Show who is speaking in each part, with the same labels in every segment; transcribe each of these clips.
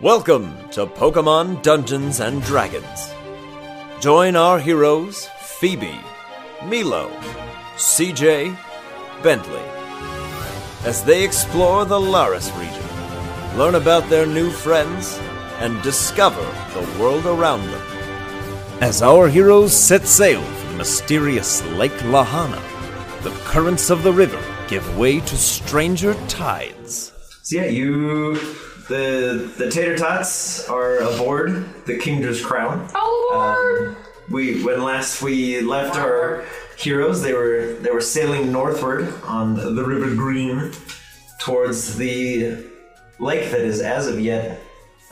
Speaker 1: Welcome to Pokemon Dungeons and Dragons. Join our heroes Phoebe, Milo, CJ, Bentley as they explore the Laris region, learn about their new friends, and discover the world around them. As our heroes set sail for the mysterious Lake Lahana, the currents of the river give way to stranger tides.
Speaker 2: So yeah, you the the tater tots are aboard the Kingdra's crown. Um,
Speaker 3: Oh
Speaker 2: We when last we left our heroes, they were they were sailing northward on the River Green towards the lake that is as of yet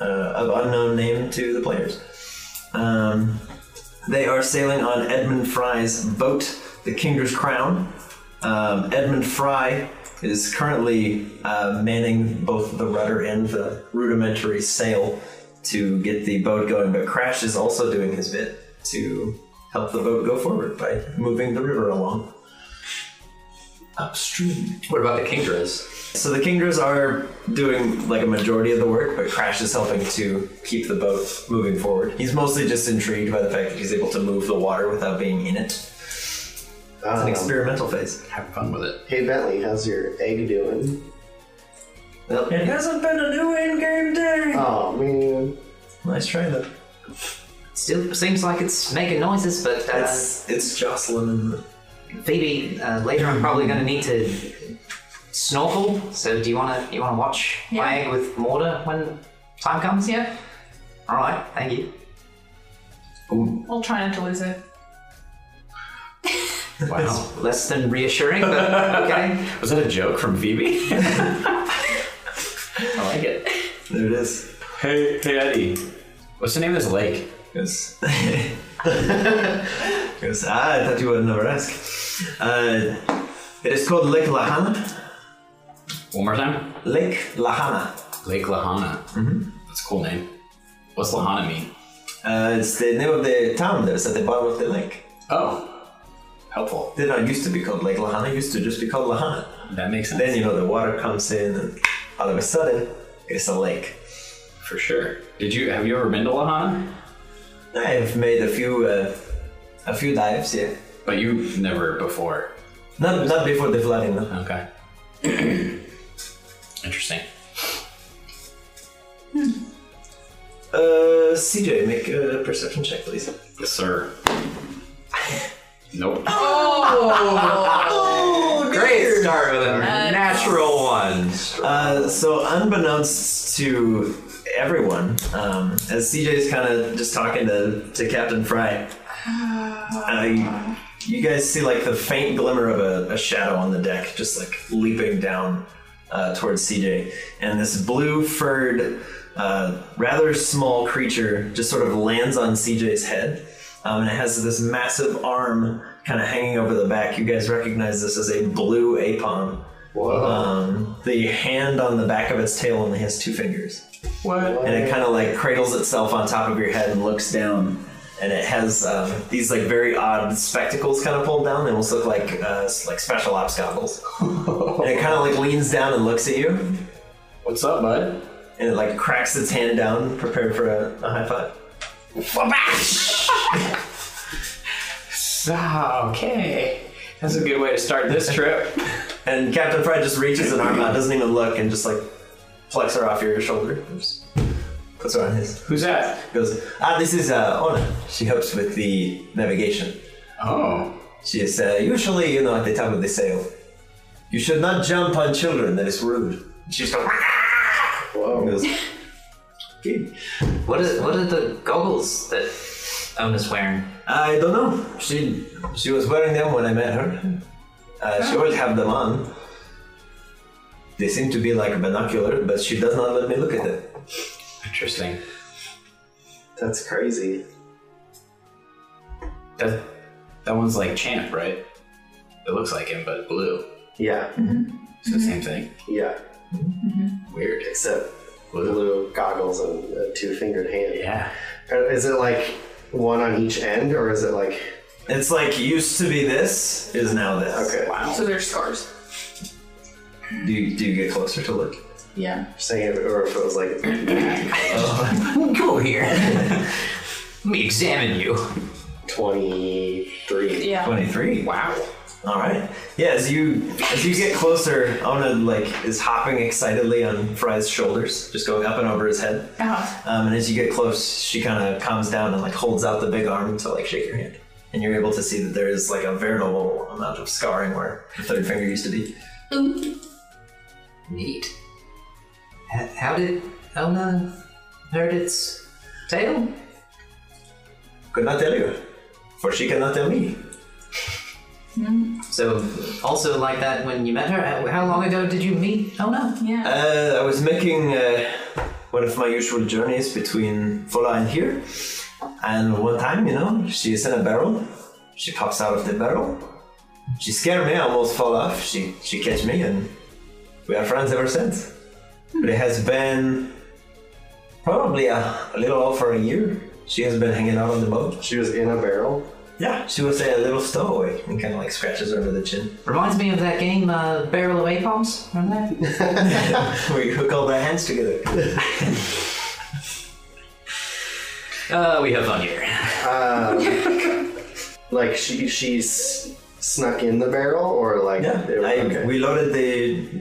Speaker 2: uh, of unknown name to the players. Um, they are sailing on Edmund Fry's boat, the Kingdra's Crown. Um, Edmund Fry is currently uh, manning both the rudder and the rudimentary sail to get the boat going, but Crash is also doing his bit to help the boat go forward by moving the river along upstream.
Speaker 4: What about the Kingdras?
Speaker 2: So the Kingdras are doing like a majority of the work, but Crash is helping to keep the boat moving forward. He's mostly just intrigued by the fact that he's able to move the water without being in it. It's an experimental phase.
Speaker 4: Have fun with it.
Speaker 5: Hey Bentley, how's your egg doing?
Speaker 2: It hasn't been a new in-game day.
Speaker 5: Oh man.
Speaker 2: Nice try though.
Speaker 4: Still seems like it's making noises, but uh,
Speaker 2: It's it's Jocelyn. And the-
Speaker 4: Phoebe, uh, later I'm probably going to need to snorkel. So do you want to you want to watch
Speaker 3: Yeah.
Speaker 4: my egg with Mortar when time comes?
Speaker 3: yeah.
Speaker 4: All right, thank you.
Speaker 3: We'll try not to lose it.
Speaker 4: Wow, less than reassuring, but okay.
Speaker 6: Was that a joke from Phoebe?
Speaker 4: I like it.
Speaker 2: There it is.
Speaker 6: hey, hey, Eddie. What's the name of this lake?
Speaker 2: Yes. yes. Ah, I thought you would never ask. Uh, it is called Lake Lahana.
Speaker 6: One more time.
Speaker 2: Lake Lahana.
Speaker 6: Lake Lahana. Mm-hmm. That's a cool name. What's Lahana mean?
Speaker 2: Uh, it's the name of the town that's at the bottom of the lake.
Speaker 6: Oh, helpful.
Speaker 2: Did not used to be called Lake Lahana, it used to just be called Lahana.
Speaker 6: That makes sense.
Speaker 2: Then, you know, the water comes in, and all of a sudden, it's a lake.
Speaker 6: For sure. Did you have you ever been to Lahana?
Speaker 2: I have made a few, uh, a few dives, yeah.
Speaker 6: But you never before.
Speaker 2: Not, not before the flooding, no.
Speaker 6: Okay. Interesting.
Speaker 2: Uh, CJ, make a perception check, please.
Speaker 6: Yes, sir. Nope.
Speaker 4: Great start with a natural one.
Speaker 2: Uh, so unbeknownst to everyone, um, as CJ's kind of just talking to, to Captain Fry, uh, you, you guys see like the faint glimmer of a, a shadow on the deck, just like leaping down uh, towards CJ, and this blue furred, uh, rather small creature just sort of lands on CJ's head. Um, and it has this massive arm kind of hanging over the back. You guys recognize this as a blue apon. Um, the hand on the back of its tail only has two fingers. What? And it kind of like cradles itself on top of your head and looks down. And it has um, these like very odd spectacles kind of pulled down. They almost look like uh, s- like special ops goggles. and it kind of like leans down and looks at you.
Speaker 6: What's up, bud?
Speaker 2: And it like cracks its hand down, prepared for a, a high five.
Speaker 6: Ah, okay. That's a good way to start this trip.
Speaker 2: And Captain Fry just reaches an arm out, doesn't even look, and just like plucks her off your shoulder. Just puts her on his.
Speaker 6: Who's that?
Speaker 2: goes, ah, this is uh, Ona. She helps with the navigation.
Speaker 6: Oh.
Speaker 2: She is uh, usually, you know, at the top of the sail. You should not jump on children. That is rude. She just goes, "Ah!"
Speaker 5: Whoa.
Speaker 2: and goes, okay.
Speaker 4: What is what are the goggles that Ona's wearing?
Speaker 2: I don't know. She she was wearing them when I met her. Uh, she always have them on. They seem to be like binocular, but she does not let me look at them.
Speaker 6: Interesting.
Speaker 5: That's crazy.
Speaker 6: That that one's like Champ, right? It looks like him, but blue.
Speaker 5: Yeah.
Speaker 6: It's the same thing.
Speaker 7: Mm-hmm.
Speaker 5: Yeah.
Speaker 6: Weird.
Speaker 5: Except
Speaker 6: Blue.
Speaker 5: blue goggles and a two fingered hand.
Speaker 6: Yeah.
Speaker 5: Uh, Is it like one on each end or is it like
Speaker 2: It's like used to be this is now this.
Speaker 5: okay.
Speaker 6: Wow.
Speaker 3: So there's scars.
Speaker 2: Do you, do you get closer to look?
Speaker 3: Yeah.
Speaker 5: Saying it or if it was like
Speaker 4: here? Let me examine you.
Speaker 5: 23.
Speaker 3: Yeah.
Speaker 2: 23.
Speaker 4: Wow.
Speaker 2: All right. Yeah, as you as you get closer, Ona like is hopping excitedly on Fry's shoulders, just going up and over his head.
Speaker 3: Uh-huh.
Speaker 2: Um, and as you get close, she kind of calms down and like holds out the big arm to like shake your hand, and you're able to see that there is like a veritable amount of scarring where the third finger used to be.
Speaker 4: Neat. H- how did Elna hurt its tail?
Speaker 2: Could not tell you, for she cannot tell me.
Speaker 4: So, also like that when you met her, how- how long ago did you meet Elna?
Speaker 3: Yeah.
Speaker 2: Uh, I was making uh, one of my usual journeys between Fola and here, and one time, you know, she is in a barrel. She pops out of the barrel. She scared me. I almost fall off. She she catch me, and we are friends ever since. But it has been probably a, a little over a year. She has been hanging out on the boat.
Speaker 5: She was in a barrel.
Speaker 2: Yeah, she was a little stowaway and kind of like scratches her under the chin.
Speaker 4: Reminds me of that game, uh, Barrel of Apoms. Remember that?
Speaker 2: we hook all our hands together.
Speaker 4: Uh, we have fun here.
Speaker 5: Like she she s- snuck in the barrel or like
Speaker 2: Yeah,
Speaker 5: it-
Speaker 2: I,
Speaker 5: okay.
Speaker 2: we loaded the,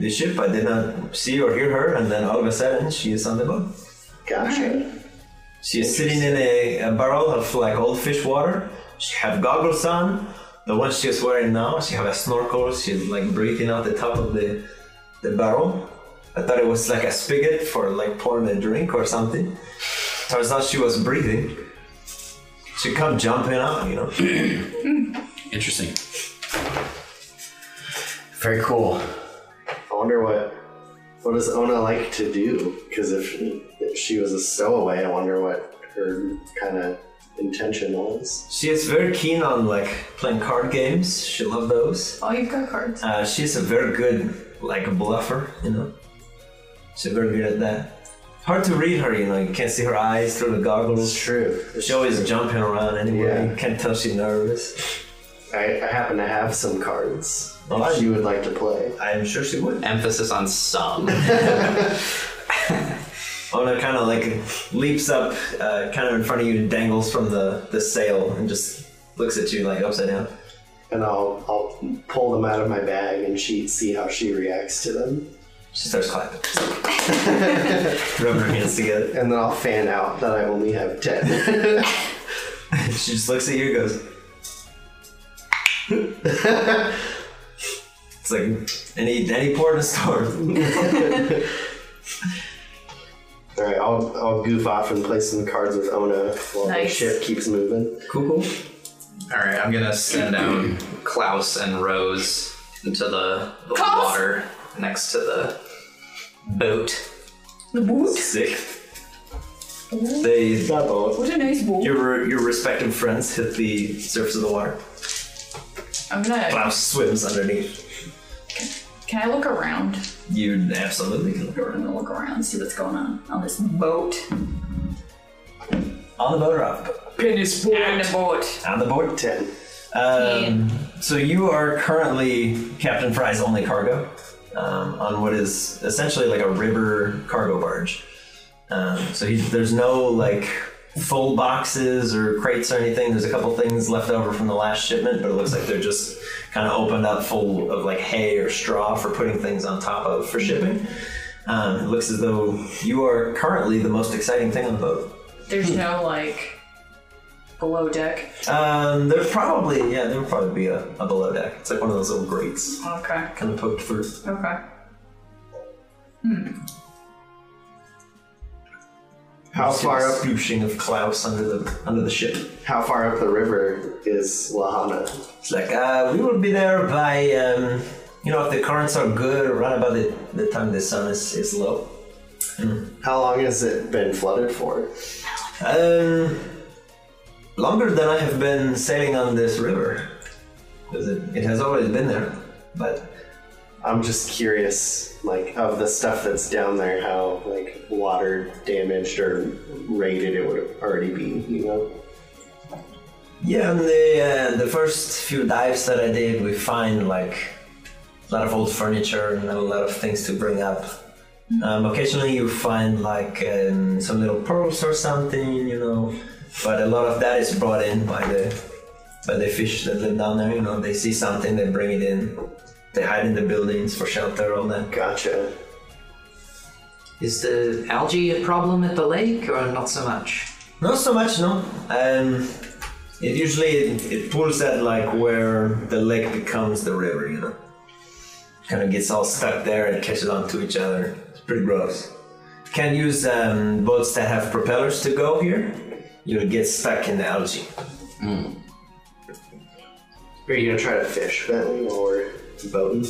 Speaker 2: the ship. I did not see or hear her, and then all of a sudden she is on the boat.
Speaker 5: gotcha.
Speaker 2: She is sitting in a, a barrel of like old fish water. She have goggles on, the ones she is wearing now. She have a snorkel. She's like breathing out the top of the the barrel. I thought it was like a spigot for like pouring a drink or something. Turns out she was breathing. She come jumping out, you know.
Speaker 6: Interesting. Very cool.
Speaker 5: I wonder what what does Ona like to do? Because if if she was a stowaway, I wonder what her kind of intention was.
Speaker 2: She is very keen on like playing card games. She love those.
Speaker 3: Oh, you've got cards.
Speaker 2: Uh, she's a very good, like, bluffer, you know? She's very good at that. Hard to read her, you know? You can't see her eyes through the
Speaker 5: It's
Speaker 2: goggles.
Speaker 5: true. It's
Speaker 2: She's always jumping around anyway.
Speaker 5: Yeah.
Speaker 2: You can't tell she's nervous.
Speaker 5: I, I happen to have some cards
Speaker 2: Oh,
Speaker 5: if
Speaker 2: I-
Speaker 5: she would like to play.
Speaker 2: I'm sure she would.
Speaker 4: Emphasis on some.
Speaker 2: Ona kind of, like, leaps up, uh, kind of in front of you and dangles from the, the sail and just looks at you, like, upside down.
Speaker 5: And I'll I'll pull them out of my bag and she see how she reacts to them.
Speaker 2: She starts clapping. Rubbing her hands together.
Speaker 5: And then I'll fan out that I only have ten.
Speaker 2: She just looks at you and goes... it's like any, any port in a storm.
Speaker 5: Alright, I'll I'll goof off and play some cards with Ona while the
Speaker 3: Nice.
Speaker 5: ship keeps moving.
Speaker 2: Cool.
Speaker 4: All right, I'm gonna send down Klaus and Rose into the, the
Speaker 3: Klaus?
Speaker 4: water next to the boat.
Speaker 3: The boot.
Speaker 2: Sick. They,
Speaker 5: Double.
Speaker 3: What a nice boot.
Speaker 2: your your respective friends hit the surface of the water.
Speaker 3: I'm gonna.
Speaker 2: Klaus swims underneath.
Speaker 3: Can I look around?
Speaker 2: You absolutely can look
Speaker 3: I'm
Speaker 2: around.
Speaker 3: gonna look around, see what's going on on this boat.
Speaker 2: On the boat or off the boat?
Speaker 4: Penis
Speaker 3: On the boat.
Speaker 2: On the boat.
Speaker 5: Ten.
Speaker 2: Um, so you are currently Captain Fry's only cargo um, on what is essentially like a river cargo barge. Um, so he, there's no like full boxes or crates or anything. There's a couple things left over from the last shipment, but it looks like they're just kind of opened up full of like hay or straw for putting things on top of for shipping. Um, it looks as though you are currently the most exciting thing on the boat.
Speaker 3: There's no like below deck.
Speaker 2: Um, there probably, yeah, there would probably be a, a below deck. It's like one of those little grates.
Speaker 3: Okay.
Speaker 2: kind of poked through.
Speaker 3: Okay.
Speaker 5: How
Speaker 2: You see
Speaker 5: far
Speaker 2: the
Speaker 5: up-
Speaker 2: Swooshing of Klaus under the under the ship.
Speaker 5: How far up the river is Lahana?
Speaker 2: It's like uh, we will be there by um, you know if the currents are good, right about the, the time the sun is, is low.
Speaker 5: How long has it been flooded for?
Speaker 2: Um, longer than I have been sailing on this river. 'Cause It, it has always been there, but
Speaker 5: I'm just curious, like, of the stuff that's down there, how, like, water damaged or rated it would already be, you know?
Speaker 2: Yeah, on the uh, the first few dives that I did, we find like a lot of old furniture and a lot of things to bring up. Um, occasionally you find like um, some little pearls or something, you know, but a lot of that is brought in by the by the fish that live down there. You know, they see something, they bring it in. They hide in the buildings for shelter, all that.
Speaker 5: Gotcha.
Speaker 4: Is the algae a problem at the lake, or not so much?
Speaker 2: Not so much, no. Um, it usually it, it pulls at like where the lake becomes the river, you know. Kind of gets all stuck there and catches onto each other. It's pretty gross. Can't use um, boats that have propellers to go here. You'll get stuck in the algae.
Speaker 5: Are you gonna try to fish, Bentley, or boating?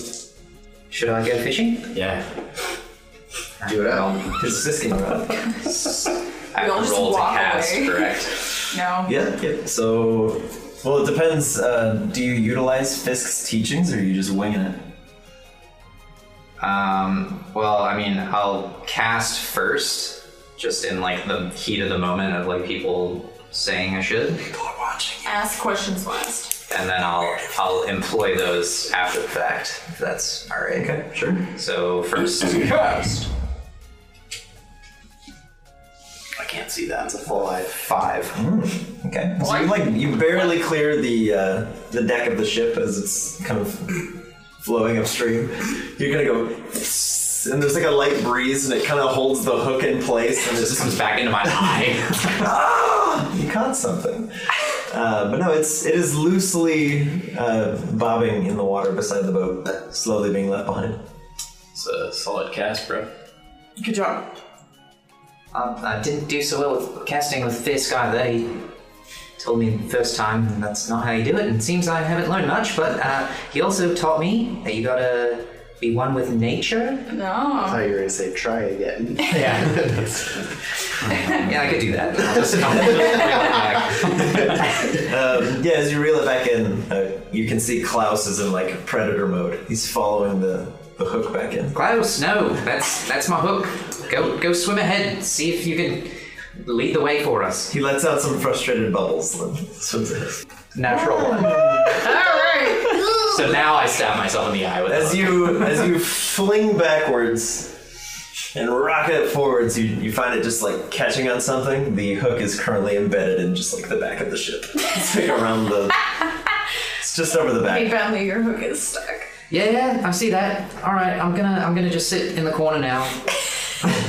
Speaker 4: Should I go fishing?
Speaker 6: Yeah.
Speaker 5: Do it out.
Speaker 2: It's this thing around.
Speaker 6: I have
Speaker 7: You'll
Speaker 6: to
Speaker 7: just
Speaker 6: roll to
Speaker 7: walk
Speaker 6: cast,
Speaker 7: away.
Speaker 6: correct?
Speaker 7: No.
Speaker 2: Yeah, yeah. So, well, it depends. Uh, do you utilize Fisk's teachings or are you just winging it?
Speaker 6: Um, well, I mean, I'll cast first, just in like the heat of the moment of like people saying I should,
Speaker 7: Ask questions last.
Speaker 6: and then I'll I'll employ those after the fact. If that's all right.
Speaker 2: Okay, sure.
Speaker 6: So first cast. I can't see that. It's a full life. Five.
Speaker 2: Okay. So you like you barely clear the uh, the deck of the ship as it's kind of flowing upstream. You're gonna go, and there's like a light breeze, and it kind of holds the hook in place, and
Speaker 6: It
Speaker 2: it's just
Speaker 6: just comes back into my eye.
Speaker 2: you caught something. Uh, but no, it's it is loosely uh, bobbing in the water beside the boat, slowly being left behind.
Speaker 6: it's a solid cast, bro.
Speaker 7: Good job.
Speaker 4: Um, I didn't do so well with casting with Fisk either. He told me the first time that's not how you do it, and it seems I haven't learned much, but uh, he also taught me that you gotta be one with nature.
Speaker 7: No.
Speaker 5: Oh, you were gonna say try again.
Speaker 4: Yeah. yeah, I could do that. I'll just- I'll just-
Speaker 2: Um, yeah, as you reel it back in, uh, you can see Klaus is in like predator mode. He's following the, the hook back in.
Speaker 4: Klaus, no, that's that's my hook. Go go swim ahead, see if you can lead the way for us.
Speaker 2: He lets out some frustrated bubbles. and swims in.
Speaker 4: Natural one.
Speaker 7: All right.
Speaker 6: So now I stab myself in the eye with
Speaker 2: As
Speaker 6: it.
Speaker 2: you as you fling backwards and rocket forwards, you, you find it just like catching on something. The hook is currently embedded in just like the back of the ship. It's like around the. It's just over the
Speaker 7: Hey
Speaker 2: back.
Speaker 7: Bentley, your hook is stuck.
Speaker 4: Yeah, yeah, I see that. Alright, I'm gonna I'm gonna just sit in the corner now.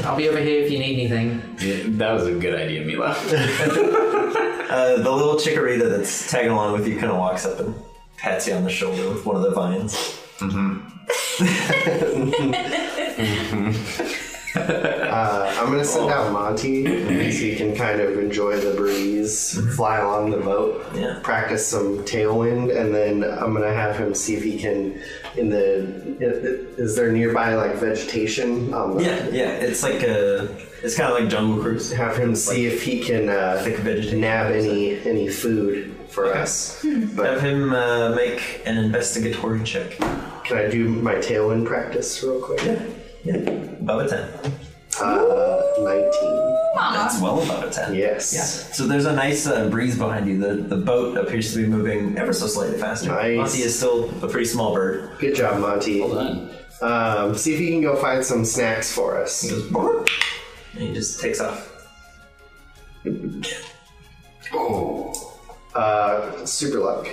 Speaker 4: I'll be over here if you need anything.
Speaker 6: Yeah, that was a good idea, Mila.
Speaker 2: Uh, the little chikorita that's tagging along with you kind of walks up and pats you on the shoulder with one of the vines.
Speaker 5: Uh, I'm gonna send
Speaker 2: Oh.
Speaker 5: out Monty so you can kind of enjoy the breeze, fly along the boat,
Speaker 2: Mm-hmm. Yeah.
Speaker 5: practice some tailwind, and then I'm gonna have him see if he can. In the i- i- is there nearby like vegetation? Um, On the,
Speaker 2: Yeah, yeah. It's like a. It's kind of like Jungle Cruise.
Speaker 5: Have him see if he can uh,
Speaker 2: Thick vegetation.
Speaker 5: nab any any food for us.
Speaker 2: Have
Speaker 5: But
Speaker 2: him uh, make an investigatory check.
Speaker 5: can I do my tailwind practice real quick?
Speaker 2: Yeah, above a ten.
Speaker 5: Uh, Nineteen.
Speaker 2: That's well above a ten.
Speaker 5: Yes.
Speaker 2: Yeah. So there's a nice uh, breeze behind you. The the boat appears to be moving ever so slightly faster.
Speaker 5: Nice.
Speaker 2: Monty is still a pretty small bird.
Speaker 5: Good job, Monty. Um, see if you can go find some snacks for us.
Speaker 2: He goes "Bork," and he just takes off.
Speaker 5: Uh, super luck.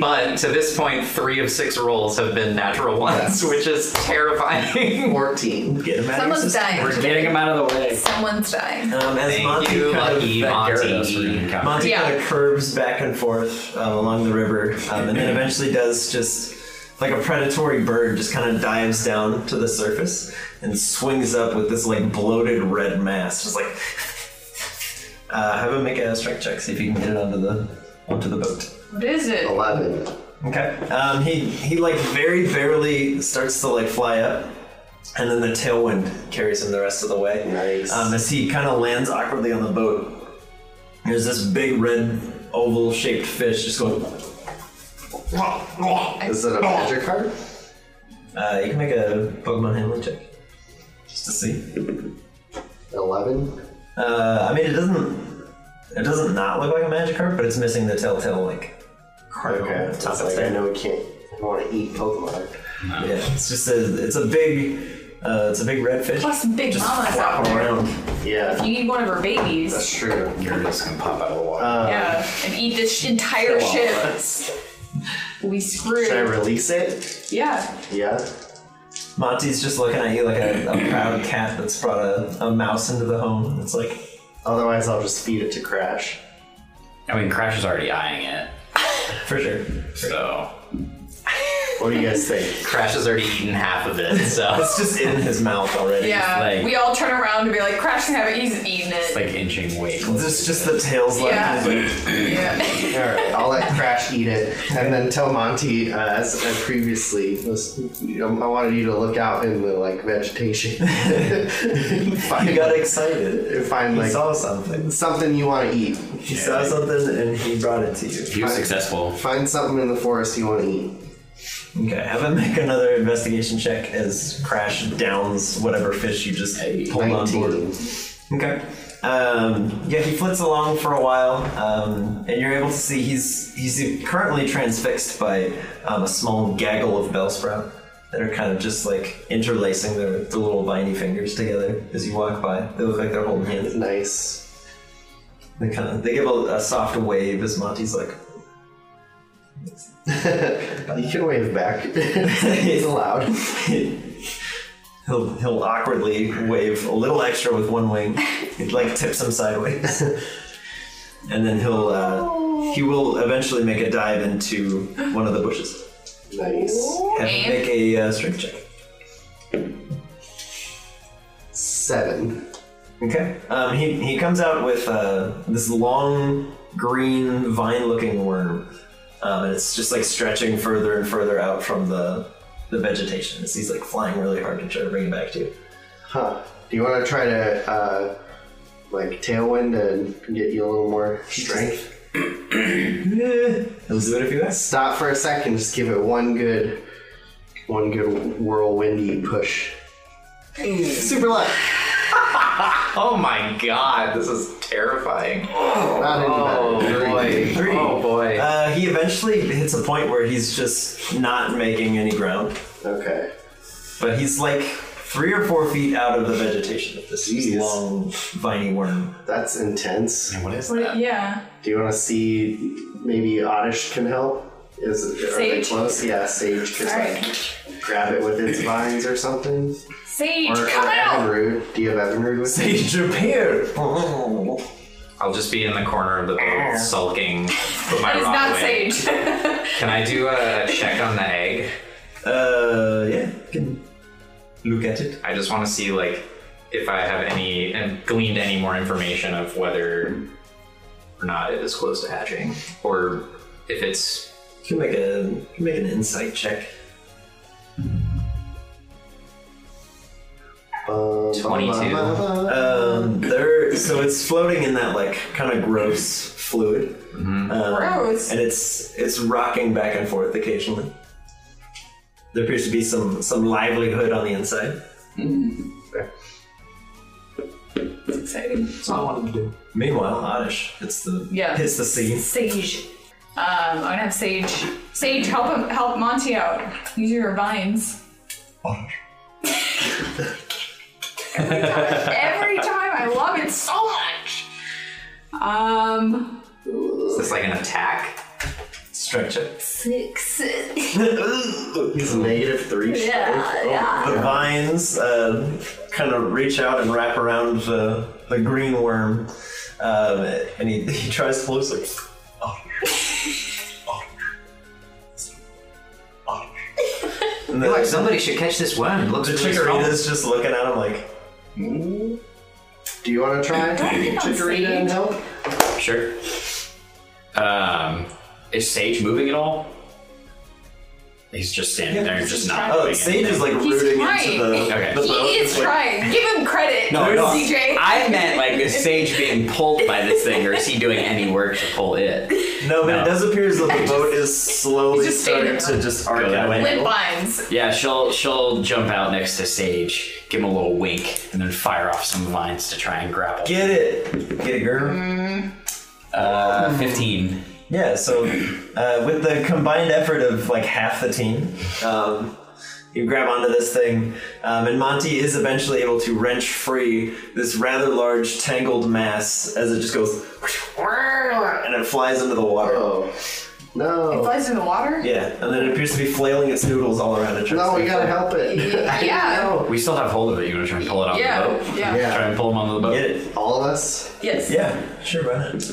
Speaker 6: But to this point, three of six rolls have been natural ones, which is terrifying.
Speaker 5: 14.
Speaker 2: Get him out of your
Speaker 7: Someone's
Speaker 2: system.
Speaker 7: dying.
Speaker 6: We're getting them out of the way.
Speaker 7: Someone's dying.
Speaker 2: Um, as
Speaker 6: Thank
Speaker 2: Monty
Speaker 6: you,
Speaker 2: kind of-
Speaker 6: lucky Monty.
Speaker 2: Monty
Speaker 7: Yeah.
Speaker 2: kind of curves back and forth um, along the river, um, and then eventually does just like a predatory bird, just kind of dives down to the surface and swings up with this like bloated red mass, just like. Uh, have him make a strike check, see if he can get it onto the onto the boat.
Speaker 7: What is it?
Speaker 5: Oh. 11.
Speaker 2: Okay. Um, he he like very barely starts to like fly up, and then the tailwind carries him the rest of the way.
Speaker 5: Nice.
Speaker 2: Um, as he kind of lands awkwardly on the boat, there's this big red oval-shaped fish just going.
Speaker 5: Is it a magic card?
Speaker 2: Uh, you can make a Pokemon handling check just to see.
Speaker 5: 11.
Speaker 2: Uh, I mean, it doesn't it doesn't not look like a Magikarp, but it's missing the telltale like. card on
Speaker 5: Okay.
Speaker 2: the
Speaker 5: It's
Speaker 2: top of
Speaker 5: like,
Speaker 2: its head.
Speaker 5: I know we can't. I want to eat Pokemon.
Speaker 2: Yeah, it's just a, it's a big Uh, it's a big red fish.
Speaker 7: Plus, Big
Speaker 2: just
Speaker 7: Mama's out
Speaker 2: flopping
Speaker 7: there.
Speaker 2: around.
Speaker 5: Yeah,
Speaker 7: You need one of her babies.
Speaker 5: that's true.
Speaker 6: Nerds can pop out of the water.
Speaker 7: yeah, and eat this sh- entire ship. We screwed.
Speaker 5: Should I release it?
Speaker 7: yeah.
Speaker 5: Yeah.
Speaker 2: Monty's just looking at you like a, a proud cat that's brought a, a mouse into the home. It's like,
Speaker 5: Otherwise, I'll just feed it to Crash.
Speaker 6: I mean, Crash is already eyeing it,
Speaker 2: for sure.
Speaker 6: so
Speaker 5: What do you guys think?
Speaker 6: Crash has already eaten half of it. So
Speaker 2: It's just in his mouth already.
Speaker 7: Yeah.
Speaker 6: like-
Speaker 7: we all turn around and be like, Crash can have it. He's eating
Speaker 6: it's
Speaker 7: it.
Speaker 6: like inching way. closer.
Speaker 2: Just, just the tails left.
Speaker 7: Yeah.
Speaker 2: He's like,
Speaker 7: yeah.
Speaker 5: All right, I'll let Crash eat it, and then tell Monty, uh, as I previously was, I wanted you to look out in the like vegetation. find,
Speaker 2: He got excited.
Speaker 5: find
Speaker 2: He
Speaker 5: like
Speaker 2: saw something.
Speaker 5: something you want to eat.
Speaker 2: He saw something and he brought it to you.
Speaker 6: He was successful.
Speaker 5: Find something in the forest you want to eat.
Speaker 2: Okay, have him make another investigation check as Crash downs whatever fish you just pulled on board. Okay. Um, yeah, he flits along for a while, um, and you're able to see he's he's currently transfixed by um, a small gaggle of bellsprout that are kind of just like interlacing their, their little viney fingers together as you walk by. They look like they're holding hands.
Speaker 5: Nice.
Speaker 2: They kind of they give a, a soft wave as Monty's like,
Speaker 5: You can wave back. it's allowed.
Speaker 2: He'll, he'll awkwardly wave a little extra with one wing. It like tips him sideways. and then he'll uh, he will eventually make a dive into one of the bushes.
Speaker 5: Nice.
Speaker 2: Have him
Speaker 7: And-
Speaker 2: make a uh, strength check.
Speaker 5: Seven.
Speaker 2: Okay. Um, he, he comes out with uh, this long green vine looking worm. Um, and it's just like stretching further and further out from the, the vegetation. As he's like flying really hard to try to bring it back to you.
Speaker 5: Huh. Do you want to try to uh, like tailwind and get you a little more strength?
Speaker 2: He'll do it if you ask.
Speaker 5: Stop for a second. Just give it one good, one good whirlwindy push. Super luck.
Speaker 6: Oh my god, this is terrifying.
Speaker 5: Not
Speaker 6: Oh
Speaker 5: any better.
Speaker 6: boy. Oh boy.
Speaker 2: Uh, he eventually hits a point where he's just not making any ground,
Speaker 5: Okay.
Speaker 2: but he's like three or four feet out of the vegetation of this
Speaker 5: Jeez.
Speaker 2: long viney worm.
Speaker 5: That's intense.
Speaker 6: what is
Speaker 7: What- yeah.
Speaker 5: Do you want to see? Maybe Oddish can help. Is it, are they
Speaker 7: Sage?
Speaker 5: close? Yeah, Sage could like grab it with its vines or something.
Speaker 7: Sage,
Speaker 5: Or, or
Speaker 7: come out!
Speaker 5: Evinrude. Do you have Evinrude with you?
Speaker 2: Sage appeared. Oh.
Speaker 6: I'll just be in the corner of the boat sulking. Put my
Speaker 7: That is
Speaker 6: rod
Speaker 7: not
Speaker 6: away.
Speaker 7: Sage.
Speaker 6: Can I do a check on the egg?
Speaker 2: Uh, yeah, you can look at it.
Speaker 6: I just want to see like if I have any and gleaned any more information of whether or not it is close to hatching, or if it's
Speaker 2: You can make a you can make an insight check.
Speaker 5: Bum, bum,
Speaker 6: 22.
Speaker 5: bum, bum, bum.
Speaker 2: Um, there. So it's floating in that like kind of gross fluid. Um,
Speaker 7: Gross.
Speaker 2: And it's it's rocking back and forth occasionally. There appears to be some some livelihood on the inside.
Speaker 7: It's exciting.
Speaker 2: Meanwhile, Oddish hits the
Speaker 7: Yeah.
Speaker 2: hits the scene.
Speaker 7: Sage. Um, I'm gonna have Sage. Sage, help him, help Monty out. These are your vines. Every time I love it so much. Um,
Speaker 6: is this like an attack?
Speaker 2: Stretch it.
Speaker 7: six.
Speaker 5: It's negative three.
Speaker 7: Yeah, yeah.
Speaker 2: The vines uh, kind of reach out and wrap around the, the green worm, um, and he, he tries to close it. And the,
Speaker 6: Like somebody should catch this worm. It looks
Speaker 2: the
Speaker 6: really strong.
Speaker 2: chikorita's just looking at him like,
Speaker 5: Do you want to try
Speaker 7: think I'll
Speaker 5: Chikorita
Speaker 7: see.
Speaker 5: and help?
Speaker 6: Sure. Um, is Sage moving at all? He's just standing there and just not.
Speaker 2: oh,
Speaker 6: doing
Speaker 2: Sage
Speaker 6: anything.
Speaker 2: is like
Speaker 7: He's
Speaker 2: rooting
Speaker 7: trying.
Speaker 2: into the,
Speaker 6: Okay.
Speaker 2: the
Speaker 7: He
Speaker 2: boat.
Speaker 7: is
Speaker 2: It's like,
Speaker 7: trying. Give him credit.
Speaker 6: No, no.
Speaker 7: CJ.
Speaker 6: I meant like is Sage being pulled by this thing, or is he doing any work to pull it?
Speaker 2: No, but it
Speaker 6: No.
Speaker 2: does appear as though the boat is slowly
Speaker 7: He's just standing
Speaker 2: starting to just arc
Speaker 6: Go that
Speaker 2: out.
Speaker 6: way.
Speaker 7: Lip vines.
Speaker 6: Yeah, she'll she'll jump out next to Sage, give him a little wink, and then fire off some vines to try and grapple.
Speaker 2: Get it, get it, girl.
Speaker 7: Mm-hmm.
Speaker 6: Uh, Fifteen.
Speaker 2: Yeah, so uh, with the combined effort of like half the team, um, You grab onto this thing, um, and Monty is eventually able to wrench free this rather large, tangled mass as it just goes and it flies into the water.
Speaker 5: Oh. No.
Speaker 7: Flies in the water?
Speaker 2: Yeah, and then it appears to be flailing its noodles all around it.
Speaker 5: No, we gotta help it.
Speaker 7: Yeah.
Speaker 6: We still have hold of it. You want to try and pull it out of the boat?
Speaker 7: Yeah. Yeah.
Speaker 5: Yeah.
Speaker 6: Try and pull him onto the boat.
Speaker 2: Get it?
Speaker 5: All of us?
Speaker 7: Yes.
Speaker 2: Yeah, sure, run it.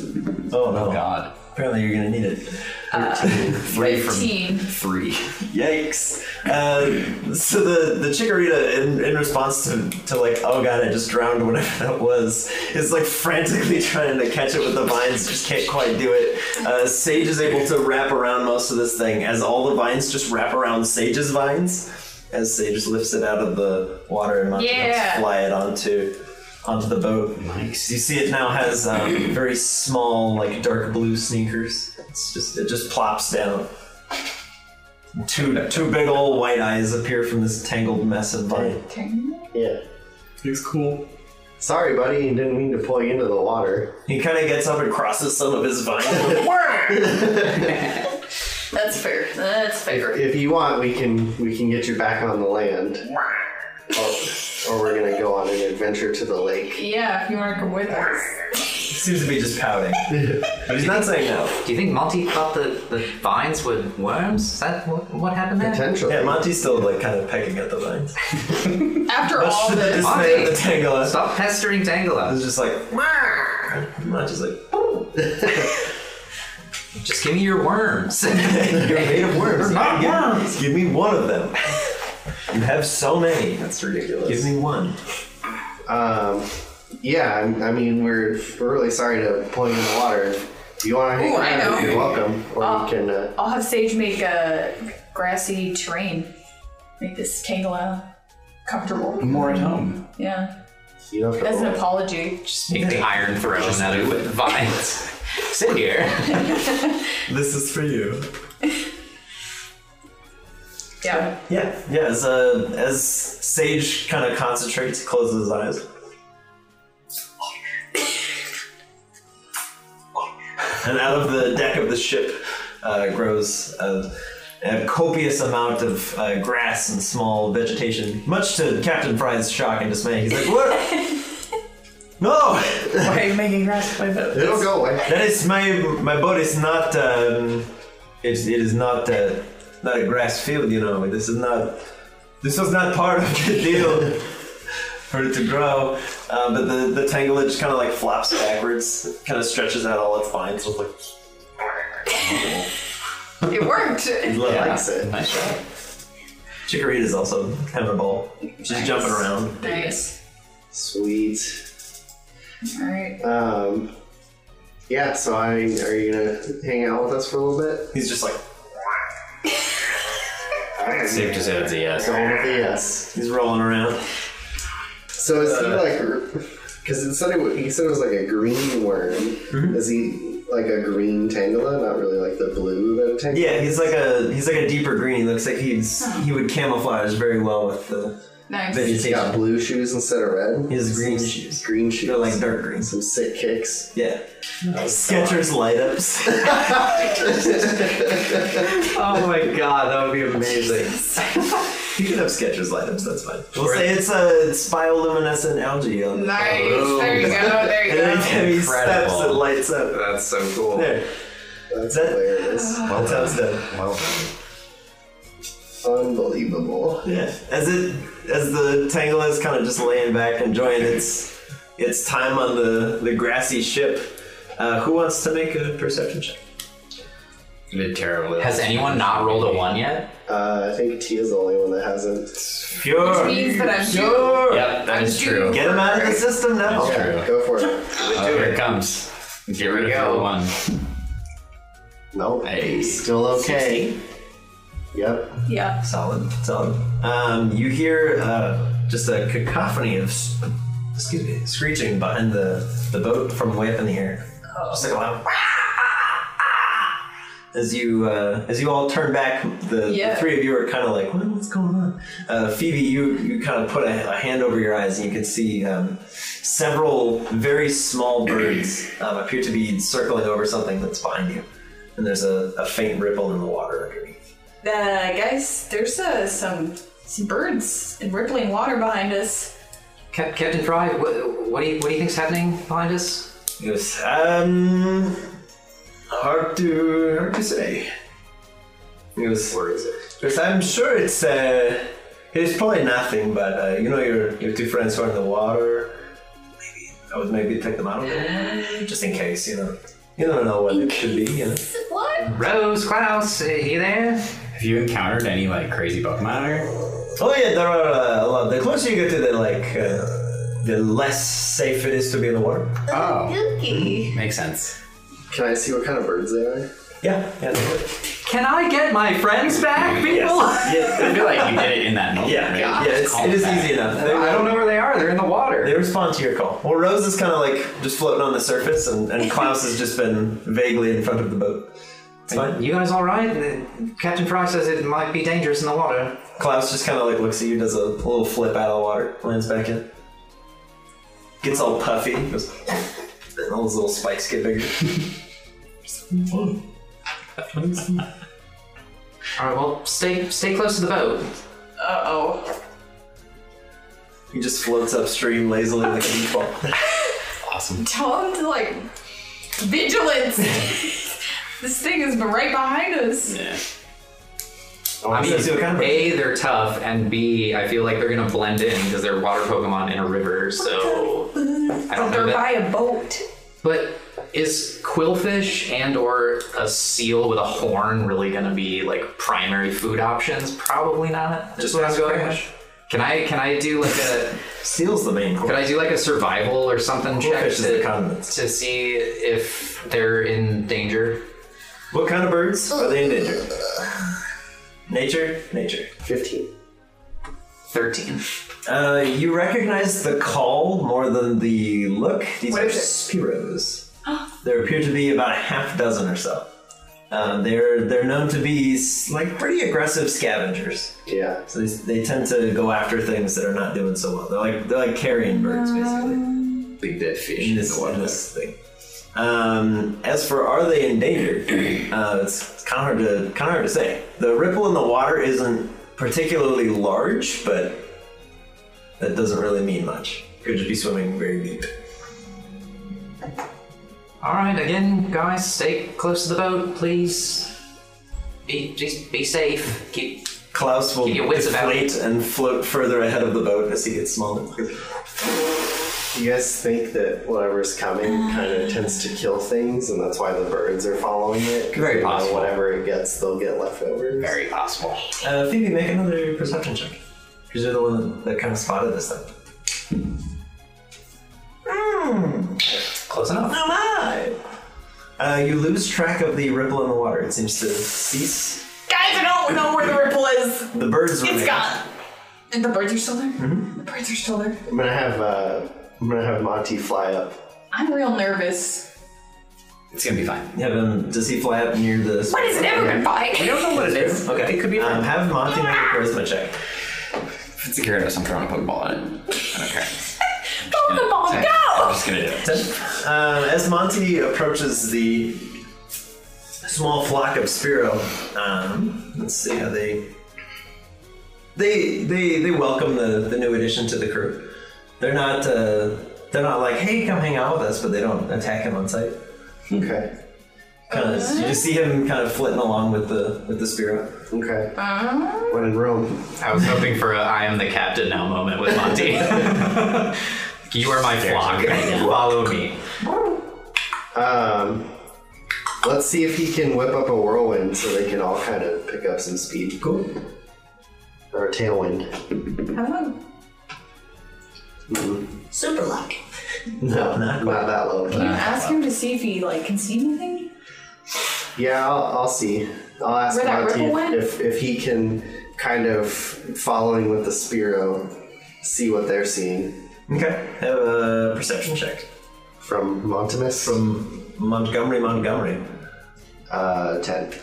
Speaker 2: Oh no.
Speaker 6: Oh God.
Speaker 2: Apparently you're gonna need it.
Speaker 6: Three
Speaker 7: Fifteen.
Speaker 6: from three.
Speaker 2: Yikes. Uh, so the, the Chikorita, in, in response to, to like, oh god, I just drowned, whatever that was, is like frantically trying to catch it with the vines, just can't quite do it. Uh, Sage is able to wrap around most of this thing as all the vines just wrap around Sage's vines as Sage lifts it out of the water and Monty helps
Speaker 7: Yeah.
Speaker 2: fly it onto onto the boat. Nice. You see it now has um, very small, like dark blue sneakers. It's just it just plops down. Two two big old white eyes appear from this tangled mess of vine.
Speaker 5: Yeah.
Speaker 8: He's cool.
Speaker 5: Sorry, buddy, you didn't mean to plug into the water.
Speaker 2: He kind of gets up and crosses some of his vine.
Speaker 7: That's fair. That's fair.
Speaker 5: If you want, we can we can get you back on the land. Or, or we're gonna go on an adventure to the lake.
Speaker 7: Yeah, if you want to come with us.
Speaker 2: he seems to be just pouting, but he's not saying no.
Speaker 4: Do you think Monty thought that the vines were worms? Is that what, what happened there?
Speaker 5: Potentially.
Speaker 2: Yeah, Monty's still like kind of pecking at the vines.
Speaker 7: After all
Speaker 2: the
Speaker 7: this,
Speaker 2: dismay of the tangler
Speaker 4: Stop pestering Tangela.
Speaker 2: is just like. "Mwah." Monty's like.
Speaker 4: Just give me your worms.
Speaker 2: You're made of worms.
Speaker 4: not
Speaker 2: give, Give me one of them. You have so many.
Speaker 4: That's ridiculous.
Speaker 2: Give me one.
Speaker 5: Um, yeah, I, I mean, we're, we're really sorry to pull you in the water. If you want to hang
Speaker 7: Ooh, I know.
Speaker 5: around, you're welcome. Or
Speaker 7: Oh.
Speaker 5: we can. Uh,
Speaker 7: I'll have Sage make a grassy terrain. Make this Tangela comfortable.
Speaker 8: More at home.
Speaker 7: Yeah.
Speaker 5: you don't have to
Speaker 7: As an
Speaker 5: roll.
Speaker 7: apology.
Speaker 4: Just make the iron throne out of vines. Sit here.
Speaker 2: This is for you.
Speaker 7: Yeah.
Speaker 2: Yeah, yeah. As uh, as Sage kind of concentrates, closes his eyes, and out of the deck of the ship uh, grows a, a copious amount of uh, grass and small vegetation. Much to Captain Fry's shock and dismay, he's like, "What? no,
Speaker 8: Why are you making grass by boat?
Speaker 5: It'll go away.
Speaker 2: that is my my boat is not um, it, it is not uh, not a grass field you know this is not this was not part of the deal for it to grow uh, but the the tangler just kind of like flops backwards kind of stretches out all its vines with like
Speaker 7: It worked.
Speaker 2: likes it
Speaker 6: Nice try.
Speaker 2: Chikorita is also kind of a ball she's
Speaker 7: Nice.
Speaker 2: jumping around
Speaker 7: nice.
Speaker 5: Sweet.
Speaker 7: All right.
Speaker 5: Um, yeah, so I are you gonna hang out with us for a little bit?
Speaker 2: he's just like
Speaker 6: Safe to uh, say that's a yes.
Speaker 5: Going with a yes.
Speaker 2: he's rolling around
Speaker 5: So is he
Speaker 2: Uh,
Speaker 5: like? Because it said it, wa- he said it was like a green worm.
Speaker 2: Mm-hmm.
Speaker 5: Is he like a green tangela? Not really like the blue that a tangela.
Speaker 2: yeah he's like a he's like a deeper green he looks like he's he would camouflage very well with the
Speaker 7: Nice.
Speaker 5: He's got
Speaker 2: vegetation
Speaker 5: blue shoes instead of red.
Speaker 2: he has green shoes
Speaker 5: green shoes.
Speaker 2: They're like dark greens.
Speaker 5: some sick kicks.
Speaker 2: Yeah. Skechers light ups.
Speaker 4: Oh my god, that would be amazing.
Speaker 2: you can have Skechers light ups, that's fine. We'll say it's a it's bioluminescent algae. On
Speaker 7: Nice. There you go. There you
Speaker 2: and every
Speaker 7: go.
Speaker 2: time he steps, it
Speaker 6: Incredible.
Speaker 2: lights up.
Speaker 6: That's so cool.
Speaker 2: There.
Speaker 5: That's
Speaker 2: That-
Speaker 5: hilarious.
Speaker 2: That's how it's done.
Speaker 6: Well done.
Speaker 5: Unbelievable.
Speaker 2: Yeah. As it as the Tangle is kind of just laying back enjoying its its time on the, the grassy ship. Uh, who wants to make a perception check?
Speaker 6: You did terribly.
Speaker 4: Has anyone not rolled a one yet?
Speaker 5: Uh, I think Tia's the only one that hasn't.
Speaker 2: Sure.
Speaker 7: Means that I'm
Speaker 2: Sure.
Speaker 6: Yep, that is true.
Speaker 2: Get him out of the system now.
Speaker 6: That's
Speaker 5: Yeah,
Speaker 6: true.
Speaker 5: go for it.
Speaker 6: Oh, here it comes. Get rid of
Speaker 4: go.
Speaker 6: the one.
Speaker 5: Nope.
Speaker 6: Hey.
Speaker 5: Still okay. Yep.
Speaker 7: Yeah.
Speaker 2: Solid, solid. Um, you hear uh, just a cacophony of, s- excuse me, screeching behind the, the boat from way up in the air. Just like a loud. As you uh, as you all turn back, the, the
Speaker 7: Yeah.
Speaker 2: three of you are kind of like, what, what's going on? Uh, Phoebe, you, you kind of put a, a hand over your eyes, and you can see um, several very small birds um, appear to be circling over something that's behind you, and there's a, a faint ripple in the water underneath.
Speaker 7: Uh, guys, there's uh, some some birds and rippling water behind us.
Speaker 4: Cap- Captain Fry, what, what do you what do you think's happening behind us?
Speaker 2: Yes. Um. Hard to hard to say. Yes.
Speaker 6: Or is it?
Speaker 2: Yes, I'm sure it's uh, it's probably nothing, but uh, you know your your two friends who are in the water. Maybe I would maybe take them out of it just in case, you know. You don't know what it could be, you know.
Speaker 7: What?
Speaker 4: Rose, Klaus, uh, are you there?
Speaker 9: Have you encountered any like crazy book matter?
Speaker 2: Oh yeah, there are uh, a lot. The closer you get to the like, uh, the less safe it is to be in the water.
Speaker 9: Oh,
Speaker 10: Spooky.
Speaker 9: makes sense.
Speaker 5: Can I see what kind of birds they are?
Speaker 2: Yeah, yeah, no,
Speaker 4: Can I get my friends back, people?
Speaker 9: I feel like you did it in that moment.
Speaker 2: yeah,
Speaker 9: right?
Speaker 2: yeah.
Speaker 9: Just
Speaker 2: It's,
Speaker 9: call
Speaker 2: it is
Speaker 9: back.
Speaker 2: easy enough. They,
Speaker 4: I don't know where they are. They're in the water.
Speaker 2: they respond to your call. Well, Rose is kind of like just floating on the surface, and, and Klaus has just been vaguely in front of the boat. It's fine.
Speaker 4: You guys all right? The- Captain Fry says it might be dangerous in the water.
Speaker 2: Klaus just kind of like looks at you, does a little flip out of the water, lands back in, gets all puffy, goes, and all those little spikes get bigger.
Speaker 4: All right, well, stay stay close to the boat.
Speaker 3: Uh oh.
Speaker 2: He just floats upstream lazily like a meatball.
Speaker 9: Awesome.
Speaker 7: Tell them to like vigilance. this thing is right behind us.
Speaker 9: Yeah.
Speaker 6: I mean,
Speaker 2: So kind of-
Speaker 6: A, they're tough, and B, I feel like they're gonna blend in because they're water Pokemon in a river, so I don't know
Speaker 7: They're
Speaker 6: that.
Speaker 7: by a boat.
Speaker 6: But is quillfish and or a seal with a horn really gonna be like primary food options? Probably not. Just what I'm going with. Can I can I do like a
Speaker 2: Seal's the main
Speaker 6: could
Speaker 2: course.
Speaker 6: I do like a survival or something check
Speaker 2: Quillfish is the
Speaker 6: to,
Speaker 2: condiments.
Speaker 6: to see if they're in danger?
Speaker 2: What kind of birds are they in danger? Nature, nature.
Speaker 5: 15.
Speaker 6: Thirteen.
Speaker 2: Uh, you recognize the call more than the look. These are spiros. there appear to be about a half dozen or so. Um, they're they're known to be s- like pretty aggressive scavengers.
Speaker 5: Yeah.
Speaker 2: So they, they tend to go after things that are not doing so well. They're like they're like carrion birds basically.
Speaker 6: Big dead fish.
Speaker 2: in this, in this thing. Um, as for are they endangered, uh, it's, it's kind of hard to kind of hard to say. The ripple in the water isn't particularly large, but that doesn't really mean much. Could just be swimming very deep.
Speaker 4: All right, again, guys, stay close to the boat, please. Be just be safe. Keep
Speaker 2: Klaus will
Speaker 4: Keep your wits about
Speaker 2: deflate and float further ahead of the boat as he gets smaller.
Speaker 5: You guys think that whatever's coming kind of tends to kill things, and that's why the birds are following it? 'Cause
Speaker 6: Very
Speaker 5: they know
Speaker 6: possible.
Speaker 5: Whatever it gets, they'll get leftovers.
Speaker 6: Very possible.
Speaker 2: Uh, Phoebe, make another perception check. Because you're the one that kind of spotted this thing.
Speaker 6: Close enough.
Speaker 2: Uh, you lose track of the ripple in the water. It seems to cease.
Speaker 7: Guys, I don't know where the ripple is.
Speaker 9: Oh,
Speaker 2: The birds remain.
Speaker 7: It's gone. And the birds are still there.
Speaker 9: Mm-hmm.
Speaker 7: The birds are still there.
Speaker 5: I'm gonna have uh, I'm gonna have Monty fly up.
Speaker 7: I'm real nervous.
Speaker 9: It's gonna be fine.
Speaker 2: Have him. Does he fly up near the?
Speaker 7: What is it ever gonna
Speaker 9: We
Speaker 7: find?
Speaker 9: don't know what it is.
Speaker 2: Okay,
Speaker 9: It could be a
Speaker 2: Um, have Monty make a charisma check.
Speaker 9: If it's a Gyarados, I'm throwing a Pokeball at it. I don't care.
Speaker 7: Pokemon,
Speaker 9: I'm
Speaker 7: go!
Speaker 9: just gonna do it.
Speaker 2: Um, as Monty approaches the small flock of Spiro, um, let's see how they they they they welcome the, the new addition to the crew. They're not uh, they're not like, hey, come hang out with us, but they don't attack him on sight.
Speaker 6: Hmm.
Speaker 5: Okay.
Speaker 2: Kind of, you just see him kind of flitting along with the with the Spiro.
Speaker 5: Okay. when in Rome.
Speaker 6: I was hoping for a I am the captain now moment with Monty. you are my flock. Follow me.
Speaker 5: Um, let's see if he can whip up a whirlwind so they can all kind of pick up some speed. Cool. Or a tailwind.
Speaker 10: Super luck.
Speaker 5: No, not, that low. but-
Speaker 7: Ask him to see if he like can see anything.
Speaker 5: Yeah, I'll, I'll see. I'll ask
Speaker 7: Where that
Speaker 5: Monty
Speaker 7: ripple went?
Speaker 5: if, if he can kind of following with the Spiro, see what they're seeing
Speaker 2: Okay, have a perception check
Speaker 5: from Montemus.
Speaker 2: from Montgomery Montgomery.
Speaker 5: uh, ten.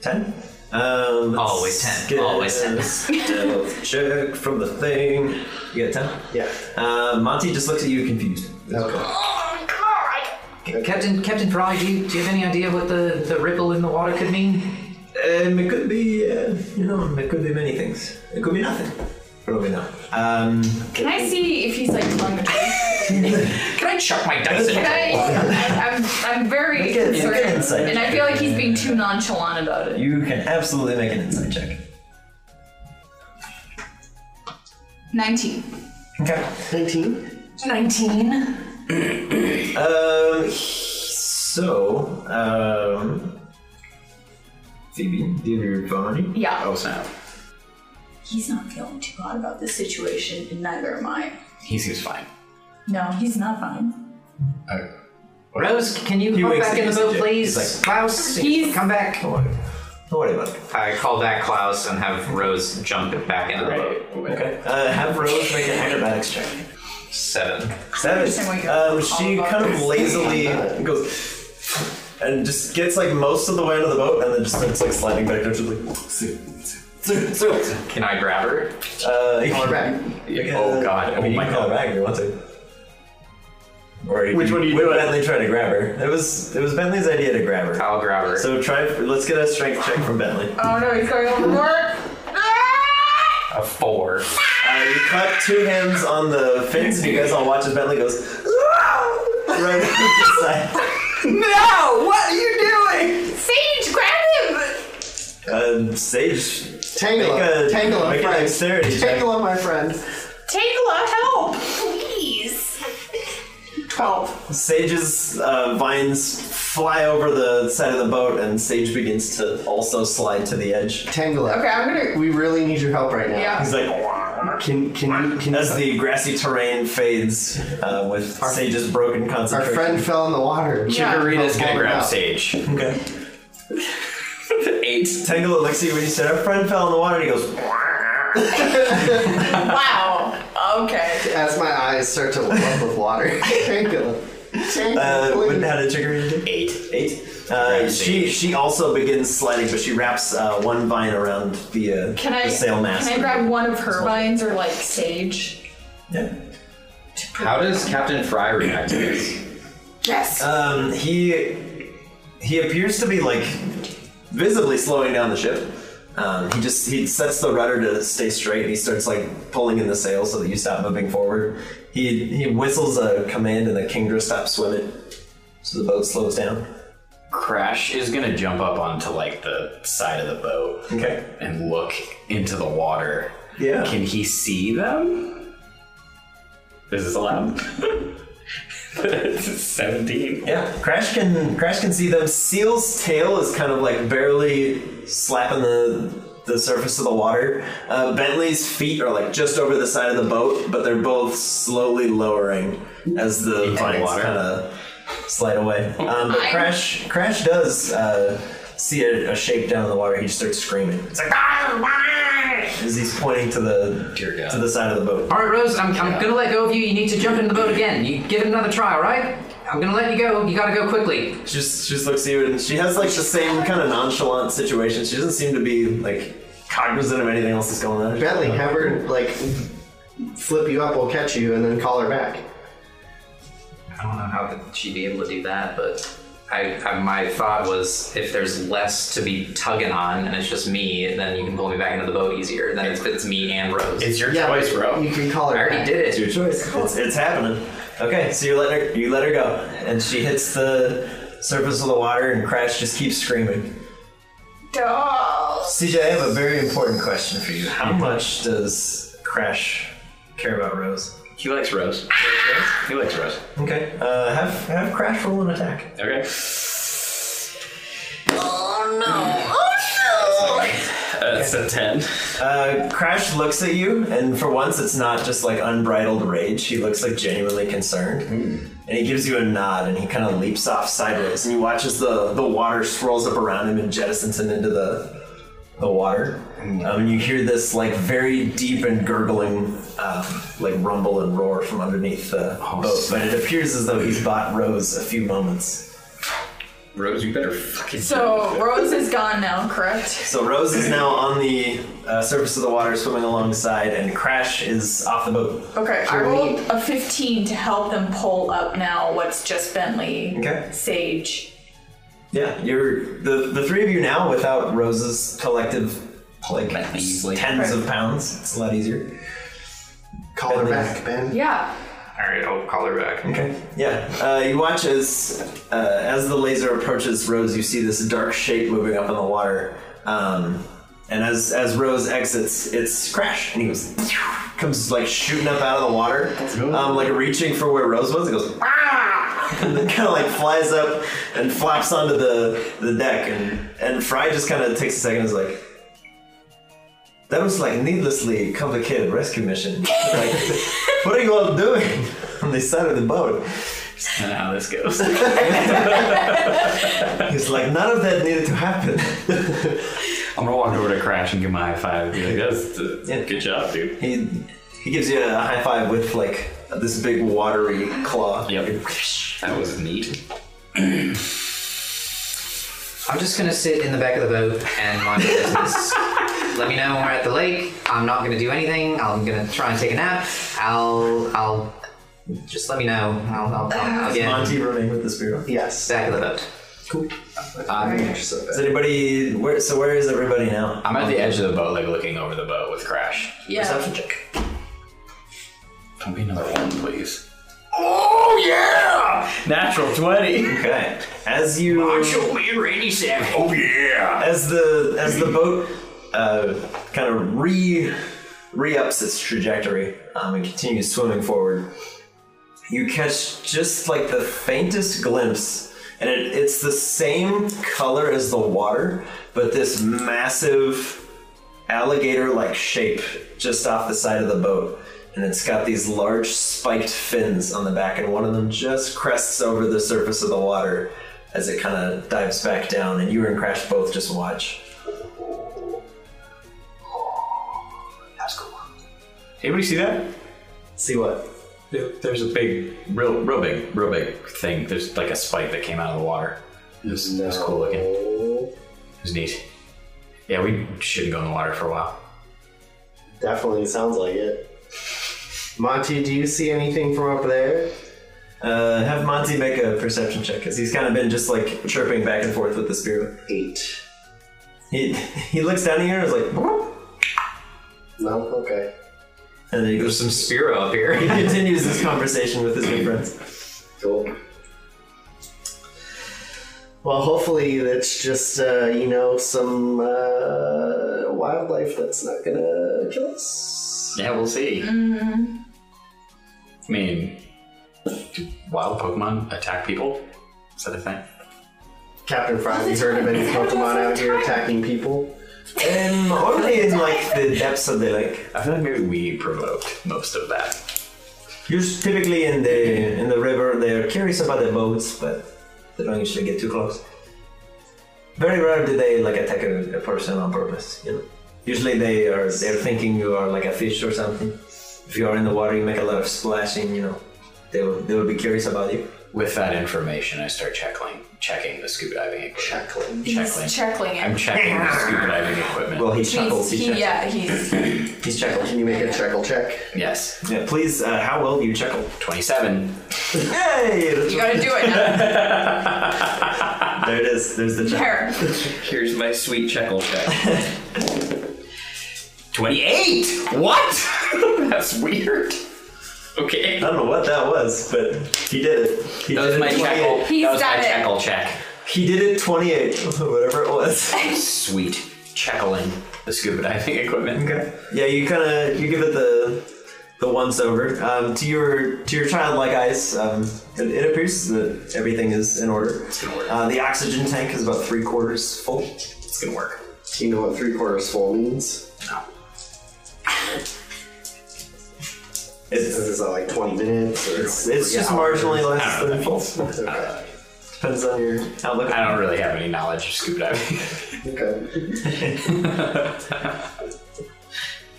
Speaker 2: Ten. Um,
Speaker 6: Always 10, always 10.
Speaker 2: ten. check from the thing. You get ten.
Speaker 5: Yeah.
Speaker 2: Uh, Monty just looks at you confused.
Speaker 5: Okay.
Speaker 4: Captain Captain Fry. Do you, do you have any idea what the, the ripple in the water could mean?
Speaker 2: Uh, Um, it could be, uh, you know, it could be many things. It could be nothing. Probably not. Um,
Speaker 7: Can I see if he's like telling the truth?
Speaker 6: Can I chuck my dice in?
Speaker 7: Can I? I'm, I'm very
Speaker 2: Make it- make an
Speaker 7: concerned,
Speaker 2: insight
Speaker 7: and I feel like he's being too nonchalant about it.
Speaker 2: You can absolutely make an insight check.
Speaker 7: Nineteen.
Speaker 2: Okay.
Speaker 5: 19?
Speaker 7: Nineteen.
Speaker 2: Um. So, um, Phoebe, do you have your phone on you?
Speaker 7: Yeah.
Speaker 9: Oh snap!
Speaker 7: He's not feeling too hot about this situation, and neither am I.
Speaker 9: He seems fine.
Speaker 7: No, he's not fine.
Speaker 4: Rose, can you
Speaker 2: He
Speaker 4: hop
Speaker 2: wakes
Speaker 4: back
Speaker 2: up
Speaker 4: in the boat,
Speaker 2: yesterday.
Speaker 4: please?
Speaker 2: He's like-
Speaker 4: Klaus,
Speaker 7: He's-
Speaker 4: come back.
Speaker 2: Don't worry. Don't worry about it.
Speaker 6: I call back Klaus and have Rose jump it back into the boat.
Speaker 2: Okay. Uh, have Rose make an acrobatics check.
Speaker 6: Seven.
Speaker 7: understand why
Speaker 2: Savage.
Speaker 7: you're
Speaker 2: Um,
Speaker 7: all
Speaker 2: she
Speaker 7: about
Speaker 2: kind of
Speaker 7: this.
Speaker 2: lazily goes and just gets like most of the way out of the boat, and then just starts like sliding back down. She's like, "Sue, Sue, Sue, Sue."
Speaker 6: Can I grab her?
Speaker 2: Uh, you can-
Speaker 4: Back.
Speaker 2: Yeah,
Speaker 6: Oh, God.
Speaker 2: I mean,
Speaker 6: Oh,
Speaker 2: you
Speaker 6: my
Speaker 2: can call her back if you want to. Or you
Speaker 5: Which
Speaker 2: can-
Speaker 5: one do you
Speaker 2: when
Speaker 5: do it?
Speaker 2: Bentley tried to grab her. It was it was Bentley's idea to grab her.
Speaker 6: I'll grab her.
Speaker 2: So try. Let's get a strength check from Bentley.
Speaker 7: Oh no, he's going overboard.
Speaker 6: a
Speaker 2: Uh,
Speaker 6: four.
Speaker 2: you clap two hands on the fence, and you guys all watch as Bentley goes right inside.
Speaker 7: No! What are you doing? Sage, grab him!
Speaker 2: Uh, Sage,
Speaker 5: Tangle
Speaker 2: Make
Speaker 5: him.
Speaker 2: a-
Speaker 5: Tangle
Speaker 2: make
Speaker 5: him,
Speaker 2: a
Speaker 5: friend.
Speaker 2: dexterity check.
Speaker 5: Tangle him, my friend.
Speaker 7: Tagla, help! Please! 12.
Speaker 2: Sage's uh, vines fly over the side of the boat, and Sage begins to also slide to the edge.
Speaker 5: Tangle him.
Speaker 7: Okay, I'm gonna.
Speaker 5: We really need your help right now.
Speaker 7: Yeah.
Speaker 2: He's like, "Wah."
Speaker 5: Can can you can
Speaker 2: as the grassy terrain fades uh, with Sage's broken
Speaker 5: our
Speaker 2: concentration.
Speaker 5: friend fell in the water.
Speaker 7: Yeah.
Speaker 9: Rita's
Speaker 5: Help
Speaker 9: gonna
Speaker 5: him
Speaker 9: grab
Speaker 5: out.
Speaker 9: Sage.
Speaker 2: Okay.
Speaker 9: Eight.
Speaker 2: Tangle Elixir, when you said our friend fell in the water, and he goes, "Wah."
Speaker 7: Wow! Okay.
Speaker 5: As my eyes start to well up with water. Tangle him. Tangle
Speaker 2: uh,
Speaker 5: him,
Speaker 2: what,
Speaker 5: please.
Speaker 2: how did Chicory do? Eight. Eight. Uh, she she also begins sliding, but she wraps uh, one vine around the, uh,
Speaker 7: Can I,
Speaker 2: the sail
Speaker 7: can
Speaker 2: mast.
Speaker 7: I grab one of her vines or like Sage?
Speaker 2: Yeah.
Speaker 9: How does Captain Fry react to this?
Speaker 7: Yes!
Speaker 2: Um, he he appears to be like visibly slowing down the ship. Um, he just he sets the rudder to stay straight, and he starts like pulling in the sail so that you stop moving forward. He he whistles a command, and the Kingdra stops swimming, so the boat slows down.
Speaker 9: Crash is gonna jump up onto like the side of the boat
Speaker 2: Okay.
Speaker 9: and look into the water.
Speaker 2: Yeah.
Speaker 9: Can he see them? Is this allowed? Seventeen.
Speaker 2: Yeah, Crash can Crash can see them. Seal's tail is kind of like barely slapping the the surface of the water. Uh, Bentley's feet are like just over the side of the boat, but they're both slowly lowering as the vines
Speaker 9: water.
Speaker 2: kind of slide away. Um, but
Speaker 7: I'm-
Speaker 2: Crash Crash does uh, see a, a shape down in the water. He just starts screaming. It's like "Ah, wah!" as he's pointing to the
Speaker 9: Dear God.
Speaker 2: to the side of the boat.
Speaker 4: All right, Rose, I'm, I'm gonna let go of you. You need to jump in the boat again. You give it another try, all right? I'm gonna let you go. You gotta go quickly.
Speaker 2: She just, she just looks at you and she has like the same kind of nonchalant situation. She doesn't seem to be like cognizant of anything else that's going on.
Speaker 5: Bentley, have her like flip you up, we'll catch you, and then call her back.
Speaker 6: I don't know how could she be able to do that, but I, I my thought was if there's less to be tugging on and it's just me, then you can pull me back into the boat easier. Then it's, it's me and Rose.
Speaker 9: It's your
Speaker 5: Yeah,
Speaker 9: choice, bro.
Speaker 5: You can call
Speaker 6: I
Speaker 5: her
Speaker 6: already
Speaker 5: back.
Speaker 6: did
Speaker 2: It's
Speaker 6: it.
Speaker 2: your choice. It's, it's happening. Okay, so you let her you let her go, and she hits the surface of the water, and Crash just keeps screaming.
Speaker 7: Dolls!
Speaker 2: CJ, I have a very important question for you. How much does Crash care about Rose?
Speaker 9: He likes Rose. He likes Rose.
Speaker 2: Okay, uh, have have Crash roll an attack.
Speaker 9: Okay.
Speaker 6: Hmm.
Speaker 7: Oh
Speaker 9: That's a ten.
Speaker 2: Uh, Crash looks at you, and for once, it's not just like unbridled rage. He looks like genuinely concerned, and he gives you a nod, and he kind of leaps off sideways, and you watch as the the water swirls up around him and jettisons him into the the water. Um, and you hear this like very deep and gurgling, um, like rumble and roar from underneath the boat. But it appears as though he's bought Rose a few moments.
Speaker 9: Rose, you better fucking.
Speaker 7: no! So, Rose is gone now, correct?
Speaker 2: So Rose is now on the uh, surface of the water, swimming alongside, and Crash is off the boat.
Speaker 7: Okay, I rolled a 15 to help them pull up now what's just Bentley,
Speaker 2: Okay.
Speaker 7: Sage,
Speaker 1: Yeah, you're the the three of you now without Rose's collective like tens of pounds. It's a lot easier. Call her back, Ben.
Speaker 7: Yeah.
Speaker 1: All right, I'll call her back. Okay. Yeah. Uh, you watch as uh, as the laser approaches Rose. You see this dark shape moving up in the water, um, and as as Rose exits, it's crash, and he goes comes like shooting up out of the water, um, like reaching for where Rose was. He goes "Ah!" and then kind of like flies up and flops onto the the deck, and and Fry just kind of takes a second and is like. That was like needlessly complicated rescue mission. Like, what are you all doing on the side of the boat? That's not how this goes. He's like, none of that needed to happen.
Speaker 6: I'm gonna walk over to Crash and give him a high five. Be like, that's uh, good job, dude.
Speaker 1: He he gives you a high five with like this big watery claw. Yep.
Speaker 6: That was neat.
Speaker 4: I'm just gonna sit in the back of the boat and mind my business. Let me know when we're at the lake. I'm not gonna do anything. I'm gonna try and take a nap. I'll I'll just let me know. I'll I'll, I'll
Speaker 1: Does
Speaker 4: again.
Speaker 1: Monty remain with the spear?
Speaker 4: Yes. Back of the boat. Cool.
Speaker 1: I'm interested. Is anybody where? So where is everybody now?
Speaker 6: I'm at the edge of the boat, like looking over the boat with Crash.
Speaker 7: Yeah.
Speaker 1: Perception check.
Speaker 6: Don't be another one, please.
Speaker 1: Oh yeah! Natural twenty. Okay. As you
Speaker 6: Macho Man Randy Savage. Oh yeah.
Speaker 1: As the as the boat uh, kind of re re ups its trajectory um, and continues swimming forward, you catch just like the faintest glimpse, and it, it's the same color as the water, but this massive alligator like shape just off the side of the boat. And it's got these large spiked fins on the back, and one of them just crests over the surface of the water as it kind of dives back down. And you and Crash both just watch.
Speaker 6: Anybody see that?
Speaker 1: See what?
Speaker 6: There's a big, real, real big, real big thing. There's like a spike that came out of the water. It was, it was cool looking. It was neat. Yeah, we shouldn't go in the water for a while.
Speaker 5: Definitely sounds like it. Monty, do you see anything from up there?
Speaker 1: Uh, have Monty make a perception check because he's kind of been just like chirping back and forth with the spear.
Speaker 5: Eight.
Speaker 1: He he looks down here and is like, "Whoop."
Speaker 5: No? Okay.
Speaker 1: and then he goes.
Speaker 2: Some Spiro up here.
Speaker 1: He continues this conversation with his new friends.
Speaker 5: Cool. Well, hopefully that's just, uh, you know, some uh, wildlife that's not gonna kill us.
Speaker 6: Yeah, we'll see.
Speaker 1: Mm-hmm.
Speaker 6: I mean, do wild Pokemon attack people? Is that a thing?
Speaker 5: Captain Fry, have you heard of any Pokemon out here attacking people?
Speaker 1: Um, only in like the depths of the lake.
Speaker 6: I feel like maybe we provoked most of that.
Speaker 1: Us- typically in the in the river, they're curious about the boats, but they don't usually get too close. Very rare do they like attack a, a person on purpose. You know, usually they are they're thinking you are like a fish or something. If you are in the water, you make a lot of splashing. You know, they will they will be curious about you.
Speaker 6: With that information, I start checking, checking the scuba diving equipment. Checking, checking.
Speaker 7: He's chuckling it.
Speaker 6: I'm checking the scuba diving equipment.
Speaker 1: Well, he
Speaker 7: He's-
Speaker 1: chuckles.
Speaker 7: he-
Speaker 1: he chuckles.
Speaker 7: yeah, he's.
Speaker 1: He's chuckling.
Speaker 5: Can you make a checkle check?
Speaker 6: Yes,
Speaker 1: Yeah, please. Uh, how well do you chuckle?
Speaker 6: twenty-seven.
Speaker 1: Hey, that's-
Speaker 7: You gotta do it now.
Speaker 1: there it is. There's the chuckle.
Speaker 7: There.
Speaker 6: Here's my sweet checkle check. Twenty-eight. What? That's weird. Okay.
Speaker 1: I don't know what that was, but he did it. He
Speaker 6: That
Speaker 1: did
Speaker 6: was
Speaker 1: it
Speaker 6: my
Speaker 1: 28.
Speaker 6: checkle.
Speaker 7: He's
Speaker 6: that was
Speaker 7: done
Speaker 6: my
Speaker 7: it.
Speaker 6: checkle check.
Speaker 1: He did it 28, whatever it was.
Speaker 6: Sweet checkling the scuba diving equipment.
Speaker 1: Okay. Yeah, you kind of you give it the the once over um, to your to your childlike eyes. Um, it, it appears that everything is in order. It's
Speaker 6: gonna work.
Speaker 1: Uh, the oxygen tank is about three quarters full.
Speaker 6: It's gonna work.
Speaker 5: Do you know what three quarters full means?
Speaker 6: No.
Speaker 1: It's
Speaker 5: Is this uh, like 20 minutes? Or
Speaker 1: it's, it's just marginally less than full.
Speaker 5: Okay.
Speaker 1: Depends on your outlook.
Speaker 6: I don't really have any knowledge of scuba diving.
Speaker 5: okay.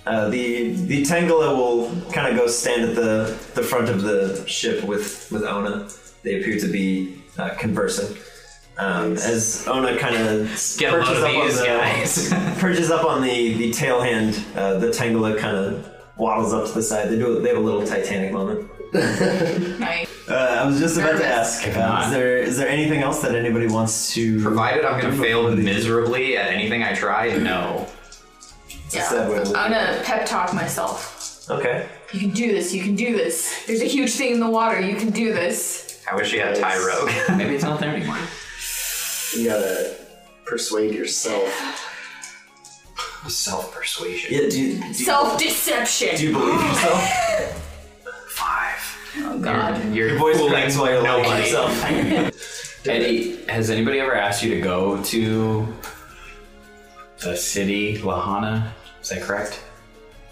Speaker 1: Uh, the the Tangela will kind of go stand at the the front of the ship with with Ona. They appear to be uh, conversing. Um, as Ona kind of
Speaker 2: Get a load of these guys.
Speaker 1: perches up on the the tail hand, uh, the Tangela kind of waddles up to the side. They do they have a little Titanic moment.
Speaker 7: Nice.
Speaker 2: Uh, I was just about to ask.
Speaker 6: If
Speaker 2: uh,
Speaker 6: not-
Speaker 2: is there is there anything else that anybody wants to?
Speaker 6: Provided I'm going to fail miserably at anything I try, no.
Speaker 7: I'm gonna pep talk myself.
Speaker 2: Okay.
Speaker 7: You can do this. You can do this. There's a huge thing in the water. You can do this.
Speaker 6: I wish you had Tyrogue. Maybe it's not there anymore.
Speaker 5: You gotta persuade yourself.
Speaker 6: Self persuasion.
Speaker 2: Yeah, do you,
Speaker 7: Self deception.
Speaker 2: do you believe yourself?
Speaker 7: Oh God.
Speaker 6: You're,
Speaker 2: Your voice
Speaker 6: fooling
Speaker 2: cracks while you're lying to
Speaker 6: nobody.
Speaker 2: yourself.
Speaker 9: Any, has anybody ever asked you to go to the city, Lahana? Is that correct?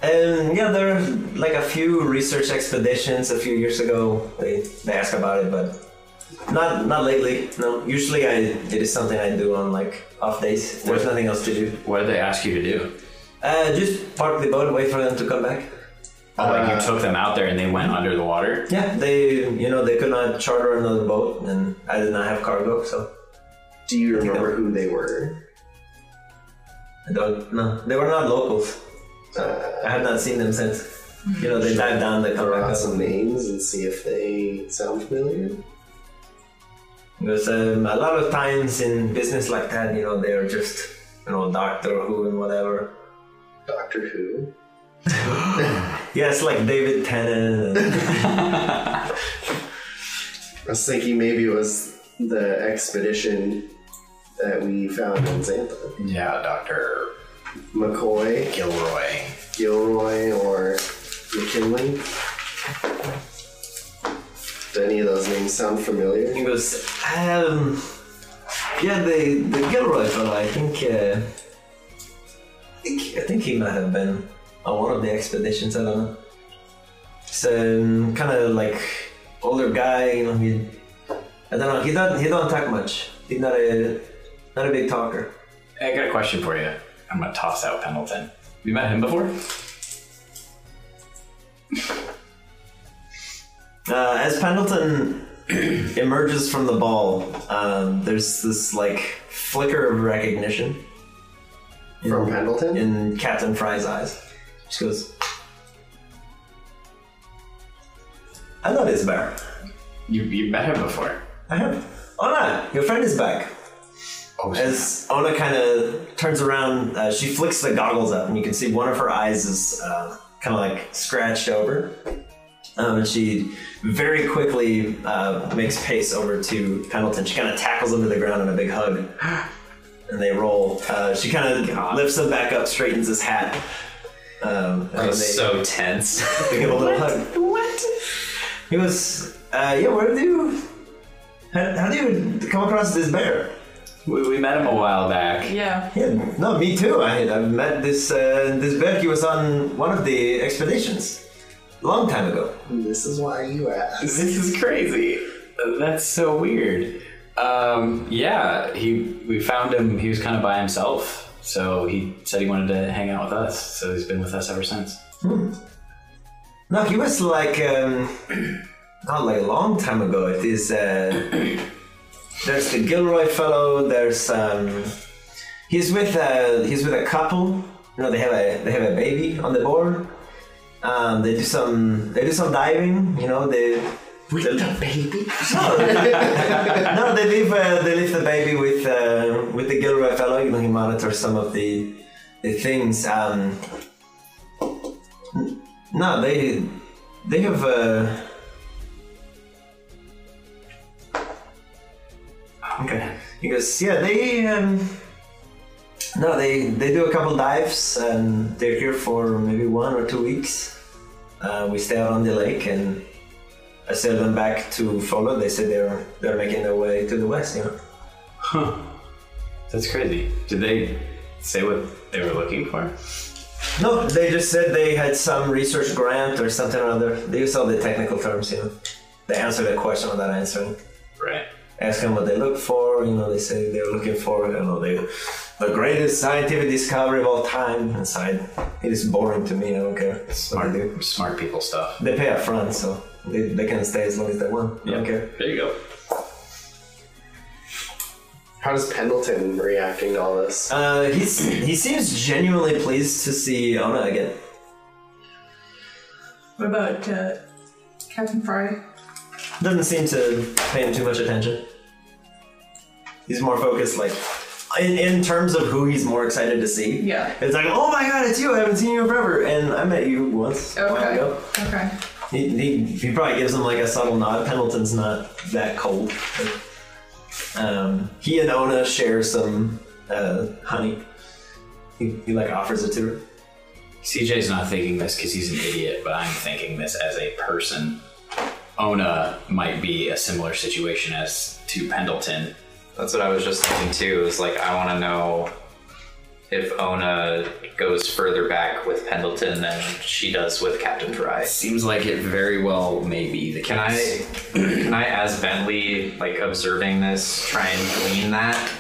Speaker 2: Um, yeah, there are like a few research expeditions a few years ago. They, they ask about it, but not not lately. No, usually I it is something I do on like off days. If there's nothing else to do.
Speaker 9: What did they ask you to do?
Speaker 2: Uh, just park the boat, wait for them to come back.
Speaker 9: Oh, like
Speaker 6: Uh,
Speaker 9: you took them out there and they went under the water?
Speaker 2: Yeah, they you know they could not charter another boat, and I did not have cargo, so
Speaker 5: Do you remember who they were?
Speaker 2: I don't know. They were not locals.
Speaker 5: Uh,
Speaker 2: I have not seen them since. You know, they dive down, they come
Speaker 5: throw
Speaker 2: back
Speaker 5: out
Speaker 2: up.
Speaker 5: some names and see if they sound familiar.
Speaker 2: Because um, a lot of times in business like that, you know, they're just, you know, Doctor Who and whatever.
Speaker 5: Doctor Who.
Speaker 2: Yes, like David Tennant. and-
Speaker 5: I was thinking maybe it was the expedition that we found in Xantha.
Speaker 9: Yeah, Dr.
Speaker 5: McCoy,
Speaker 9: Gilroy.
Speaker 5: Gilroy, or McKinley. Do any of those names sound familiar?
Speaker 2: he goes, um, yeah, the the Gilroy fellow. I think, uh, I think, I think he might have been on one of the expeditions. I don't know. So kind of like older guy. You know, he, I don't know. He don't he don't talk much. He's not a not a big talker.
Speaker 9: I got a question for you. I'm gonna toss out Pendleton. Have you met him before?
Speaker 2: Uh, as Pendleton emerges from the ball, um, there's this like flicker of recognition
Speaker 5: From Pendleton?
Speaker 2: in Captain Fry's eyes. She goes, "I know this bear.
Speaker 9: You you met him before.
Speaker 2: I have Ona. Your friend is back."
Speaker 9: Oh,
Speaker 2: As Ona kind of turns around, uh, she flicks the goggles up, and you can see one of her eyes is uh, kind of like scratched over. Um, and she very quickly uh, makes pace over to Pendleton. She kind of tackles him to the ground in a big hug. And they roll. Uh, she kind of lifts him back up, straightens his hat. Um, and
Speaker 6: I
Speaker 2: then they,
Speaker 6: was so tense.
Speaker 2: they give a little hug.
Speaker 6: what?
Speaker 2: He goes, uh, yeah, where do you... How, how do you come across this bear?
Speaker 9: we, we met him a while back.
Speaker 7: Yeah.
Speaker 2: Yeah, no, me too. I I met this uh, this Berkey was on one of the expeditions, long time ago.
Speaker 5: This is why you asked.
Speaker 9: This is crazy. That's so weird. Um, yeah, he we found him. He was kind of by himself, so he said he wanted to hang out with us. So he's been with us ever since.
Speaker 2: No, he was like um, not like a long time ago. It is uh, there's the Gilroy fellow. There's um, he's with a, he's with a couple. You know, they have a they have a baby on the board. Um, they do some they do some diving. You know, they with the baby. No, no, they leave uh, they leave the baby with uh, with the Gilroy fellow. You know, he monitors some of the the things. Um, no, they they have uh Okay. He goes, yeah, they um No, they they do a couple dives and they're here for maybe one or two weeks. Uh, we stay out on the lake and I sell them back to follow. They say they're they're making their way to the west, you know.
Speaker 9: That's crazy. Did they say what they were looking for?
Speaker 2: No, they just said they had some research grant or something or other. They use all the technical terms, you know. They answered a question without answering.
Speaker 9: Right.
Speaker 2: ask them what they look for. You know, they say they're looking for, you know, the, the greatest scientific discovery of all time. And so I- it is boring to me. I don't care. It's what they do.
Speaker 9: Smart, smart people stuff.
Speaker 2: They pay up front, so they, they can stay as long as they want. I don't care.
Speaker 9: There you go.
Speaker 5: How does Pendleton reacting to all this?
Speaker 2: Uh, he's, he seems genuinely pleased to see Ona again.
Speaker 8: What about uh, Captain Fry?
Speaker 2: Doesn't seem to pay him too much attention. He's more focused, like, in, in terms of who he's more excited to see.
Speaker 7: Yeah.
Speaker 2: It's like, oh my god, it's you! I haven't seen you in forever, and I met you once a while
Speaker 7: Okay.
Speaker 2: ago.
Speaker 7: Okay.
Speaker 2: He, he, he probably gives him like a subtle nod. Pendleton's not that cold. Um, he and Ona share some uh, honey. He, he like offers it to her.
Speaker 9: CJ's not thinking this because he's an idiot, but I'm thinking this as a person. Ona might be a similar situation as to Pendleton.
Speaker 6: That's what I was just thinking too. Is like I want to know if Ona goes further back with Pendleton than she does with Captain Fry.
Speaker 9: Seems like it very well may be the
Speaker 6: Can I,
Speaker 9: case.
Speaker 6: can I, as Bentley, like observing this, try and glean that?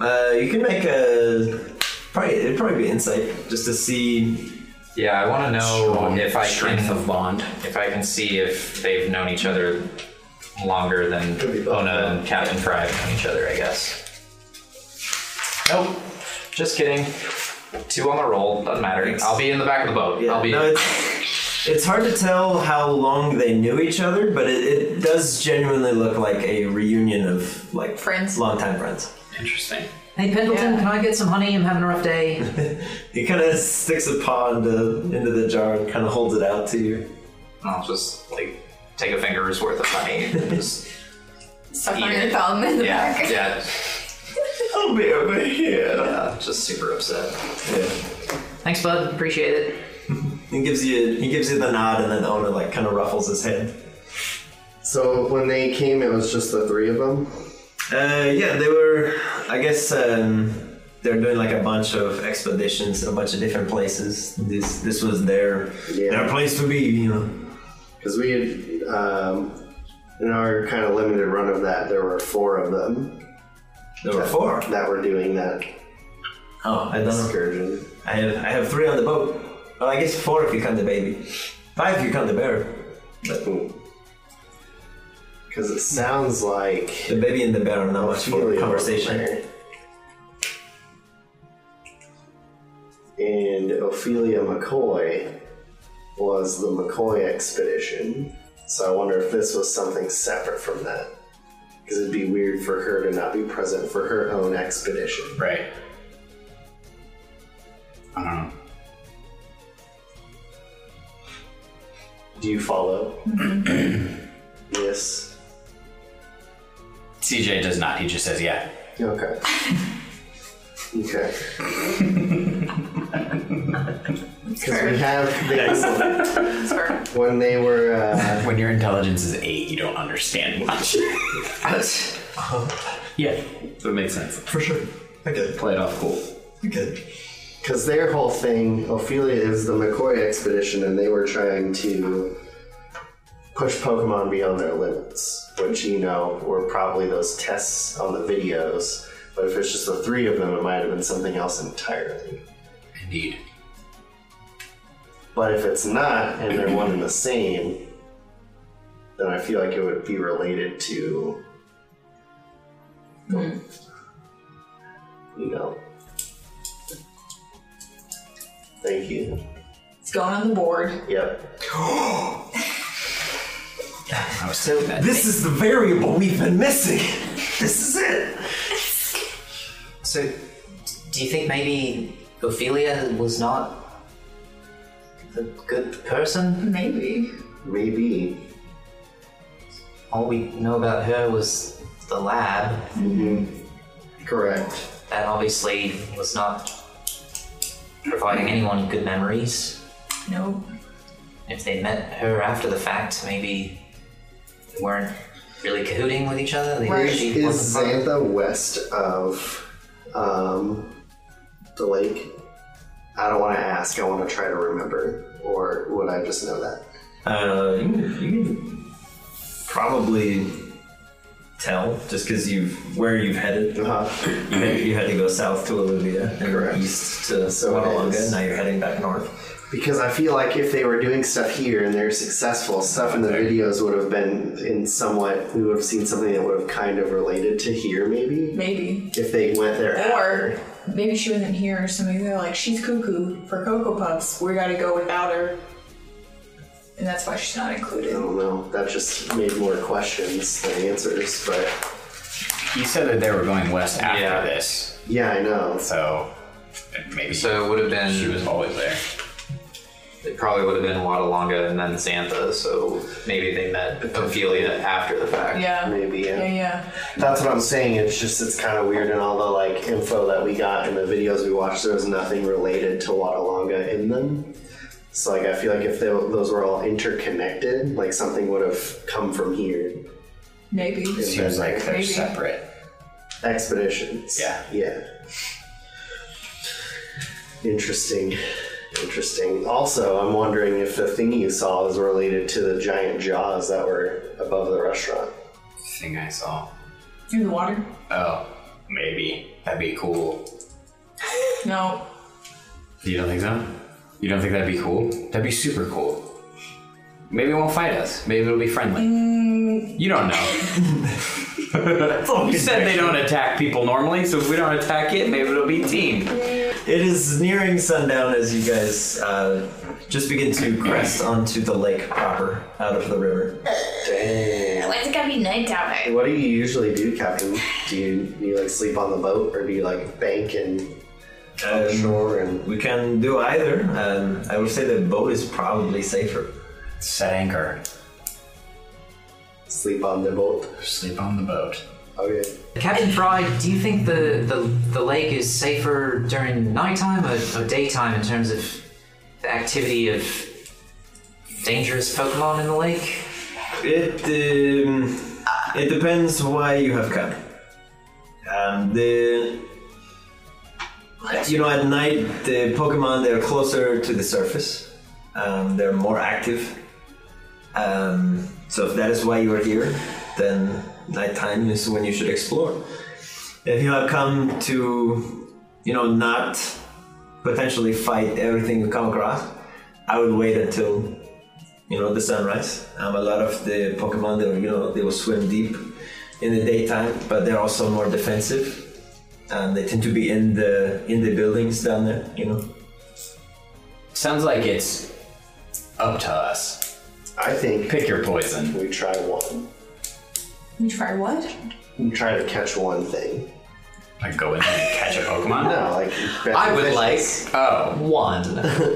Speaker 2: Uh, you can make a probably it'd probably be insight just to see.
Speaker 6: Yeah, I want to know
Speaker 9: Strong
Speaker 6: if I
Speaker 9: strength
Speaker 6: can,
Speaker 9: of bond.
Speaker 6: if I can see if they've known each other longer than Ona and Captain Fry have known each other. I guess. Nope. Just kidding. Two on the roll. Doesn't matter. I'll be in the back of the boat.
Speaker 2: Yeah,
Speaker 6: I'll be.
Speaker 2: no, it's, it's hard to tell how long they knew each other, but it, it does genuinely look like a reunion of like
Speaker 7: Friends.
Speaker 2: longtime friends.
Speaker 9: Interesting.
Speaker 4: Hey, Pendleton,
Speaker 7: Yeah.
Speaker 4: can I get some honey? I'm having a rough day.
Speaker 2: He kind of sticks a paw into, into the jar and kind of holds it out to you.
Speaker 6: I'll just like take a finger's worth of honey. and Just,
Speaker 7: Stuff on
Speaker 6: Eat
Speaker 7: your
Speaker 6: it.
Speaker 7: thumb in the
Speaker 6: yeah,
Speaker 7: back.
Speaker 6: yeah,
Speaker 2: I'll be over here.
Speaker 6: yeah. Just super upset.
Speaker 2: Yeah.
Speaker 4: Thanks, bud. Appreciate it.
Speaker 2: He gives you he gives you the nod, and then Ona like kind of ruffles his head.
Speaker 5: So when they came, it was just the three of them.
Speaker 2: Uh, yeah, they were. I guess um, they're doing like a bunch of expeditions in a bunch of different places. This this was their
Speaker 5: Yeah.
Speaker 2: their place to be, you know.
Speaker 5: Because we had, um, in our kind of limited run of that, there were four of them
Speaker 2: There were four.
Speaker 5: that were doing that
Speaker 2: Oh, I don't know.
Speaker 5: excursion.
Speaker 2: I have I have three on the boat. Well, I guess four if you count the baby. Five if you count the bear.
Speaker 5: Because it sounds like
Speaker 2: The baby and the bear are not much for
Speaker 5: Really
Speaker 2: conversation.
Speaker 5: over there. And Ophelia McCoy was the McCoy expedition. So I wonder if this was something separate from that. Because it'd be weird for her to not be present for her own expedition.
Speaker 9: Right. I don't know.
Speaker 5: Do you follow? Mm-hmm. yes.
Speaker 9: CJ does not. He just says, yeah.
Speaker 5: Okay. okay. Because we have things
Speaker 7: It's fair.
Speaker 5: when they were. Uh,
Speaker 9: When your intelligence is eight, you don't understand much. yeah. So it makes sense.
Speaker 2: For sure. Okay.
Speaker 9: Play it off cool.
Speaker 2: Okay.
Speaker 5: Because their whole thing, Ophelia is the McCoy expedition, and they were trying to push Pokemon beyond their limits, which, you know, were probably those tests on the videos. But if it's just the three of them, it might have been something else entirely.
Speaker 9: Indeed.
Speaker 5: But if it's not, and they're one and the same, then I feel like it would be related to. You know. Thank you.
Speaker 7: It's going on the board.
Speaker 5: Yep.
Speaker 9: I was so that.
Speaker 2: This is the variable we've been missing. This is it.
Speaker 4: So, do you think maybe Ophelia was not a good person?
Speaker 7: Maybe.
Speaker 5: Maybe.
Speaker 4: All we know about her was the lab.
Speaker 5: Correct.
Speaker 4: That obviously was not providing anyone good memories.
Speaker 7: No.
Speaker 4: If they met her after the fact, maybe they weren't really cahooting with each other. They,
Speaker 7: Right.
Speaker 4: she
Speaker 5: Is
Speaker 4: wasn't part of-
Speaker 5: Xantha west of um, the lake? I don't want to ask. I want to try to remember. Or would I just know that?
Speaker 2: Uh, you, can- you can probably tell just because you've where you've headed.
Speaker 5: Uh-huh.
Speaker 2: You had, you had to go south to Olivia and
Speaker 5: Correct.
Speaker 2: east to
Speaker 5: So it
Speaker 2: Sawalunga.
Speaker 5: is.
Speaker 2: Now you're heading back north.
Speaker 5: Because I feel like if they were doing stuff here and they're successful, stuff in the videos would have been in somewhat. We would have seen something that would have kind of related to here, maybe.
Speaker 7: Maybe.
Speaker 5: If they went there.
Speaker 7: Or
Speaker 5: after.
Speaker 7: maybe she wasn't here, so maybe they're like, she's cuckoo for Cocoa Puffs. We gotta go without her. and that's why she's not included.
Speaker 5: I don't know. That just made more questions than answers, but
Speaker 6: You said that they were going west after this.
Speaker 5: Yeah, I know.
Speaker 6: So maybe
Speaker 11: So it would have been.
Speaker 6: she was always there.
Speaker 11: It probably would have been Watalonga and then Xantha, so maybe they met Ophelia after the fact.
Speaker 7: Yeah.
Speaker 5: Maybe, yeah.
Speaker 7: Yeah, yeah.
Speaker 5: That's what I'm saying. It's just it's kind of weird in all the like info that we got in the videos we watched. There was nothing related to Watalonga in them. So like I feel like if they, those were all interconnected, like something would have come from here.
Speaker 7: Maybe.
Speaker 5: Seems like they're
Speaker 7: Maybe.
Speaker 6: separate.
Speaker 5: Expeditions. Yeah. Yeah. Interesting. Interesting. Also, I'm wondering if the thing you saw is related to the giant jaws that were above the restaurant.
Speaker 6: Thing I saw.
Speaker 7: In the water?
Speaker 6: Oh, maybe that'd be cool.
Speaker 7: No.
Speaker 6: You don't think so? You don't think that'd be cool? That'd be super cool. Maybe it won't fight us. Maybe it'll be friendly. You don't know. you said they don't attack people normally, so if we don't attack it, maybe it'll be team.
Speaker 2: It is nearing sundown as you guys uh, just begin to crest onto the lake proper out of the river.
Speaker 5: Damn.
Speaker 12: Why is it gotta be night down there?
Speaker 5: What do you usually do, Captain? Do you, do you like sleep on the boat, or do you like bank and Um,
Speaker 2: Sure, and we can do either. Um, I would say the boat is probably safer.
Speaker 6: Set anchor.
Speaker 5: sleep on the boat?
Speaker 6: Sleep on the boat.
Speaker 5: Okay.
Speaker 4: Captain Fry, do you think the, the, the lake is safer during nighttime or, or daytime in terms of the activity of dangerous Pokemon in the lake?
Speaker 2: It um, it depends why you have come. Um, the you know at night the Pokemon they're closer to the surface. Um, they're more active. Um, so if that is why you are here, then nighttime is when you should explore. If you have come to you know not potentially fight everything you come across, I would wait until you know the sunrise. Um, a lot of the Pokemon, they will, you know, they will swim deep in the daytime, but they're also more defensive. Um, they tend to be in the in the buildings down there, you know.
Speaker 6: Sounds like it's up to us.
Speaker 5: I think.
Speaker 6: Pick your poison.
Speaker 5: We try one.
Speaker 7: You try what?
Speaker 5: You try to catch one thing.
Speaker 6: Like go in there and catch a Pokemon?
Speaker 5: No, like
Speaker 11: I would like
Speaker 6: oh
Speaker 11: one.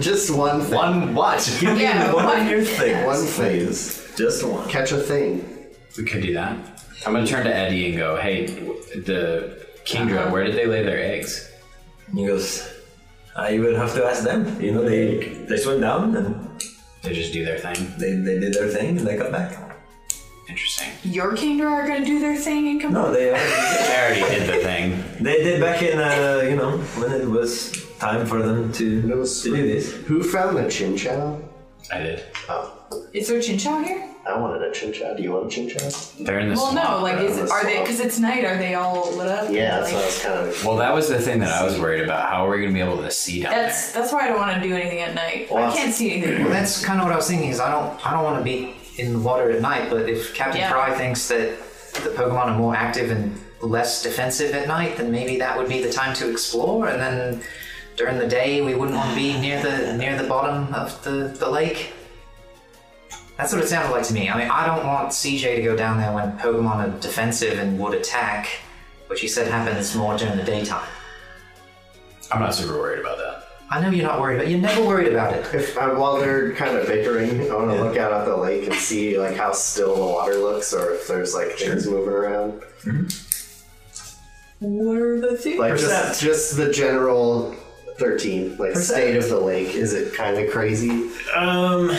Speaker 5: just one thing.
Speaker 11: One what?
Speaker 2: Give me
Speaker 7: Yeah,
Speaker 2: one
Speaker 7: one-
Speaker 2: of your things,
Speaker 5: One thing.
Speaker 2: please. Just one.
Speaker 5: Catch a thing.
Speaker 6: We could do that. I'm gonna turn to Eddie and go, hey, the
Speaker 7: Uh-huh.
Speaker 6: Kingdra, where did they lay their eggs?
Speaker 2: And he goes, I would have to ask them. You know, they they swim down and
Speaker 6: They just do their thing.
Speaker 2: they, they did their thing and they got back.
Speaker 6: Interesting.
Speaker 7: Your Kingdra are gonna do their thing and come.
Speaker 2: No, Oh, they
Speaker 6: They already did the thing.
Speaker 2: they did back in uh, you know when it was time for them to,
Speaker 5: It was
Speaker 2: to do this.
Speaker 5: Who found the chin chow?
Speaker 6: I did.
Speaker 5: Oh,
Speaker 7: Is there Chinchou here?
Speaker 5: I wanted a chin chow. Do you want a chin chow?
Speaker 6: They're in the
Speaker 7: Well,
Speaker 6: swamp.
Speaker 7: no. Like, is
Speaker 5: the
Speaker 7: are they?
Speaker 5: swamp.
Speaker 7: Because it's night. Are they all lit up?
Speaker 5: Yeah, that's
Speaker 7: Like,
Speaker 5: what I was kind of.
Speaker 6: Well, that was the thing that I was worried about. How are we gonna be able to see down
Speaker 7: that's that's why I don't want to do anything at night. I
Speaker 5: Well,
Speaker 7: can't see anything.
Speaker 4: Well, that's kind of what I was thinking. Is I don't I don't want to be in the water at night. But if Captain
Speaker 7: Yeah.
Speaker 4: Fry thinks that the Pokemon are more active and less defensive at night, then maybe that would be the time to explore. And then during the day, we wouldn't want to be near the near the bottom of the, the lake. That's what it sounded like to me. I mean, I don't want CJ to go down there when Pokemon are defensive and would attack, which he said happens more during the daytime.
Speaker 6: I'm not super worried about that.
Speaker 4: I know you're not worried, but you're never worried about it.
Speaker 5: If uh, while they're kind of bickering, I want to look out at the lake and see like how still the water looks, or if there's like things moving around.
Speaker 7: What are the things?
Speaker 5: Like
Speaker 2: Percept.
Speaker 5: just just the general thirteen, like state of the lake. Is it kind of crazy?
Speaker 2: Um,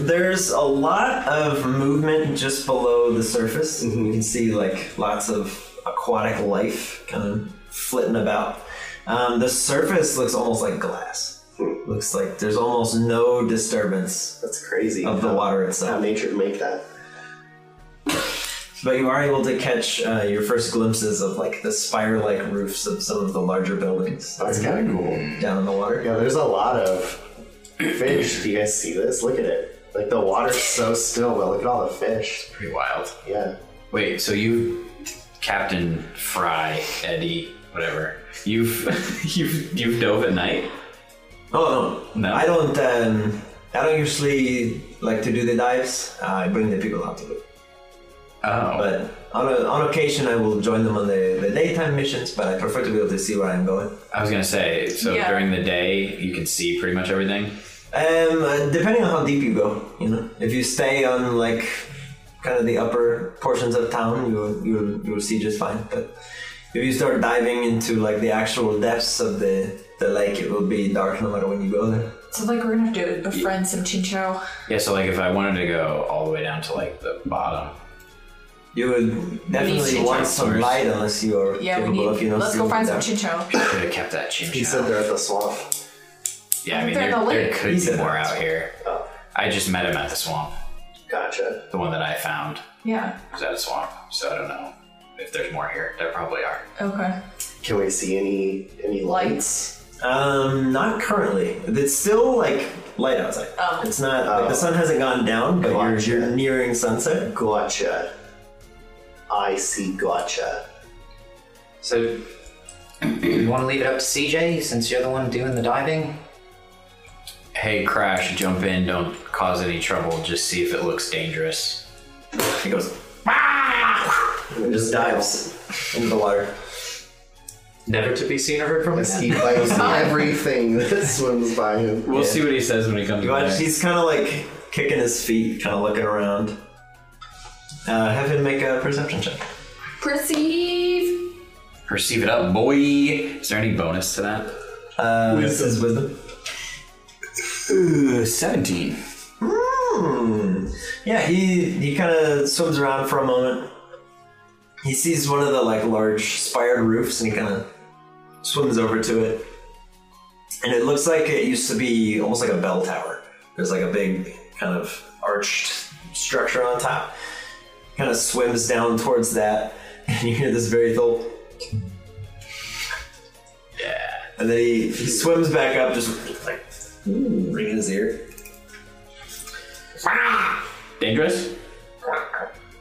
Speaker 2: there's a lot of movement just below the surface. You can see like lots of aquatic life kind of flitting about. Um, the surface looks almost like glass. Looks like there's almost no disturbance
Speaker 5: That's crazy.
Speaker 2: of the
Speaker 5: How-
Speaker 2: water
Speaker 5: How
Speaker 2: itself.
Speaker 5: nature make that?
Speaker 2: But you are able to catch uh, your first glimpses of like the spire-like roofs of some of the larger buildings that
Speaker 5: That's kind of cool.
Speaker 2: are down in the water.
Speaker 5: Yeah, there's a lot of fish. Do you guys see this? Look at it. Like the water's so still, but look at all the fish.
Speaker 6: Pretty wild.
Speaker 5: Yeah.
Speaker 6: Wait, so you, Captain Fry, Eddie, whatever, you've you've you've dove at night?
Speaker 2: Oh no,
Speaker 6: No?
Speaker 2: I don't. Um, I don't usually like to do the dives. I bring the people out to do.
Speaker 13: Oh.
Speaker 2: But on, a, on occasion, I will join them on the, the daytime missions. But I prefer to be able to see where I'm going.
Speaker 6: I was gonna say, so
Speaker 2: Yeah.
Speaker 6: during the day you can see pretty much everything.
Speaker 2: Um, uh, depending on how deep you go, you know, if you stay on like kind of the upper portions of town, you you you'll see just fine. But if you start diving into like the actual depths of the the lake, it will be dark no matter when you go there.
Speaker 7: So like we're gonna have to befriend some chinchou.
Speaker 6: Yeah, so like if I wanted to go all the way down to like the bottom,
Speaker 2: you would Definitely want some light unless you are
Speaker 7: Yeah, we
Speaker 2: capable of you
Speaker 7: need.
Speaker 2: know.
Speaker 7: Let's go
Speaker 2: seeing
Speaker 7: find some
Speaker 2: dark.
Speaker 7: chinchou.
Speaker 6: Could have kept that chin.
Speaker 5: He said they're at the swamp.
Speaker 6: Yeah, I mean
Speaker 7: They're
Speaker 6: there,
Speaker 7: in the
Speaker 6: there
Speaker 7: lake.
Speaker 6: could
Speaker 7: He's
Speaker 6: be more out here. I just met him at the swamp.
Speaker 5: Gotcha.
Speaker 6: The one that I found
Speaker 7: Yeah.
Speaker 6: was at a swamp, so I don't know if there's more here. There probably are.
Speaker 7: Okay.
Speaker 5: Can we see any any
Speaker 7: lights?
Speaker 2: Um, not currently. It's still like light outside.
Speaker 7: Oh.
Speaker 2: It's not. Like, the sun hasn't gone down, but you're, you're nearing sunset.
Speaker 5: Gotcha. I see gotcha.
Speaker 4: So, you want to leave it up to CJ since you're the one doing the diving?
Speaker 6: Hey, Crash, jump in. Don't cause any trouble. Just see if it looks dangerous.
Speaker 2: He goes, and just dives into the water.
Speaker 14: Never to be seen or heard from
Speaker 5: As he bites everything that swims by him.
Speaker 6: We'll see what he says when he comes
Speaker 2: You watch, he's kind of like kicking his feet, kind of looking around. Uh, have him make a perception check.
Speaker 7: Perceive.
Speaker 6: Perceive it up, boy. Is there any bonus to that?
Speaker 2: Uh, this is wisdom.
Speaker 6: Ooh, 17.
Speaker 2: Hmm. Yeah, he he kind of swims around for a moment. He sees one of the like large spired roofs, and he kind of swims over to it. And it looks like it used to be almost like a bell tower. There's like a big kind of arched structure on top. Kind of swims down towards that, and you hear this very thump. Yeah. And then he, he swims back up, just like ringing his ear.
Speaker 6: Dangerous?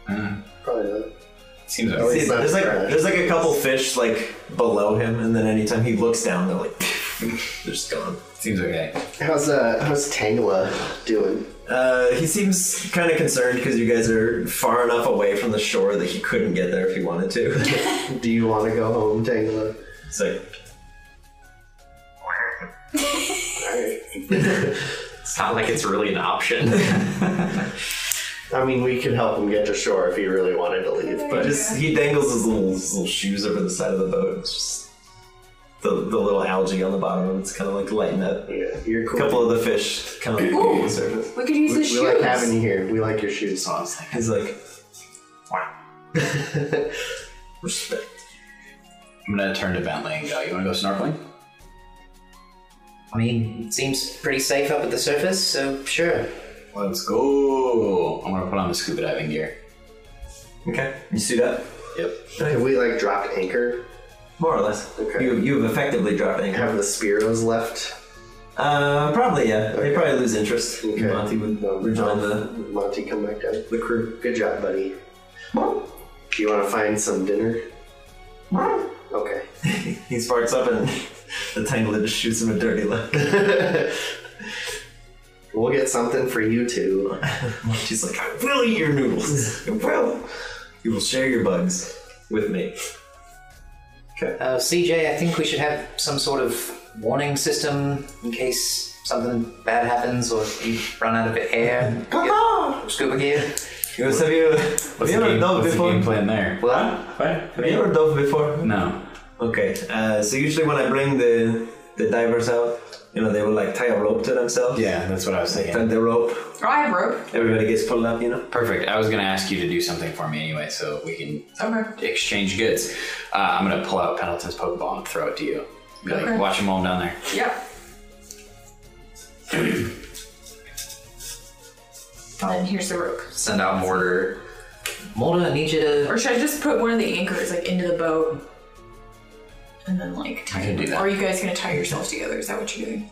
Speaker 5: Probably not.
Speaker 6: Seems
Speaker 5: At least
Speaker 2: See,
Speaker 5: not
Speaker 2: there's like
Speaker 5: fresh.
Speaker 2: there's like a couple fish like below him, and then anytime he looks down, they're like they're just gone.
Speaker 6: Seems okay.
Speaker 5: How's uh how's Tangela doing?
Speaker 2: Uh, he seems kind of concerned because you guys are far enough away from the shore that he couldn't get there if he wanted to.
Speaker 5: Do you want to go home, Tangela?
Speaker 2: It's like
Speaker 14: It's not like it's really an option.
Speaker 5: I mean, we could help him get to shore if he really wanted to leave,
Speaker 2: but
Speaker 5: but
Speaker 2: just he dangles his little his little shoes over the side of the boat. It's just the, the little algae on the bottom. It's kind of like lighting up.
Speaker 5: Yeah, you're cool.
Speaker 2: A couple of the fish kind of
Speaker 7: Ooh,
Speaker 2: the surface.
Speaker 7: we could use
Speaker 5: we,
Speaker 7: his
Speaker 5: we like
Speaker 7: shoes.
Speaker 5: having you here. We like your shoes.
Speaker 2: He's like, respect.
Speaker 6: I'm gonna turn to Bentley and go, you wanna go snorkeling?
Speaker 4: I mean, it seems pretty safe up at the surface, so sure.
Speaker 6: Let's go. I'm gonna put on the scuba diving gear.
Speaker 2: Okay, you suit up.
Speaker 6: Yep.
Speaker 5: Have we like dropped anchor?
Speaker 2: More or less.
Speaker 5: Okay.
Speaker 2: You you've effectively dropped anchor.
Speaker 5: Have the Spiros left?
Speaker 2: Uh, probably yeah. They probably lose interest.
Speaker 5: Okay.
Speaker 2: Monty would
Speaker 5: No,
Speaker 2: rejoin the
Speaker 5: Monty, come back down.
Speaker 2: the crew.
Speaker 5: Good job, buddy. Do you want to find some dinner? Okay.
Speaker 2: He sparks up and the Tangler just shoots him a dirty look.
Speaker 5: We'll get something for you two.
Speaker 2: She's like, I will eat your noodles. I will. You will share your bugs with me.
Speaker 4: Uh, CJ, I think we should have some sort of warning system in case something bad happens or you run out of air. Come on! Scuba gear.
Speaker 2: He goes, have you, have
Speaker 6: What's
Speaker 2: you
Speaker 6: the
Speaker 2: ever
Speaker 6: game,
Speaker 2: dove
Speaker 6: what's the game
Speaker 2: before?
Speaker 6: plan there?
Speaker 4: What?
Speaker 6: What?
Speaker 2: Have you ever dove before?
Speaker 6: No.
Speaker 2: Okay, uh, so usually when I bring the the divers out, you know, they will like tie a rope to themselves.
Speaker 6: Yeah, that's what I was thinking.
Speaker 2: Tie the rope.
Speaker 7: Oh, I have rope.
Speaker 2: Everybody gets pulled up, you know.
Speaker 6: Perfect. I was gonna ask you to do something for me anyway, so we can
Speaker 7: Okay.
Speaker 6: exchange goods. Uh, I'm gonna pull out Pendleton's Pokeball and throw it to you. Be like,
Speaker 7: Okay.
Speaker 6: watch them all down there.
Speaker 7: Yep. Oh, and then here's the rope.
Speaker 14: Send out mortar.
Speaker 4: Mulder, I need you to.
Speaker 7: Or should I just put one of the anchors like into the boat? And then like tie
Speaker 6: I can do
Speaker 7: it-
Speaker 6: that.
Speaker 7: Or are you guys gonna tie yourselves together? Is that what you're doing?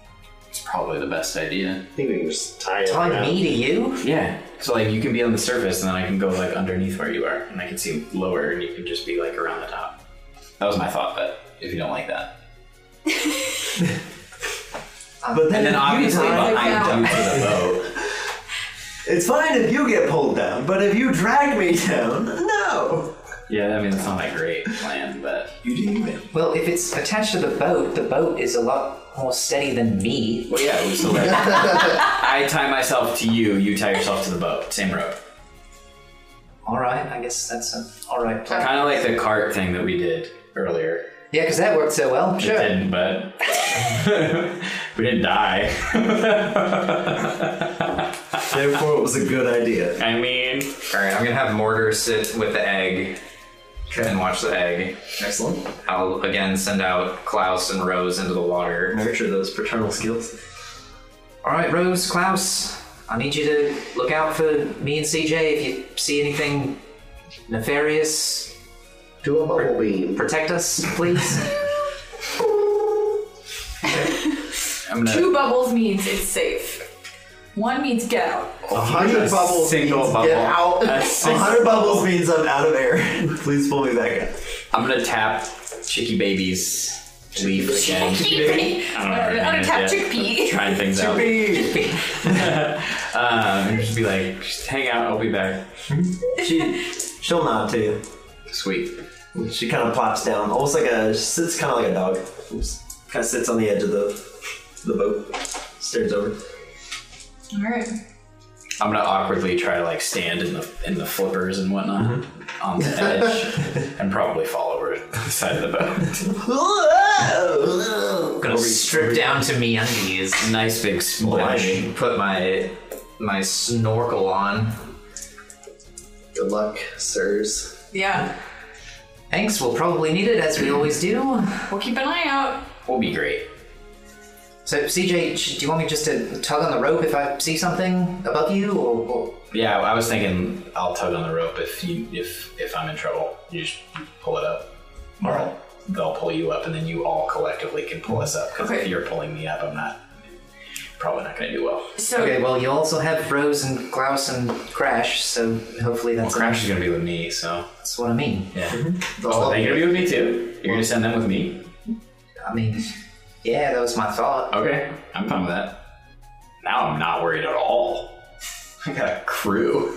Speaker 6: It's probably the best idea.
Speaker 5: I think we can just tie it.
Speaker 4: Tie
Speaker 5: around.
Speaker 4: me to you?
Speaker 6: Yeah. So like you can be on the surface and then I can go like underneath where you are and I can see lower and you can just be like around the top. That was my thought, but if you don't like that.
Speaker 1: But then,
Speaker 6: and then
Speaker 1: if you
Speaker 6: obviously
Speaker 1: drive
Speaker 6: behind you
Speaker 1: down-
Speaker 6: to the boat.
Speaker 1: It's fine if you get pulled down, but if you drag me down, no.
Speaker 6: Yeah, I mean, that's not my great plan, but.
Speaker 1: You didn't even.
Speaker 4: Well, if it's attached to the boat, the boat is a lot more steady than me.
Speaker 6: Well, yeah, so like, I tie myself to you, you tie yourself to the boat, same rope.
Speaker 4: All right, I guess that's an all right plan.
Speaker 6: Kind of like the cart thing that we did earlier.
Speaker 4: Yeah, because that worked so well.
Speaker 6: It
Speaker 4: Sure.
Speaker 6: didn't, but we didn't die.
Speaker 1: Therefore, it was a good idea.
Speaker 6: I mean,
Speaker 2: All right, I'm gonna have Mortar sit with the egg and watch the egg.
Speaker 1: Excellent.
Speaker 2: I'll again send out Klaus and Rose into the water.
Speaker 1: Nurture those paternal skills.
Speaker 4: All right, Rose, Klaus, I need you to look out for me and CJ if you see anything nefarious.
Speaker 5: Do a bubble beam.
Speaker 4: Protect us, please.
Speaker 6: I'm gonna.
Speaker 7: Two bubbles means it's safe. One means get out.
Speaker 5: A hundred bubbles
Speaker 6: single
Speaker 5: means
Speaker 6: bubble.
Speaker 5: get out.
Speaker 4: Uh,
Speaker 6: A six-
Speaker 1: 100 bubbles means I'm out of air. Please pull me back up.
Speaker 6: I'm gonna tap Chicky Baby's leaf again.
Speaker 7: Chickpea.
Speaker 6: I don't know. if I'm
Speaker 7: Untap
Speaker 6: gonna get-
Speaker 7: chickpea.
Speaker 6: Trying things out.
Speaker 1: Chickpea.
Speaker 6: Um, and just be like, just hang out. I'll be back.
Speaker 1: She, she'll nod to you.
Speaker 6: Sweet.
Speaker 1: She kind of plops down, almost like a. She sits kind of like a dog. Kind of sits on the edge of the the boat, stares over.
Speaker 7: Alright.
Speaker 6: I'm gonna awkwardly try to like stand in the in the flippers and whatnot on the edge, and probably fall over the side of the boat.
Speaker 1: Whoa!
Speaker 2: gonna strip down to me undies.
Speaker 6: nice big splash.
Speaker 2: Splash. Put my my snorkel on.
Speaker 5: Good luck, sirs.
Speaker 7: Yeah.
Speaker 4: Thanks, we'll probably need it as we always do.
Speaker 7: We'll keep an eye out.
Speaker 6: Will be great.
Speaker 4: So, CJ, sh- do you want me just to tug on the rope if I see something above you, or, or
Speaker 6: Yeah, I was thinking I'll tug on the rope if you if if I'm in trouble. You just pull it up, or I'll- they'll pull you up, and then you all collectively can pull us up. Because if
Speaker 7: Okay.
Speaker 6: you're pulling me up, I'm not probably not gonna do well.
Speaker 7: So
Speaker 4: Okay, well, you also have Rose and Klaus and Crash, so hopefully
Speaker 6: Well,
Speaker 4: that's,
Speaker 6: Crash is gonna be with me, so
Speaker 4: that's what I mean.
Speaker 6: yeah.
Speaker 4: Well,
Speaker 6: Oh, they're gonna be with me too. You're gonna send them with me.
Speaker 4: I mean, yeah, that was my thought.
Speaker 6: Okay, I'm fine with that. Now I'm not worried at all. I got a crew.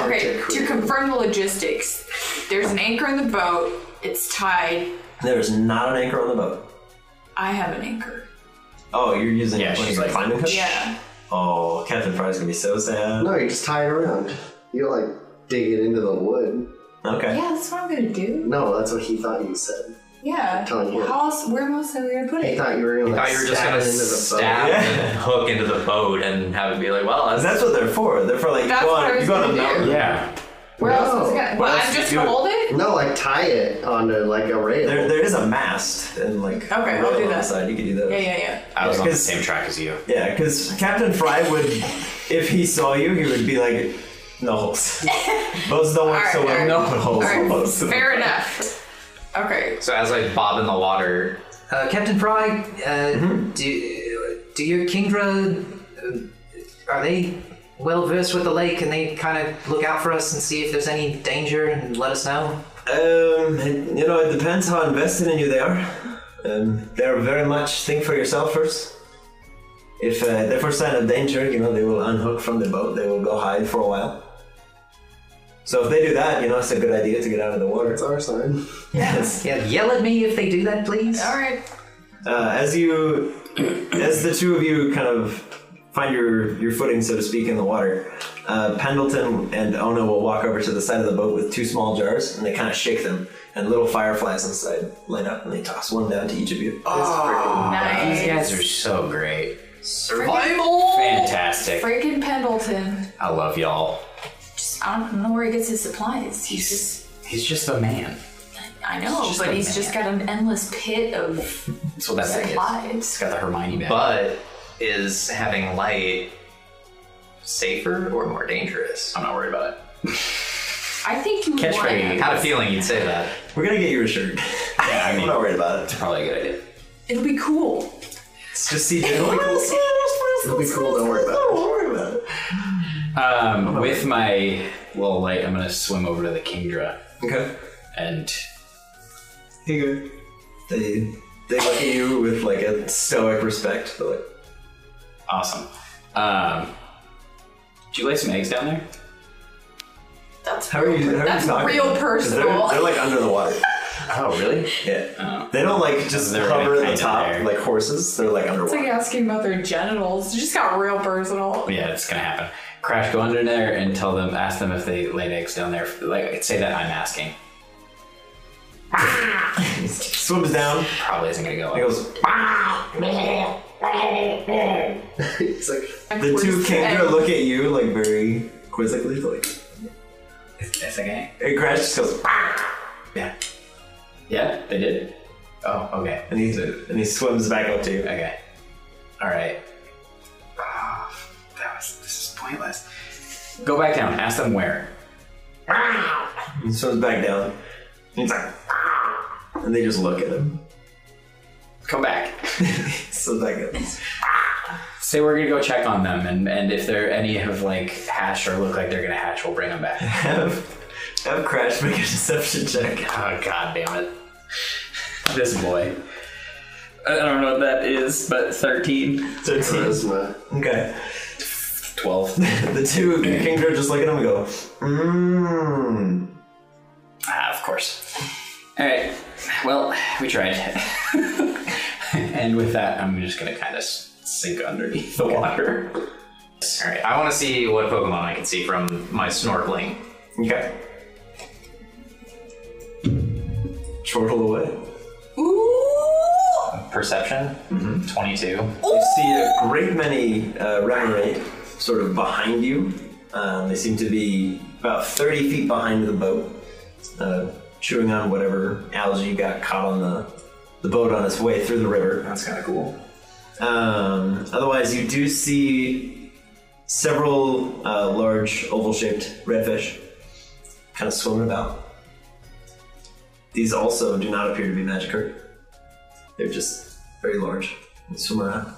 Speaker 7: okay, to confirm the logistics, there's an anchor in the boat, it's tied.
Speaker 1: There's not an anchor on the boat.
Speaker 7: I have an anchor.
Speaker 1: Oh, you're using
Speaker 6: Yeah,
Speaker 1: what,
Speaker 6: she's
Speaker 1: your
Speaker 6: like-
Speaker 1: climbing hook?
Speaker 7: Yeah.
Speaker 1: Oh, Captain Fry's gonna be so sad.
Speaker 5: No, you just tie it around. You don't like dig it into the wood.
Speaker 1: Okay.
Speaker 7: Yeah, that's what I'm gonna do.
Speaker 5: No, that's what he thought you said.
Speaker 7: Yeah.
Speaker 5: Telling you.
Speaker 7: How else where else are we gonna put
Speaker 5: He
Speaker 7: it?
Speaker 5: thought you were gonna like
Speaker 2: Thought you were just
Speaker 5: stab
Speaker 2: gonna
Speaker 5: it into the
Speaker 2: stab
Speaker 5: boat.
Speaker 1: boat.
Speaker 2: and hook into the boat and have it be like, well, that's,
Speaker 1: That's what they're for. They're for like
Speaker 7: That's
Speaker 1: go
Speaker 7: what I
Speaker 1: on,
Speaker 7: was
Speaker 1: you go on a
Speaker 7: gonna do.
Speaker 1: mountain.
Speaker 6: Yeah.
Speaker 7: Where else is it
Speaker 5: No.
Speaker 7: gonna well, I'm just gonna hold it?
Speaker 5: No, like tie it onto like a rail.
Speaker 1: There, there is a mast and like
Speaker 7: I'll
Speaker 1: a
Speaker 7: do
Speaker 1: rope on the
Speaker 7: that.
Speaker 1: side. You could do that.
Speaker 7: Yeah, yeah, yeah.
Speaker 6: I was on the
Speaker 1: 'Cause-
Speaker 6: same track as you.
Speaker 1: Yeah, because Captain Fry would, if he saw you, he would be like, no holes. Those don't work so
Speaker 7: All
Speaker 1: well.
Speaker 7: right,
Speaker 1: No
Speaker 7: all right.
Speaker 1: holes.
Speaker 7: Alright,
Speaker 1: holes.
Speaker 7: fair enough. Okay.
Speaker 2: so as I bob in the water,
Speaker 4: Uh, Captain Fry, uh, do, do your Kingdra, uh, are they well versed with the lake? Can they kind of look out for us and see if there's any danger and let us know?
Speaker 1: Um, it- you know, it depends how invested in you they are. Um, they're very much think for yourself first. If uh, they first sign of danger, you know, they will unhook from the boat. They will go hide for a while. So if they do that, you know, it's a good idea to get out of the water.
Speaker 5: It's our sign.
Speaker 1: Yes.
Speaker 4: Yeah, yell at me if they do that, please.
Speaker 7: Alright.
Speaker 1: Uh, as you, as the two of you kind of find your, your footing, so to speak, in the water, uh, Pendleton and Ona will walk over to the side of the boat with two small jars, and they kind of shake them, and little fireflies inside light up, and they toss one down to each of you.
Speaker 7: nice.
Speaker 6: These guys are so great.
Speaker 7: Survival!
Speaker 6: Fantastic.
Speaker 7: Freaking Pendleton.
Speaker 6: I love y'all.
Speaker 7: Just, I don't know where he gets his supplies. He's just.
Speaker 6: He's just a man.
Speaker 7: I know,
Speaker 6: just
Speaker 7: but
Speaker 6: a
Speaker 7: he's
Speaker 6: man.
Speaker 7: just got an endless pit of
Speaker 6: That's what that thing is. It's
Speaker 7: supplies.
Speaker 6: got the Hermione bag.
Speaker 2: but is having light safer or more dangerous?
Speaker 6: I'm not worried about it.
Speaker 7: I think you
Speaker 6: Catch
Speaker 7: want.
Speaker 6: me.
Speaker 2: I had a feeling you'd say that.
Speaker 1: We're gonna get you a shirt.
Speaker 6: Yeah, I
Speaker 1: I'm
Speaker 6: mean,
Speaker 1: not worried about
Speaker 6: it's
Speaker 1: it.
Speaker 6: probably a good idea.
Speaker 7: It'll be cool.
Speaker 1: It's just CJ. It'll be cool.
Speaker 5: It'll be cool. Don't worry about it.
Speaker 1: Don't worry about it.
Speaker 6: Um, with my little light, I'm gonna swim over to the Kingdra
Speaker 1: Okay.
Speaker 6: and
Speaker 1: Hey, good. They They look at you with like a stoic respect. They're like,
Speaker 6: Awesome. Um, did you lay some eggs down there?
Speaker 7: That's
Speaker 1: how are you? How are
Speaker 7: that's
Speaker 1: you talking?
Speaker 7: real
Speaker 1: 'Cause they're-
Speaker 7: personal. Oh.
Speaker 1: They're, like under the water.
Speaker 6: Oh, really?
Speaker 1: Yeah. They don't like just
Speaker 6: They're
Speaker 1: hover
Speaker 6: like
Speaker 1: at the
Speaker 6: kinda
Speaker 1: top
Speaker 6: there.
Speaker 1: like horses. They're like
Speaker 7: It's
Speaker 1: underwater.
Speaker 7: like asking about their genitals. It just got real personal.
Speaker 6: Oh, Yeah, it's gonna happen. Crash, go under there and tell them, ask them if they laid eggs down there. Like, say that I'm asking.
Speaker 1: Swims down.
Speaker 6: Probably isn't gonna go.
Speaker 1: He goes.
Speaker 5: it's like
Speaker 1: The two kangaroo look at you like very quizzically. Like,
Speaker 6: It's okay.
Speaker 1: and Crash just goes. Yeah.
Speaker 6: Yeah, they did. Oh, okay.
Speaker 1: And he and he swims back up to you.
Speaker 6: Okay. All right. Ah, that was this is pointless. Go back down. Ask them where.
Speaker 1: He swims back down. And he's like, and they just look at him.
Speaker 6: Come back.
Speaker 1: so back up.
Speaker 6: Say we're gonna go check on them, and, and if there any have like hatched or look like they're gonna hatch, we'll bring them back.
Speaker 1: Have, have Crash make a deception check.
Speaker 6: Oh god damn it! This boy. I don't know what that is, but thirteen.
Speaker 1: 13.
Speaker 5: charisma.
Speaker 1: Okay.
Speaker 6: Twelve.
Speaker 1: The two kangaroo just look at him and go, mmm.
Speaker 6: Ah, of course. All right. Well, we tried. and with that, I'm just gonna kind of sink underneath the water.
Speaker 2: All right, I want to see what Pokemon I can see from my snorkeling.
Speaker 1: Okay. Chortle away.
Speaker 2: Perception,
Speaker 6: Mm-hmm.
Speaker 2: 22.
Speaker 1: You see a great many uh, Remoraid sort of behind you. Um, they seem to be about 30 feet behind the boat, uh, chewing on whatever algae got caught on the, the boat on its way through the river.
Speaker 2: That's kind of cool.
Speaker 1: Um, otherwise, you do see several uh, large oval-shaped redfish kind of swimming about. These also do not appear to be Magikarp. They're just very large and swim around.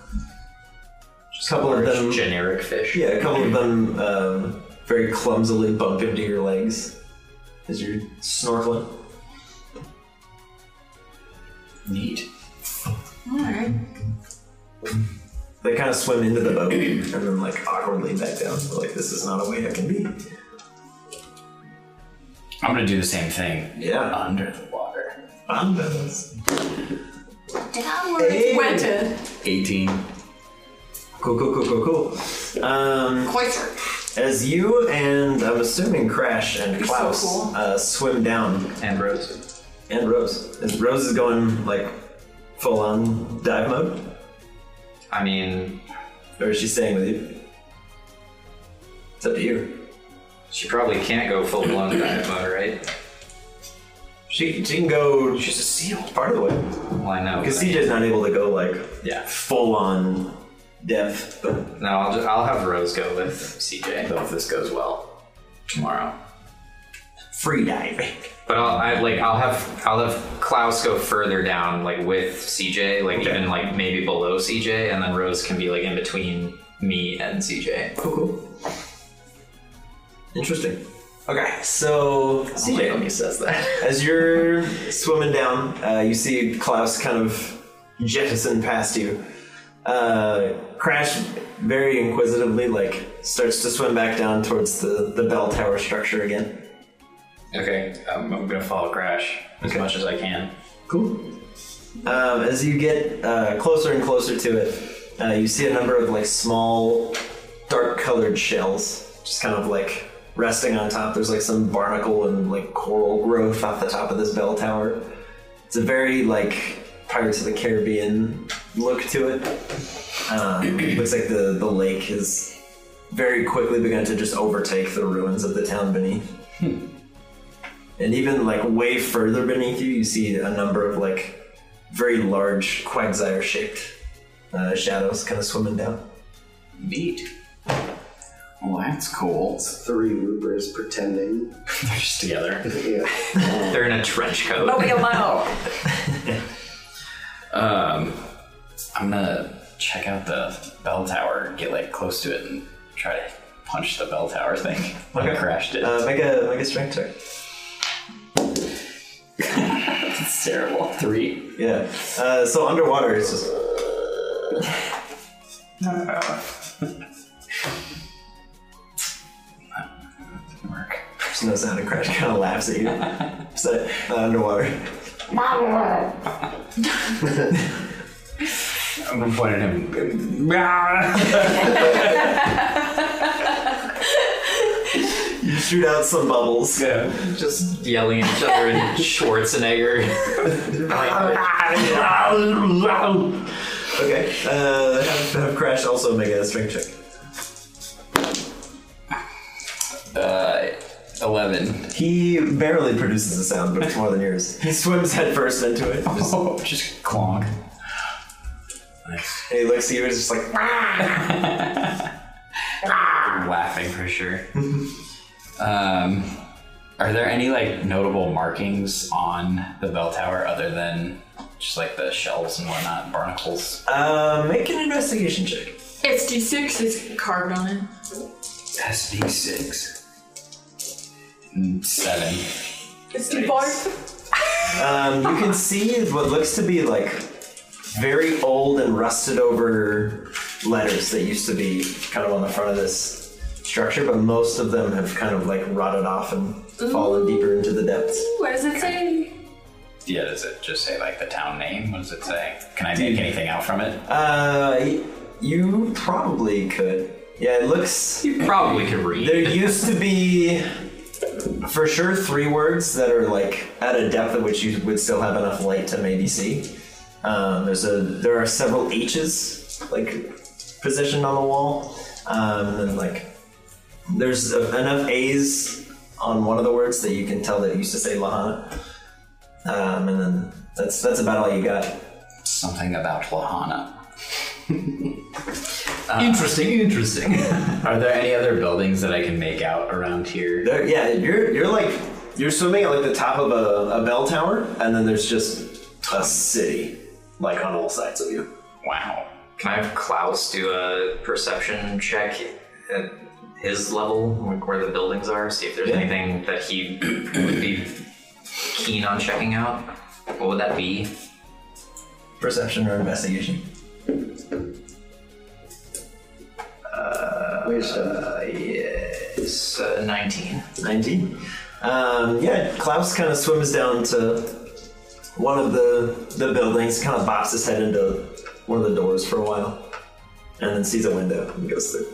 Speaker 1: Just a couple of them,
Speaker 2: Generic fish.
Speaker 1: yeah, a couple of them um, very clumsily bump into your legs as you're snorkeling.
Speaker 6: Neat.
Speaker 7: Alright.
Speaker 1: They kind of swim into the boat and then like awkwardly back down. They're like, this is not a way I can be.
Speaker 6: I'm gonna do the same thing.
Speaker 1: Yeah.
Speaker 6: Under the water.
Speaker 1: Bandas.
Speaker 15: Downward.
Speaker 1: Hey.
Speaker 7: Wented.
Speaker 6: 18.
Speaker 1: Cool, cool, cool, cool, cool. Um,
Speaker 7: Cloister.
Speaker 1: as you and I'm assuming Crash and Klaus
Speaker 7: cool.
Speaker 1: uh, swim down,
Speaker 2: And Rose.
Speaker 1: and Rose, and Rose is going like full on dive mode,
Speaker 2: I mean,
Speaker 1: or is she staying with you? It's up to you.
Speaker 2: she probably can't go full blown dive mode, right?
Speaker 1: She she can go. She's a seal. Part of the way,
Speaker 2: Well, I know.
Speaker 1: because
Speaker 2: but-
Speaker 1: CJ's not able to go like
Speaker 2: Yeah.
Speaker 1: full on depth, but
Speaker 2: No, I'll just, I'll have Rose go with CJ. Hope this goes well tomorrow.
Speaker 1: free diving.
Speaker 2: But I'll I, like I'll have I'll have Klaus go further down like with CJ, like even like maybe below CJ, and then Rose can be like in between me and CJ.
Speaker 1: Cool, cool. Interesting. Okay, so CJ,
Speaker 2: He says that.
Speaker 1: As you're swimming down, uh, you see Klaus kind of jettison past you. Uh, Crash very inquisitively like starts to swim back down towards the, the bell tower structure again.
Speaker 6: Okay, um, I'm gonna follow Crash as much as I can.
Speaker 1: Cool. Um, as you get uh, closer and closer to it, uh, you see a number of like small, dark-colored shells just kind of like resting on top. There's like some barnacle and like coral growth off the top of this bell tower. It's a very like Pirates of the Caribbean look to it. Um, looks like the the lake has very quickly begun to just overtake the ruins of the town beneath. And even like way further beneath you, you see a number of like very large quagsire shaped uh, shadows kind of swimming down.
Speaker 6: Neat. Well, that's cool.
Speaker 5: Three Ubers pretending.
Speaker 6: They're just together.
Speaker 5: Yeah.
Speaker 2: They're in a trench coat.
Speaker 7: But we allow.
Speaker 6: Um, I'm gonna check out the bell tower, get like close to it, and try to punch the bell tower thing. Like Uh, I crashed it.
Speaker 1: Uh, make a make a strength check.
Speaker 6: It's terrible. Three.
Speaker 2: Yeah. Uh, so underwater, it's just. There's no sound. And Crash kind of laughs at you. so, uh, underwater.
Speaker 6: I'm gonna point at him.
Speaker 2: you shoot out some bubbles.
Speaker 4: Yeah. Just yelling at each other and Schwarzenegger.
Speaker 2: okay. Uh, have, have Crash also make a strength check.
Speaker 6: Uh, 11.
Speaker 2: He barely produces a sound, but it's more than yours. He swims headfirst into it. Just,
Speaker 6: oh, just clonk.
Speaker 2: And he looks at you and is just like,
Speaker 6: laughing for sure. um, are there any like notable markings on the bell tower other than just like the shells and whatnot, barnacles?
Speaker 2: uh, make an investigation check.
Speaker 7: It's D6 is carved on it.
Speaker 6: That's D6. Mm, Seven.
Speaker 7: It's D4.
Speaker 2: Um, you can see what looks to be like very old and rusted over letters that used to be kind of on the front of this structure, but most of them have kind of like rotted off and fallen deeper into the depths.
Speaker 7: What does it say?
Speaker 6: Yeah, does it just say like the town name? What does it say? Can I make anything out from it?
Speaker 2: Uh, y- you probably could. Yeah, it looks. You
Speaker 4: probably could read.
Speaker 2: There used to be, for sure, three words that are like at a depth at which you would still have enough light to maybe see. Um, there's a there are several H's like positioned on the wall, um, and then like there's a, enough A's on one of the words that you can tell that it used to say Lahana, um, and then that's that's about all you got.
Speaker 6: Something about Lahana.
Speaker 4: interesting, interesting.
Speaker 6: Are there any other buildings that I can make out around here?
Speaker 2: There, yeah, you're you're like you're swimming at like the top of a, a bell tower, and then there's just a city like on all sides of you.
Speaker 6: Wow.
Speaker 4: Can I have Klaus do a perception check at his level, like where the buildings are, see if there's anything that he would be keen on checking out? What would that be?
Speaker 2: Perception or investigation?
Speaker 5: Wait a second.
Speaker 4: Uh, yes, uh, 19.
Speaker 2: 19. Um, yeah, Klaus kind of swims down to one of the, the buildings, kind of bops his head into one of the doors for a while, and then sees a window and goes through.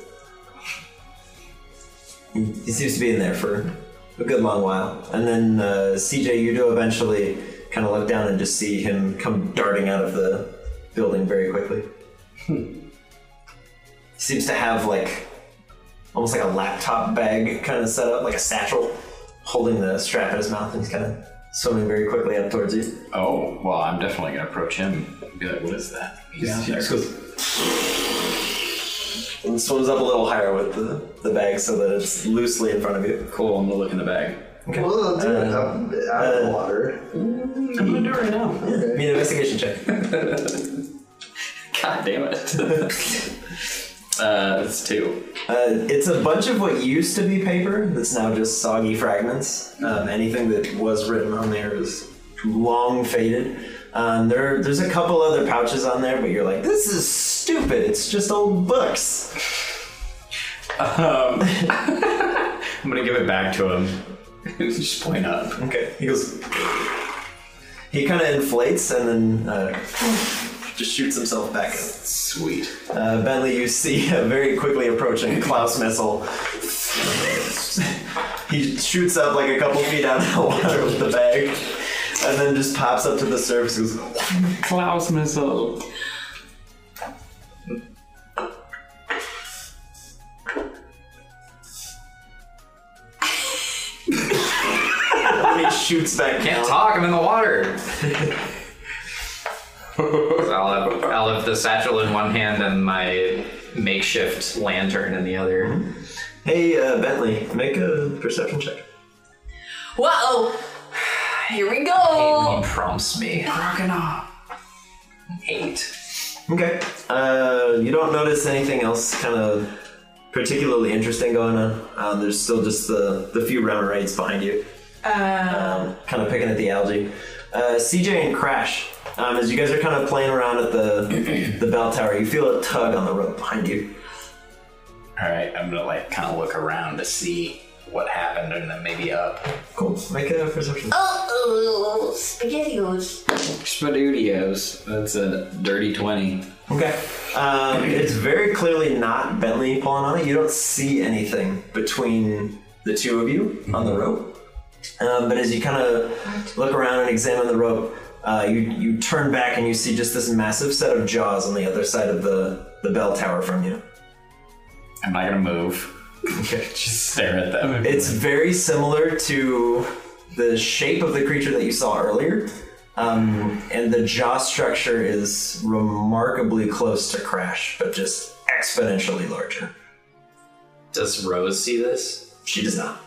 Speaker 2: He, he seems to be in there for a good long while. And then uh, CJ, you do eventually kind of look down and just see him come darting out of the building very quickly. Seems to have like almost like a laptop bag kind of set up, like a satchel, holding the strap in his mouth, and he's kind of swimming very quickly up towards you.
Speaker 6: Oh, well, I'm definitely gonna approach him and be like, what is that? He's
Speaker 2: Yeah,
Speaker 6: yeah, there.
Speaker 2: just And swims up a little higher with the, the bag so that it's loosely in front of you.
Speaker 6: Cool, I'm gonna look in the bag.
Speaker 2: Okay. Uh,
Speaker 5: Well, do it up out of the water.
Speaker 6: I'm gonna do it right now.
Speaker 2: Need an investigation check.
Speaker 6: God damn it. uh, it's two.
Speaker 2: Uh, it's a bunch of what used to be paper that's now just soggy fragments. Um, anything that was written on there is long faded. Um, there, there's a couple other pouches on there, but you're like, this is stupid. It's just old books.
Speaker 6: Um, I'm gonna give it back to him. Just point up.
Speaker 2: Okay. He goes. He kind of inflates and then uh, just shoots himself back.
Speaker 6: Sweet.
Speaker 2: Uh, Bentley, you see a very quickly approaching Klaus missile. he shoots up like a couple feet out of the water with the bag, and then just pops up to the surface. and Goes,
Speaker 16: Klaus missile.
Speaker 2: and he shoots back down.
Speaker 4: Can't talk, I'm in the water! So I'll, have, I'll have the satchel in one hand and my makeshift lantern in the other.
Speaker 2: Hey, uh, Bentley, make a perception check.
Speaker 7: Whoa! Here we go!
Speaker 4: He prompts me.
Speaker 16: Rockin' off.
Speaker 4: Eight.
Speaker 2: Okay. Uh, you don't notice anything else kind of Uh, particularly interesting going on. Um, there's still just the, the few Remoraids behind you. um, kind of picking at the algae. Uh, CJ and Crash, um, as you guys are kind of playing around at the the bell tower, you feel a tug on the rope behind you.
Speaker 17: All right, I'm gonna like kind of look around to see what happened, and then maybe up.
Speaker 2: Cool. Make a perception.
Speaker 10: Oh, spaghettios.
Speaker 17: Spadudios. That's a dirty twenty.
Speaker 2: Okay. Um, it's very clearly not Bentley pulling on it. You don't see anything between the two of you on the rope. Um, but as you kind of look around and examine the rope, uh, you, you turn back and you see just this massive set of jaws on the other side of the, the bell tower from you.
Speaker 17: I'm not gonna move. Just stare at them.
Speaker 2: It's very similar to the shape of the creature that you saw earlier, um, and the jaw structure is remarkably close to Crash, but just exponentially larger.
Speaker 6: Does Rose see this?
Speaker 2: She does not.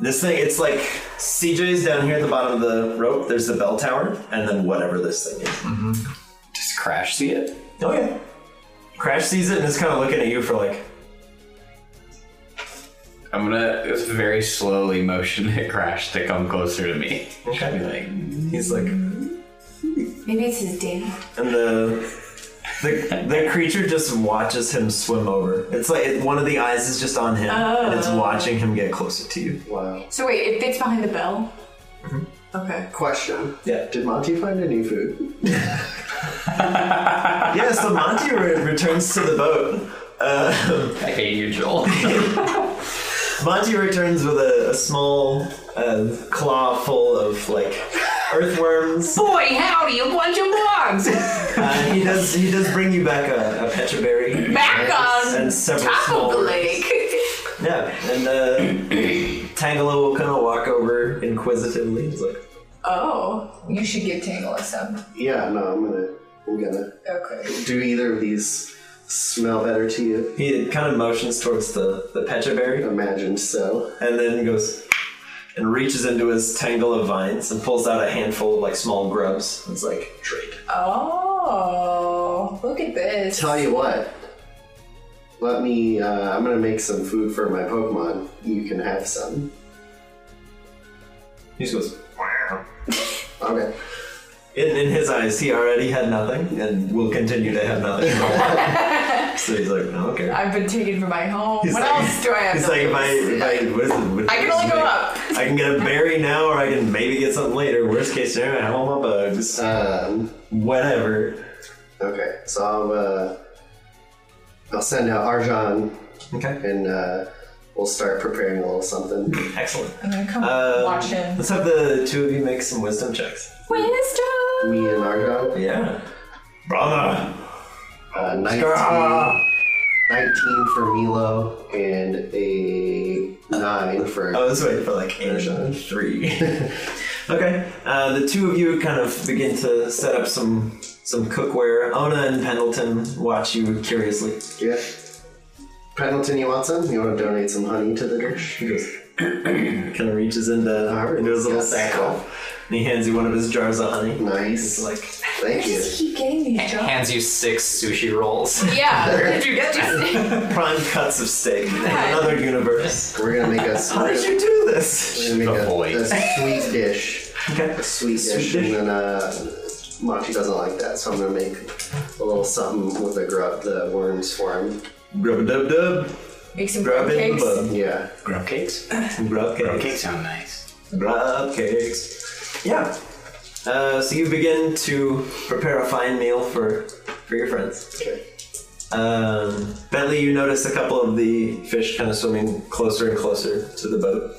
Speaker 2: This thing, it's like CJ's down here at the bottom of the rope. There's the bell tower, and then whatever this thing is.
Speaker 17: Does Crash see it?
Speaker 2: Oh yeah. Crash sees it and is kind of looking at you for like,
Speaker 17: I'm gonna very slowly motion at Crash to come closer to me.
Speaker 2: Okay. He's like,
Speaker 10: Maybe it's his dad.
Speaker 2: and the the, the creature just watches him swim over. It's like it, one of the eyes is just on him, and it's
Speaker 7: Oh.
Speaker 2: watching him get closer to you.
Speaker 5: Wow.
Speaker 7: So wait, it fits behind the bell.
Speaker 2: Mm-hmm.
Speaker 7: Okay.
Speaker 5: Question.
Speaker 2: Yeah.
Speaker 5: Did Monty find any food?
Speaker 2: yeah, so Monty re- returns to the boat. Uh,
Speaker 6: I hate you, Joel.
Speaker 2: Monty returns with a, a small uh, claw full of like earthworms.
Speaker 4: Boy, howdy, a bunch of bugs!
Speaker 2: Uh, he does he does bring you back a, a petra berry
Speaker 7: Back on
Speaker 2: and several
Speaker 7: top
Speaker 2: small
Speaker 7: of the
Speaker 2: worms.
Speaker 7: lake.
Speaker 2: Yeah, and uh, Tangela will kind of walk over inquisitively. He's like,
Speaker 7: oh, you should give Tangle some.
Speaker 5: Yeah, no, I'm gonna I'm gonna
Speaker 7: Okay.
Speaker 5: do either of these smell better to you?
Speaker 2: he kind of motions towards the the petra berry,
Speaker 5: Imagine so.
Speaker 2: and then goes and reaches into his tangle of vines and pulls out a handful of like small grubs. It's like drape.
Speaker 7: Oh, look at this.
Speaker 5: Tell you what. Let me uh, I'm gonna make some food for my Pokemon. You can have some.
Speaker 2: He just goes. Wow.
Speaker 5: Okay.
Speaker 2: In, in his eyes, he already had nothing and will continue to have nothing. so he's like, no, okay.
Speaker 7: I've been taken from my home.
Speaker 2: He's
Speaker 7: what
Speaker 2: like-
Speaker 7: else do I have?
Speaker 2: He's
Speaker 7: to
Speaker 2: like, if I,
Speaker 7: lose?
Speaker 2: if I, what is it? What
Speaker 7: I can
Speaker 2: what is
Speaker 7: only go
Speaker 2: it?
Speaker 7: up.
Speaker 2: I can get a berry now, or I can maybe get something later. Worst case scenario, I have all my bugs.
Speaker 5: Um,
Speaker 2: Whatever.
Speaker 5: okay. So I'll uh, I'll send out Arjan
Speaker 2: Okay.
Speaker 5: and uh, we'll start preparing a little something.
Speaker 2: Excellent.
Speaker 7: I'm gonna come
Speaker 2: Um,
Speaker 7: watch him.
Speaker 2: Let's have the two of you make some wisdom checks.
Speaker 7: Wisdom.
Speaker 5: Me and Arjan.
Speaker 2: Yeah. Brother.
Speaker 5: Uh, 19, 19 for Milo and a 9 for.
Speaker 2: Oh, this way for like eight and three. okay, uh, the two of you kind of begin to set up some some cookware. Ona and Pendleton watch you curiously.
Speaker 5: Yeah. Pendleton, you want some? You want to donate some honey to the dish?
Speaker 2: He goes, kind of reaches into,
Speaker 5: Alright,
Speaker 2: into his little
Speaker 5: yes.
Speaker 2: sackle, and he hands you one of his jars of honey.
Speaker 5: Nice.
Speaker 2: He's like,
Speaker 5: Thank you.
Speaker 10: keep getting these jobs.
Speaker 6: Hands you six sushi rolls.
Speaker 7: Yeah. Where did you get these?
Speaker 2: prime cuts of steak in another universe.
Speaker 5: We're gonna make us.
Speaker 2: How
Speaker 5: We're
Speaker 2: did
Speaker 5: gonna,
Speaker 2: you do this?
Speaker 5: we're gonna
Speaker 17: Avoid.
Speaker 5: make a, a sweet dish.
Speaker 2: Okay.
Speaker 5: A sweet dish,
Speaker 2: dish.
Speaker 5: and then uh, Machi doesn't like that, so I'm gonna make a little something with the grub, the worms for him.
Speaker 2: Grub a dub dub.
Speaker 7: Make some
Speaker 2: Grub in the
Speaker 7: cakes.
Speaker 2: bub.
Speaker 5: Yeah.
Speaker 17: Grub cakes.
Speaker 2: Some grub
Speaker 17: Grub
Speaker 2: cakes.
Speaker 17: cakes sound nice.
Speaker 2: Grub cakes. Yeah. Uh, so you begin to prepare a fine meal for for your friends.
Speaker 5: Okay.
Speaker 2: Um, Bentley, you notice a couple of the fish kind of swimming closer and closer to the boat.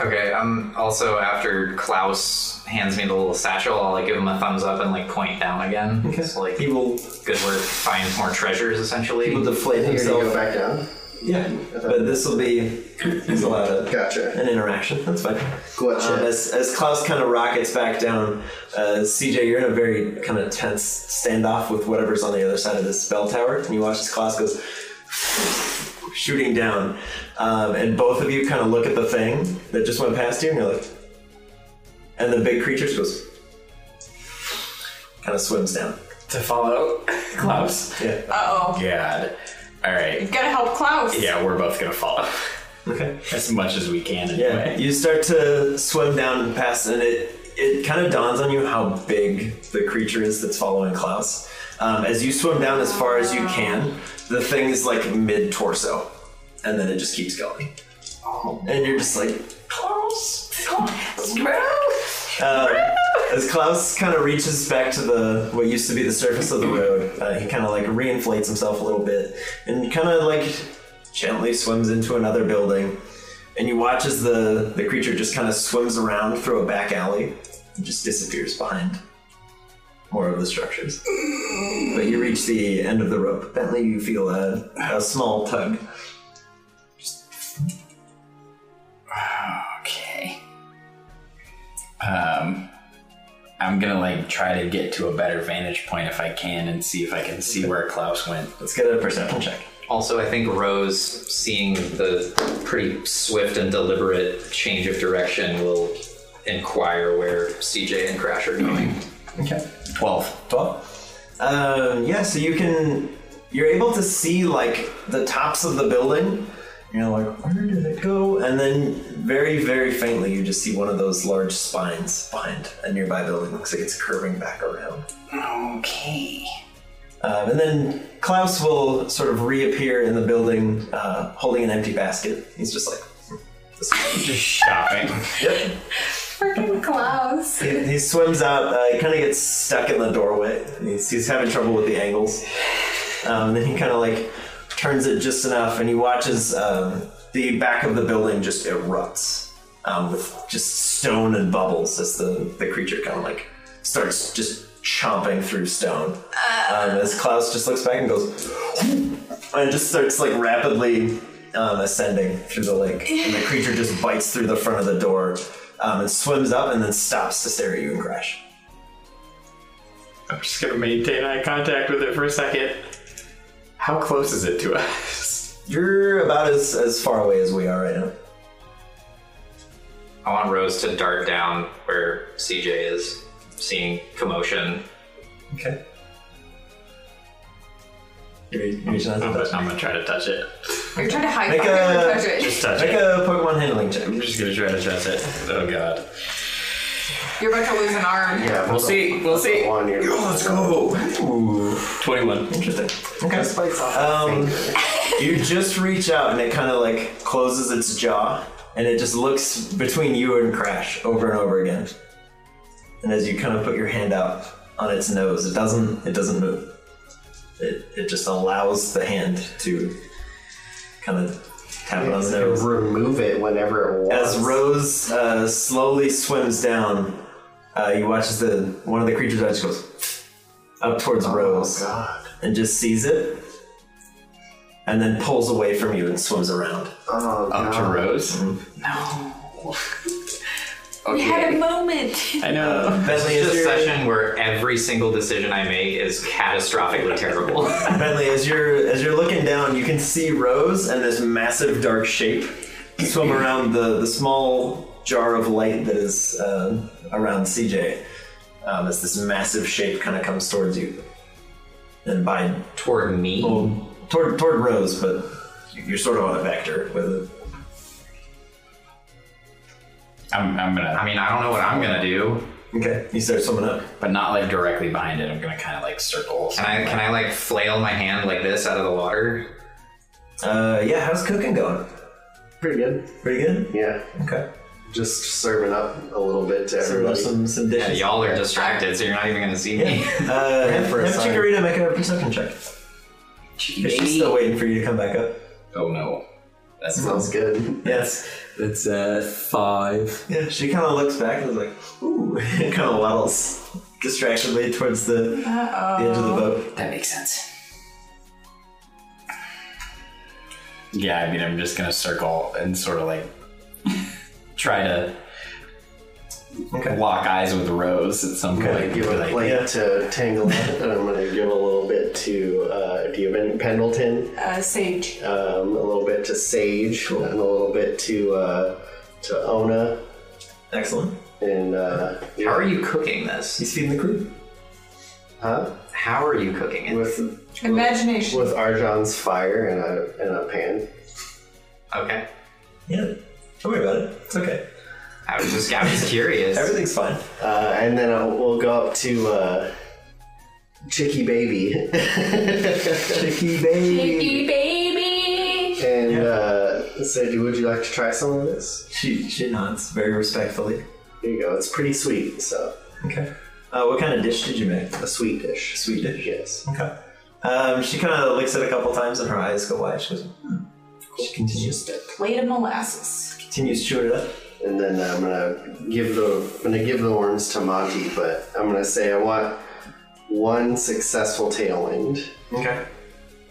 Speaker 6: Okay, um also after Klaus hands me the little satchel, I'll like give him a thumbs up and like point down again. So, like
Speaker 2: He will
Speaker 6: good work, find more
Speaker 2: he
Speaker 6: treasures
Speaker 2: will
Speaker 6: essentially.
Speaker 2: deflate
Speaker 5: You're gonna go
Speaker 2: himself.
Speaker 5: back down.
Speaker 2: Yeah, but this will be he's allowed a,
Speaker 5: Gotcha.
Speaker 2: an interaction. That's fine.
Speaker 5: Gotcha.
Speaker 2: Um, as, as Klaus kind of rockets back down, uh, CJ, you're in a very kind of tense standoff with whatever's on the other side of this bell tower, and you watch as Klaus goes shooting down, um, and both of you kind of look at the thing that just went past you, and you're like, and the big creature just goes, kind of swims down.
Speaker 17: To follow Klaus.
Speaker 2: Yeah.
Speaker 7: Uh oh.
Speaker 17: God. All right.
Speaker 7: Gotta help Klaus.
Speaker 17: Yeah, we're both gonna follow.
Speaker 2: Okay.
Speaker 9: as much as we can.
Speaker 2: Yeah,
Speaker 9: Anyway.
Speaker 2: you start to swim down and pass, and it it kind of dawns on you how big the creature is that's following Klaus. Um, as you swim down as far as you can, the thing is like mid torso, and then it just keeps going. And you're just like, Uh, as Klaus kind of reaches back to the what used to be the surface of the road, uh, he kind of like reinflates himself a little bit and kind of like gently swims into another building. And you watch as the, the creature just kind of swims around through a back alley and just disappears behind more of the structures. But you reach the end of the rope. Bentley, you feel a, a small tug.
Speaker 17: Okay. Um, I'm gonna like try to get to a better vantage point if I can, and see if I can see where Klaus went.
Speaker 2: Let's get a perception check.
Speaker 6: Also, I think Rose, seeing the pretty swift and deliberate change of direction, will inquire where CJ and Crash are going.
Speaker 2: Okay.
Speaker 17: 12.
Speaker 2: 12? Um, yeah, so you can. You're able to see, like, the tops of the building. You're like, where did it go? And then, very, very faintly, you just see one of those large spines behind a nearby building. Looks like it's curving back around.
Speaker 17: Okay.
Speaker 2: Um, and then Klaus will sort of reappear in the building uh, holding an empty basket. He's just like,
Speaker 17: just shopping.
Speaker 2: yep.
Speaker 7: Freaking Klaus.
Speaker 2: He, he swims out. Uh, he kind of gets stuck in the doorway. He's, he's having trouble with the angles. Um, then he kind of like turns it just enough, and he watches um, the back of the building just erupts um, with just stone and bubbles as the, the creature kind of like starts just chomping through stone. Um, as Klaus just looks back and goes, and just starts like rapidly um, ascending through the lake. And the creature just bites through the front of the door um, and swims up and then stops to stare at you and crash.
Speaker 9: I'm just gonna maintain eye contact with it for a second. How close is it to us?
Speaker 2: You're about as, as far away as we are right now.
Speaker 6: I want Rose to dart down where CJ is, seeing commotion.
Speaker 2: Okay.
Speaker 9: I'm, gonna- I'm gonna try to touch it.
Speaker 7: You're trying to hide
Speaker 2: Make
Speaker 7: fucking
Speaker 2: a,
Speaker 7: touch it.
Speaker 9: Just touch
Speaker 2: make
Speaker 9: it.
Speaker 2: a Pokemon handling check.
Speaker 9: I'm just gonna try to touch it. Oh god.
Speaker 7: You're about to lose an arm.
Speaker 5: Yeah, we'll
Speaker 9: see. We'll see.
Speaker 5: One year.
Speaker 2: Let's go. Ooh.
Speaker 9: 21.
Speaker 2: Interesting. Okay.
Speaker 5: Bites off
Speaker 2: Um, you just reach out and it kind of like closes its jaw and it just looks between you and Crash over and over again. And as you kind of put your hand out on its nose, it doesn't it doesn't move. It it just allows the hand to kind of tap it on the nose.
Speaker 5: remove it whenever it wants.
Speaker 2: As Rose uh, slowly swims down, uh, you watch as the one of the creatures just goes up towards Rose
Speaker 5: God.
Speaker 2: and just sees it, and then pulls away from you and swims around.
Speaker 5: Oh,
Speaker 17: Up to
Speaker 5: God.
Speaker 17: Rose. No.
Speaker 7: We
Speaker 17: okay.
Speaker 7: had a moment.
Speaker 17: I know.
Speaker 2: Uh, Bentley, as
Speaker 6: This is a
Speaker 2: you're,
Speaker 6: session where every single decision I make is catastrophically terrible.
Speaker 2: Bentley, as you're as you're looking down, you can see Rose and this massive dark shape swim around the the small jar of light that is uh, around CJ. Um, as this massive shape kind of comes towards you, and by
Speaker 6: Toward me?
Speaker 17: Oh.
Speaker 2: Well, toward toward Rose, but you're sort of on a vector with it.
Speaker 17: I'm, I'm gonna.
Speaker 6: I mean, I don't know what I'm gonna do.
Speaker 2: Okay, you start swimming up.
Speaker 17: but not like directly behind it. I'm gonna kind of like circle.
Speaker 6: Can I, can I like flail my hand like this out of the water?
Speaker 2: Uh, yeah, how's cooking going?
Speaker 5: Pretty good.
Speaker 2: Pretty good.
Speaker 5: Yeah,
Speaker 2: Okay,
Speaker 5: just serving up a little bit to
Speaker 2: some
Speaker 5: everybody.
Speaker 2: some, some
Speaker 6: Yeah,
Speaker 2: dishes.
Speaker 6: y'all are distracted, so you're not even gonna see me.
Speaker 2: Uh, have,
Speaker 5: for a
Speaker 2: have
Speaker 5: sign.
Speaker 2: Chikorita make a perception check. 'Cause She's still waiting for you to come back up.
Speaker 17: Oh no. That's
Speaker 5: Sounds good.
Speaker 2: Yes.
Speaker 17: that's uh five.
Speaker 2: Yeah, she kind of looks back and is like, ooh, and kind of waddles distractedly towards the, the edge of the boat.
Speaker 17: That makes sense. Yeah, I mean, I'm just gonna circle and sort of like try to
Speaker 2: Okay.
Speaker 17: lock eyes with Rose at some
Speaker 5: I'm
Speaker 17: point.
Speaker 5: gonna give a
Speaker 17: Like,
Speaker 5: plate
Speaker 2: yeah.
Speaker 5: to Tangle, and I'm gonna give a little bit to. Uh, do you have any Pendleton?
Speaker 7: Uh, Sage.
Speaker 5: Um, a little bit to Sage, and a little bit to uh, to Ona,
Speaker 2: Excellent.
Speaker 5: and uh,
Speaker 6: How are you cooking this?
Speaker 2: He's feeding the crew.
Speaker 5: huh?
Speaker 6: How are you cooking it?
Speaker 5: With
Speaker 7: Imagination.
Speaker 5: with Arjan's fire and a and a pan.
Speaker 6: Okay.
Speaker 2: Yeah. Don't worry about it. It's okay.
Speaker 6: I was just, I was curious.
Speaker 2: Everything's fine.
Speaker 5: Uh, and then I'll, we'll go up to uh, Chicky Baby. Chicky
Speaker 7: Chicky baby.
Speaker 5: And uh, say, would you like to try some of this?
Speaker 2: She she nods very respectfully.
Speaker 5: Here you go. It's pretty sweet, so.
Speaker 2: Okay. Uh, what kind of dish did you make?
Speaker 5: A sweet dish.
Speaker 2: Sweet dish.
Speaker 5: Yes.
Speaker 2: Okay. Um, she kind of looks at it a couple times, and her eyes go wide. She goes, hmm. She continues to
Speaker 7: Plate of molasses.
Speaker 2: continues chewing it up.
Speaker 5: And then I'm gonna give the I'm gonna give the worms to Monty, but I'm gonna say I want one successful tailwind.
Speaker 2: Okay.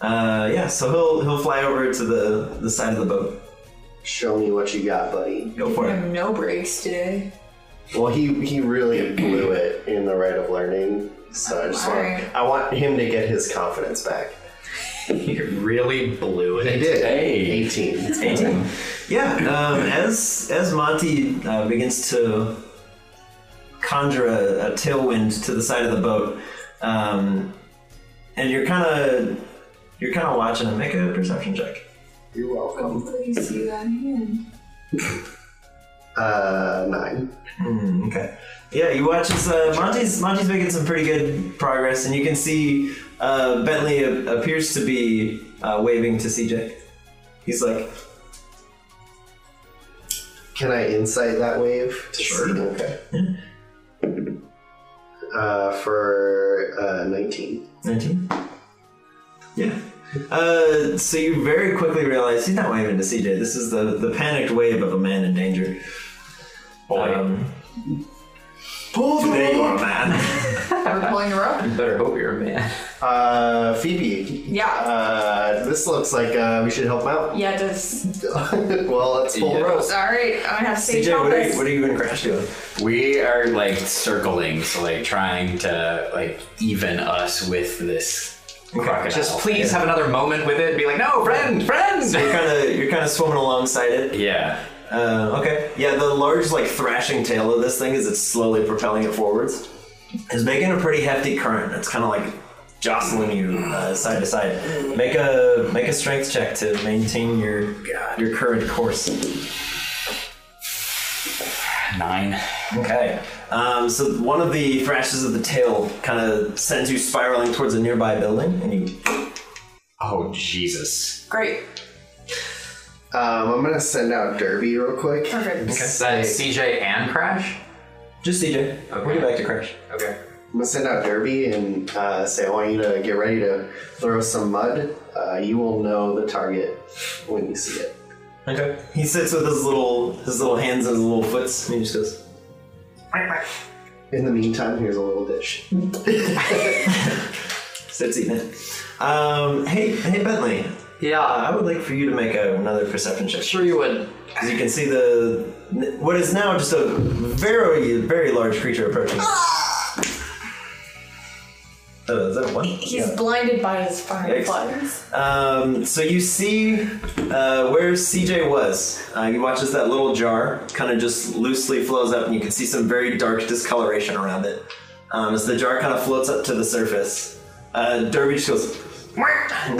Speaker 2: Uh, yeah. So he'll he'll fly over to the the side of the boat.
Speaker 5: Show me what you got, buddy.
Speaker 2: Go for it.
Speaker 7: No breaks today.
Speaker 5: Well, he he really blew it in the rite of learning. So I just want
Speaker 7: Alright.
Speaker 5: I want him to get his confidence back.
Speaker 6: You really blew it.
Speaker 5: He did.
Speaker 17: Hey.
Speaker 5: Eighteen.
Speaker 2: Eighteen. Yeah. Um, as as Monty uh, begins to conjure a, a tailwind to the side of the boat, um, and you're kind of you're kind of watching him. Make a perception check.
Speaker 5: You're welcome.
Speaker 7: Please do that again.
Speaker 5: Uh, nine.
Speaker 2: Mm, okay. Yeah, you watch as uh, Monty's Monty's making some pretty good progress, and you can see uh, Bentley a- appears to be uh, waving to CJ. He's like,
Speaker 5: Can I insight that wave? to
Speaker 2: Sure.
Speaker 5: see? Okay. Uh, for uh, nineteen.
Speaker 2: 19? Yeah. Uh, so you very quickly realize he's not waving to CJ. This is the, the panicked wave of a man in danger.
Speaker 9: Boy.
Speaker 2: Um,
Speaker 5: Pull
Speaker 2: today you are a man.
Speaker 7: Are we pulling the rope?
Speaker 2: Uh,
Speaker 6: You better hope you're a man.
Speaker 5: Uh, Phoebe.
Speaker 7: Yeah.
Speaker 5: Uh, this looks like uh, we should help out.
Speaker 7: Yeah, it does.
Speaker 5: well, let's pull
Speaker 17: Yeah.
Speaker 5: rope.
Speaker 7: Sorry, I'm gonna have to say
Speaker 2: CJ, what are,
Speaker 7: compass.
Speaker 2: you, what are you and Crash doing?
Speaker 17: We are like circling, so like trying to like even us with this crocodile.
Speaker 6: Just please have another moment with it. and Be like, no, friend, friend.
Speaker 2: You're kind of you're kind of swimming alongside it.
Speaker 17: Yeah.
Speaker 2: Uh, okay. Yeah, the large, like, thrashing tail of this thing as it's slowly propelling it forwards is making a pretty hefty current. It's kind of like jostling you uh, side to side. Make a make a strength check to maintain your your current course.
Speaker 17: Nine.
Speaker 2: Okay. Um, so one of the thrashes of the tail kind of sends you spiraling towards a nearby building, and you
Speaker 17: Oh Jesus.
Speaker 7: Great.
Speaker 5: Um, I'm gonna send out Derby real quick.
Speaker 7: Perfect.
Speaker 6: Is that CJ and Crash?
Speaker 2: just CJ. We'll get back to Crash.
Speaker 6: Okay.
Speaker 5: I'm gonna send out Derby and uh, say I want you to get ready to throw some mud. Uh, you will know the target when you see it.
Speaker 2: Okay. He sits with his little his little hands and his little foots, and he just goes.
Speaker 5: In the meantime, here's a little dish.
Speaker 2: Sits eating it. Um, hey, hey Bentley.
Speaker 6: Yeah.
Speaker 2: Uh, I would like for you to make a, another perception check.
Speaker 6: sure you would.
Speaker 2: As you can see the what is now just a very very large creature approaching. Oh, is that one?
Speaker 7: He's blinded by his fireflies.
Speaker 2: Um, so you see uh, where CJ was. Uh, you watch as that little jar kind of just loosely flows up, and you can see some very dark discoloration around it. Um, as the jar kind of floats up to the surface, uh, Derby just goes.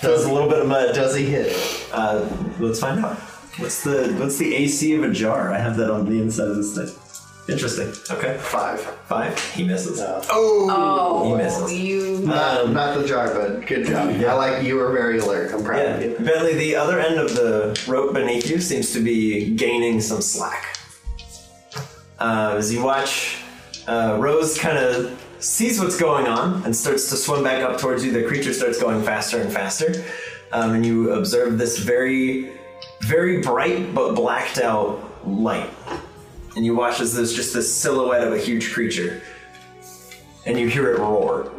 Speaker 2: Does a little bit of mud.
Speaker 5: Does he hit it?
Speaker 2: Uh, let's find out. What's the what's the AC of a jar? I have that on the inside of this thing. Interesting. Okay.
Speaker 5: Five.
Speaker 2: Five. He misses.
Speaker 7: Oh,
Speaker 2: He misses.
Speaker 7: you.
Speaker 5: Not, not the jar, but good job. I like you were very alert. I'm proud
Speaker 2: yeah.
Speaker 5: of you.
Speaker 2: Bentley, the other end of the rope beneath you seems to be gaining some slack. Uh, as you watch, uh, Rose kind of sees what's going on and starts to swim back up towards you. The creature starts going faster and faster, um, and you observe this very, very bright but blacked out light. And you watch as there's just this silhouette of a huge creature, and you hear it roar.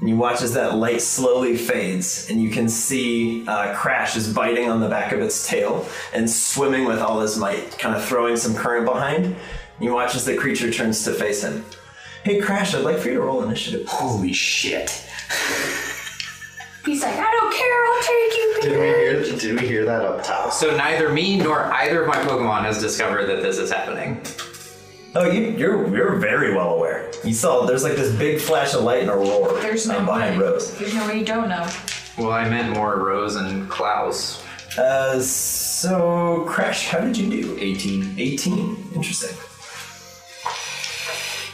Speaker 2: And you watch as that light slowly fades, and you can see uh, Crash is biting on the back of its tail and swimming with all his might, kind of throwing some current behind. And you watch as the creature turns to face him. Hey, Crash, I'd like for you to roll initiative.
Speaker 17: Holy shit.
Speaker 7: He's like, I don't care. I'll take you.
Speaker 5: Did we hear? Did we hear that up top?
Speaker 6: So neither me nor either of my Pokemon has discovered that this is happening.
Speaker 2: Oh, you, you're you're very well aware. You saw there's like this big flash of light and a roar
Speaker 7: There's no
Speaker 2: um, behind
Speaker 7: way.
Speaker 2: Rose.
Speaker 7: There's no way you don't know.
Speaker 6: Well, I meant more Rose and Klaus.
Speaker 2: Uh, s- So, Crash, how did you do? 18. 18. Interesting.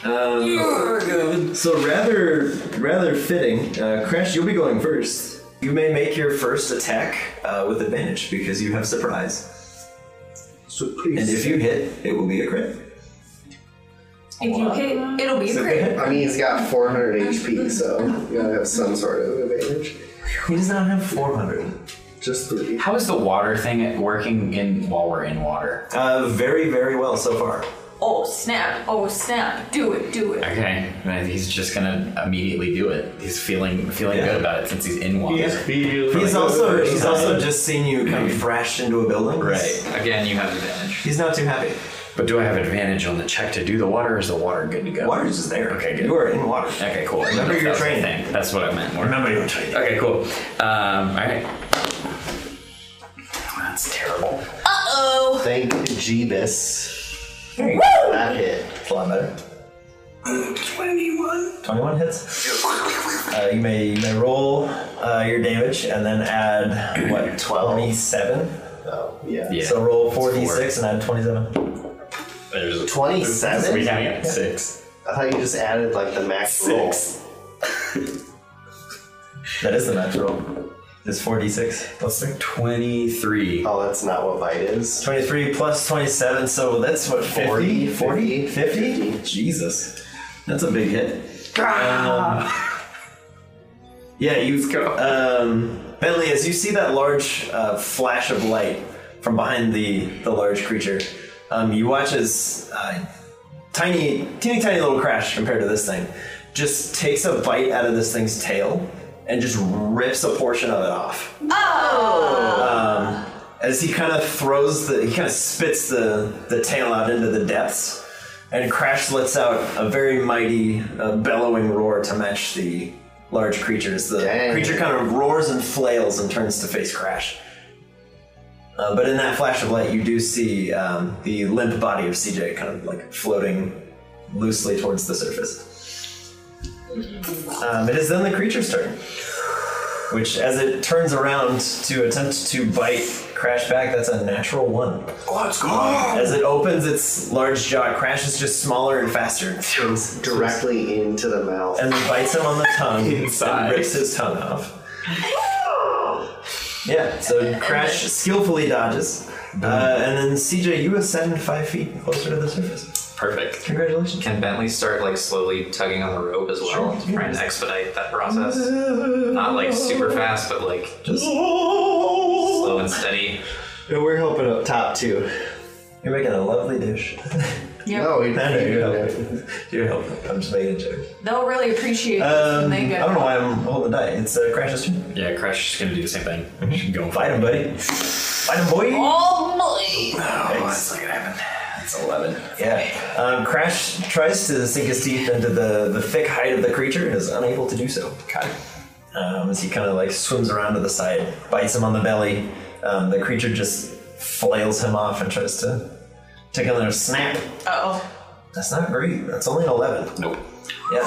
Speaker 2: Um, so rather, rather fitting. Uh, Crash, you'll be going first. You may make your first attack uh, with advantage because you have surprise. Surprise. And if you hit, it will be a crit.
Speaker 7: If you hit, it'll be a crit.
Speaker 5: I mean, he's got 400 HP, so you gotta have some sort of advantage.
Speaker 2: He does not have 400.
Speaker 5: Just three.
Speaker 17: How is the water thing working in while we're in water?
Speaker 2: Uh, very, very well so far.
Speaker 7: Oh snap! Oh snap! Do it! Do it!
Speaker 17: Okay, man, he's just gonna immediately do it. He's feeling feeling good about it since he's in water.
Speaker 2: He's also he's also just seen you come fresh into a building.
Speaker 17: right. Again, you have advantage.
Speaker 2: He's not too happy.
Speaker 17: But do I have advantage on the check to do the water? Or is the water good to go?
Speaker 2: Water's just there.
Speaker 17: Okay, good.
Speaker 2: You are in water.
Speaker 17: Okay, cool.
Speaker 2: Remember
Speaker 17: That
Speaker 2: your
Speaker 17: was the
Speaker 2: training.
Speaker 17: thing. That's what I meant.
Speaker 2: Remember your training.
Speaker 17: Okay, cool. Um, all right. Oh, That's terrible.
Speaker 7: Uh-oh.
Speaker 5: Thank Jeebus.
Speaker 2: Hey,
Speaker 5: That hit.
Speaker 2: It's a lot better.
Speaker 8: 21.
Speaker 2: 21 hits. Uh, you may you may roll uh, your damage and then add what 27.
Speaker 5: Oh yeah.
Speaker 17: Yeah.
Speaker 2: So roll
Speaker 17: four.
Speaker 2: 4d6 and add 27.
Speaker 17: There's a
Speaker 5: 27?
Speaker 17: We counting at six.
Speaker 5: I thought you just added like the max
Speaker 2: Six. That is the max roll. It's 4d6 plus 3.
Speaker 17: Twenty-three.
Speaker 5: roll. Oh, that's not what bite is.
Speaker 2: 23 plus 27, so that's what, 50?
Speaker 5: 40?
Speaker 2: 40? 50? Jesus. That's a big hit. Um, yeah, you. Um, Bentley, as you see that large uh, flash of light from behind the, the large creature, um, you watch as uh, tiny, teeny tiny little crash compared to this thing just takes a bite out of this thing's tail and just rips a portion of it off Um, as he kind of throws the he kind of spits the the tail out into the depths and crash lets out a very mighty uh, bellowing roar to match the large creatures the
Speaker 5: Dang.
Speaker 2: creature kind of roars and flails and turns to face crash uh, but in that flash of light you do see um, the limp body of cj kind of like floating loosely towards the surface um, it is then the creature's turn which, as it turns around to attempt to bite Crash back, that's a natural one.
Speaker 5: Let's go.
Speaker 2: As it opens its large jaw, Crash is just smaller and faster.
Speaker 5: Directly into the mouth.
Speaker 2: And then bites him on the tongue
Speaker 17: Inside.
Speaker 2: and rips his tongue off. Yeah, so Crash skillfully dodges. Uh, and then CJ, you ascend five feet closer to the surface.
Speaker 6: Perfect.
Speaker 2: Congratulations.
Speaker 6: Can Bentley start like slowly tugging on the rope as well to try and expedite that process? Not like super fast, but like just slow and steady.
Speaker 5: And we're helping up top too.
Speaker 2: You're making a lovely dish.
Speaker 5: No, we
Speaker 2: I know you're helping. You're helping. I'm just making a joke.
Speaker 7: They'll really appreciate this
Speaker 2: Um,
Speaker 7: when
Speaker 2: I
Speaker 7: they get.
Speaker 2: don't know why I'm holding the die. It's uh, Crash's turn.
Speaker 17: Yeah, Crash is gonna do the same thing. She's going
Speaker 2: Fight him, buddy. Fight him, boy.
Speaker 7: Oh boy!
Speaker 17: Oh, that's not gonna happen. That's eleven.
Speaker 2: Yeah. Um, Crash tries to sink his teeth into the, the thick hide of the creature and is unable to do so. God. Um, as he kind of like swims around to the side, bites him on the belly. Um, the creature just flails him off and tries to take another snap.
Speaker 7: Oh,
Speaker 2: That's not great. That's only an 11.
Speaker 17: Nope.
Speaker 2: Yeah.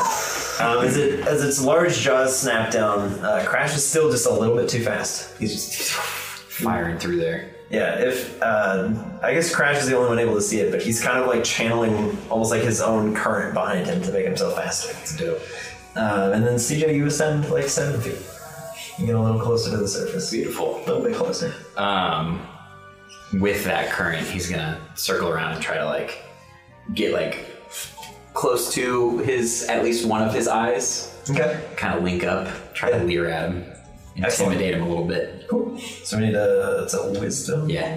Speaker 2: Um, as, it, as its large jaws snap down, uh, Crash is still just a little bit too fast. He's just.
Speaker 17: Firing through there.
Speaker 2: Yeah, if uh, I guess Crash is the only one able to see it, but he's kind of like channeling almost like his own current behind him to make himself faster. It's dope. Um, and then CJ, you ascend like seven feet. You get a little closer to the surface. Beautiful. A little bit closer.
Speaker 17: Um, with that current, he's gonna circle around and try to like get like close to his at least one of his eyes.
Speaker 2: Okay.
Speaker 17: Kind of link up, try to leer at him, intimidate
Speaker 2: Excellent.
Speaker 17: him a little bit.
Speaker 2: Cool. So we need a it's a wisdom.
Speaker 17: Yeah.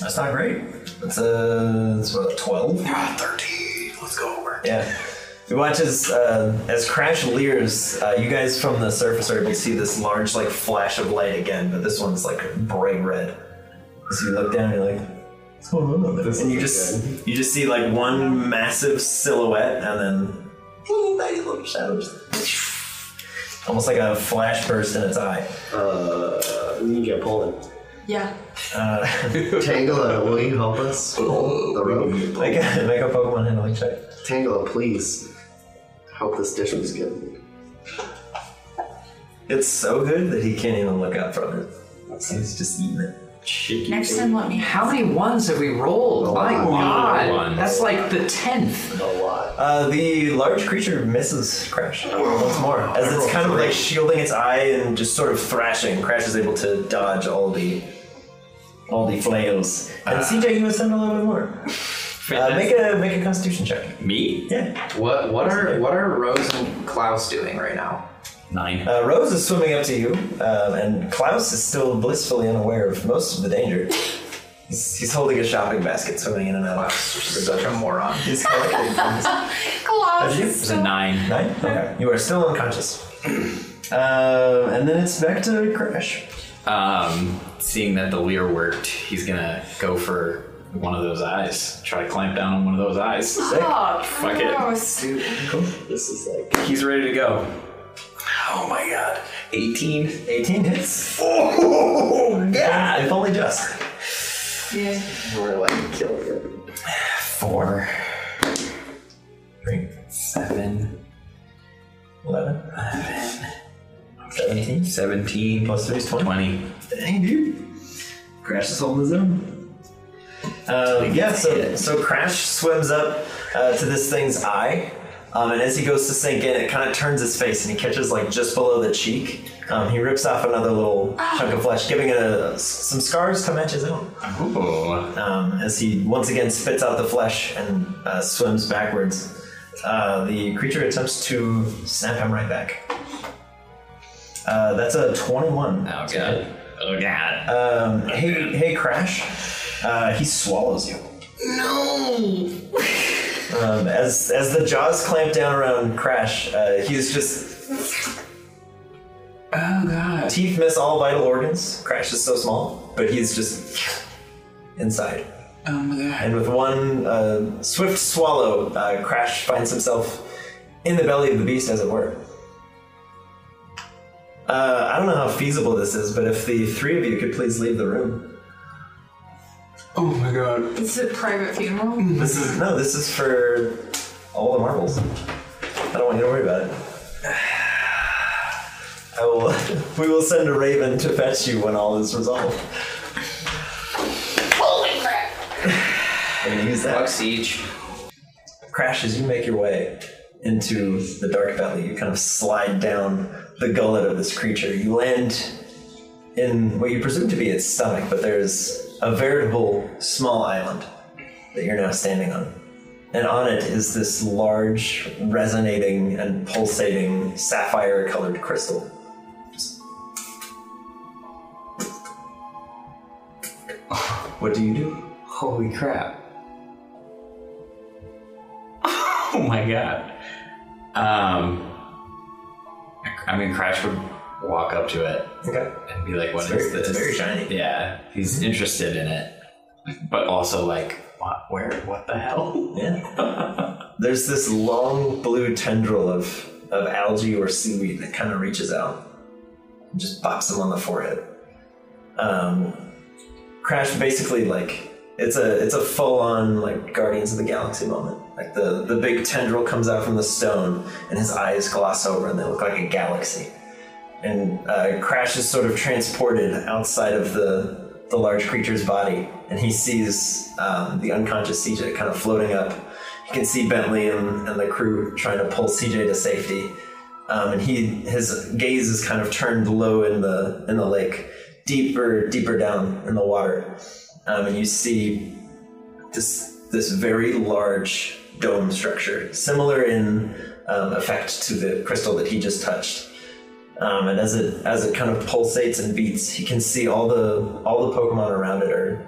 Speaker 2: That's not great. Ah, It's a it's what twelve.
Speaker 17: Thirteen. Let's go over.
Speaker 2: Yeah. We watch as uh, as Crash leers. Uh, you guys from the surface are able to see this large like flash of light again, but this one's like bright red. So you look down, you're like, what's going on? over there?" And you just you just see like one massive silhouette, and then little tiny little shadows. Almost like a flash burst in its eye.
Speaker 5: Uh, you get pulled
Speaker 7: yeah.
Speaker 5: in. Tangela, will you help us pull the rope?
Speaker 2: Make a, make a Pokemon handling check.
Speaker 5: Tangela, please help this dish was good.
Speaker 2: It's so good that he can't even look up from it. He's just eating it.
Speaker 7: Next time, let me.
Speaker 6: How many ones have we rolled? My
Speaker 2: lot.
Speaker 6: God,
Speaker 2: One.
Speaker 6: that's like the tenth.
Speaker 5: A lot.
Speaker 2: Uh, the large creature misses Crash once more, as it's kind of like shielding its eye and just sort of thrashing. Crash is able to dodge all the all the flails. And CJ, you ascend a little bit more. Uh, make a make a Constitution check.
Speaker 9: Me?
Speaker 2: Yeah.
Speaker 6: What what are what are Rose and Klaus doing right now?
Speaker 9: Nine.
Speaker 2: Uh, Rose is swimming up to you, um, and Klaus is still blissfully unaware of most of the danger. He's, he's holding a shopping basket, swimming in and out. Such
Speaker 6: a moron.
Speaker 2: He's collecting things.
Speaker 7: Gloves.
Speaker 9: It's a nine.
Speaker 2: Nine? Okay. You are still unconscious. um, and then it's back to Crash.
Speaker 17: Um, seeing that the leer worked, he's gonna go for one of those eyes. Try to clamp down on one of those eyes.
Speaker 7: Stop.
Speaker 17: Fuck it.
Speaker 7: gross.
Speaker 5: This is like
Speaker 17: He's ready to go. Oh my god. 18.
Speaker 2: 18 hits. Oh, yeah! If only just.
Speaker 7: Yeah.
Speaker 5: we're like killing him.
Speaker 17: Four.
Speaker 2: Three.
Speaker 17: Seven.
Speaker 2: 11.
Speaker 17: eleven,
Speaker 2: 17.
Speaker 17: 17.
Speaker 2: Plus 3 is 20.
Speaker 17: 20.
Speaker 2: Dang, dude. Crash is holding his own. Um, yeah, so, so Crash swims up uh, to this thing's eye, um, and as he goes to sink in, it kind of turns his face, and he catches like just below the cheek. Um, he rips off another little chunk of flesh, giving it a, some scars to match his own.
Speaker 17: Oh.
Speaker 2: Um, as he once again spits out the flesh and uh, swims backwards, uh, the creature attempts to snap him right back. Uh, that's a 21.
Speaker 17: Oh god. Oh god.
Speaker 2: Um, hey, hey, Crash. Uh, he swallows you. No. um, as as the jaws clamp down around Crash, uh, he's just
Speaker 8: Oh god.
Speaker 2: teeth miss all vital organs. Crash is so small, but he's just inside.
Speaker 8: Oh my god.
Speaker 2: And with one uh, swift swallow, uh, Crash finds himself in the belly of the beast, as it were. Uh, I don't know how feasible this is, but if the three of you could please leave the room.
Speaker 8: Oh my god.
Speaker 7: This is a private funeral.
Speaker 2: This is no, this is for all the marbles. I don't want you to worry about it. I will. we will send a raven to fetch you when all is resolved.
Speaker 7: Holy crap.
Speaker 2: I'm gonna use
Speaker 6: Fuck
Speaker 2: that.
Speaker 6: siege.
Speaker 2: Crash, as you make your way into the dark valley, you kind of slide down the gullet of this creature. You land in what you presume to be its stomach, but there's a veritable small island that you're now standing on. And on it is this large, resonating, and pulsating sapphire colored crystal. Just- What do you do?
Speaker 17: Holy crap. Oh my god. Um, I mean, Crash would walk up to it
Speaker 2: Okay.
Speaker 17: and be like, "What is
Speaker 2: It's very-
Speaker 17: this?"
Speaker 2: it's very Mm-hmm. shiny.
Speaker 17: Yeah, he's interested in it, but also like, what, "Where? What the hell?"
Speaker 2: Yeah. There's this long blue tendril of, of algae or seaweed that kind of reaches out and just bops him on the forehead. Um, Crash basically like it's a it's a full on like Guardians of the Galaxy moment. Like the the big tendril comes out from the stone and his eyes gloss over and they look like a galaxy. And uh, Crash is sort of transported outside of the the large creature's body, and he sees um, the unconscious CJ kind of floating up you can see Bentley and, and the crew trying to pull CJ to safety. Um, and he his gaze is kind of turned low in the in the lake, deeper deeper down in the water, um, and you see this this very large dome structure, similar in um, effect to the crystal that he just touched. Um, and as it as it kind of pulsates and beats, you can see all the all the Pokemon around it are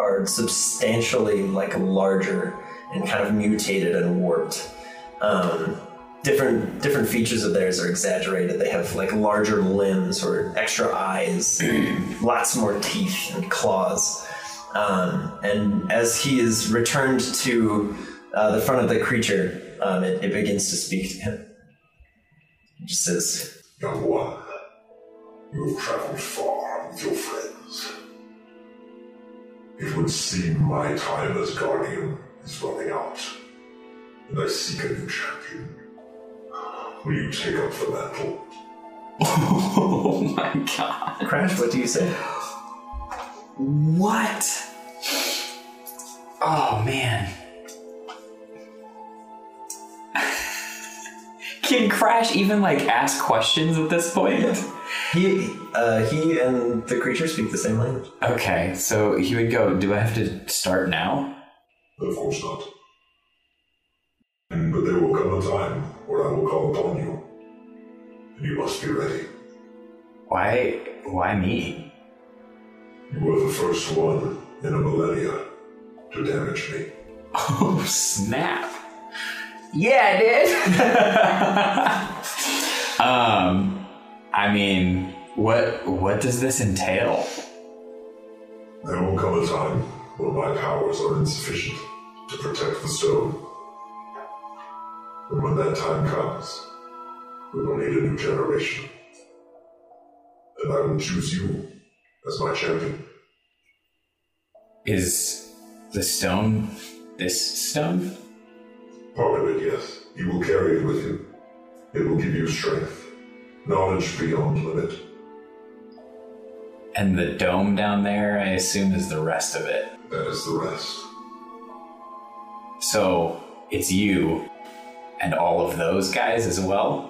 Speaker 2: are substantially like larger and kind of mutated and warped. Um, different different features of theirs are exaggerated. They have like larger limbs or extra eyes, lots more teeth and claws. Um, and as he is returned to uh, the front of the creature, um, it, it begins to speak to him. It just says,
Speaker 18: Young one, you have traveled far with your friends. It would seem my time as guardian is running out, and I seek a new champion. Will you take up the mantle?
Speaker 17: oh my god.
Speaker 2: Crash, what do you say?
Speaker 19: What?
Speaker 6: Oh man. Can Crash even like ask questions at this point?
Speaker 2: He uh, he and the creature speak the same language.
Speaker 6: Okay, so he would go, do I have to start now?
Speaker 18: Of course not. But there will come a time where I will call upon you, and you must be ready.
Speaker 6: Why why me?
Speaker 18: You were the first one in a millennia to damage me.
Speaker 6: Oh snap. Yeah, I did. um I mean, what what does this entail?
Speaker 18: There will come a time when my powers are insufficient to protect the stone. And when that time comes, we will need a new generation. And I will choose you as my champion.
Speaker 6: Is the stone this stone?
Speaker 18: Part of it, yes. You will carry it with you. It will give you strength, knowledge beyond limit.
Speaker 6: And the dome down there, I assume, is the rest of it.
Speaker 18: That is the rest.
Speaker 6: So it's you and all of those guys as well?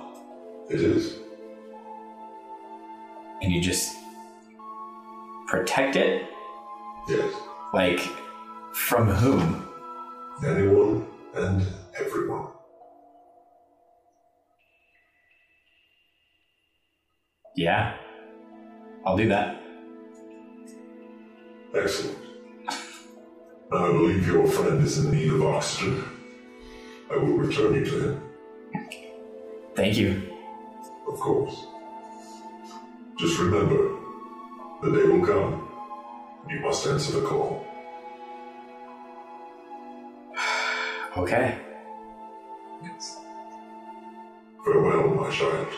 Speaker 18: It is.
Speaker 6: And you just protect it?
Speaker 18: Yes.
Speaker 6: Like, from whom?
Speaker 18: Anyone and everyone.
Speaker 6: Yeah. I'll do that.
Speaker 18: Excellent. I believe your friend is in need of oxygen. I will return you to him,
Speaker 6: Thank you.
Speaker 18: of course. Just remember, the day will come. You must answer the call.
Speaker 6: Okay.
Speaker 18: Farewell, my child.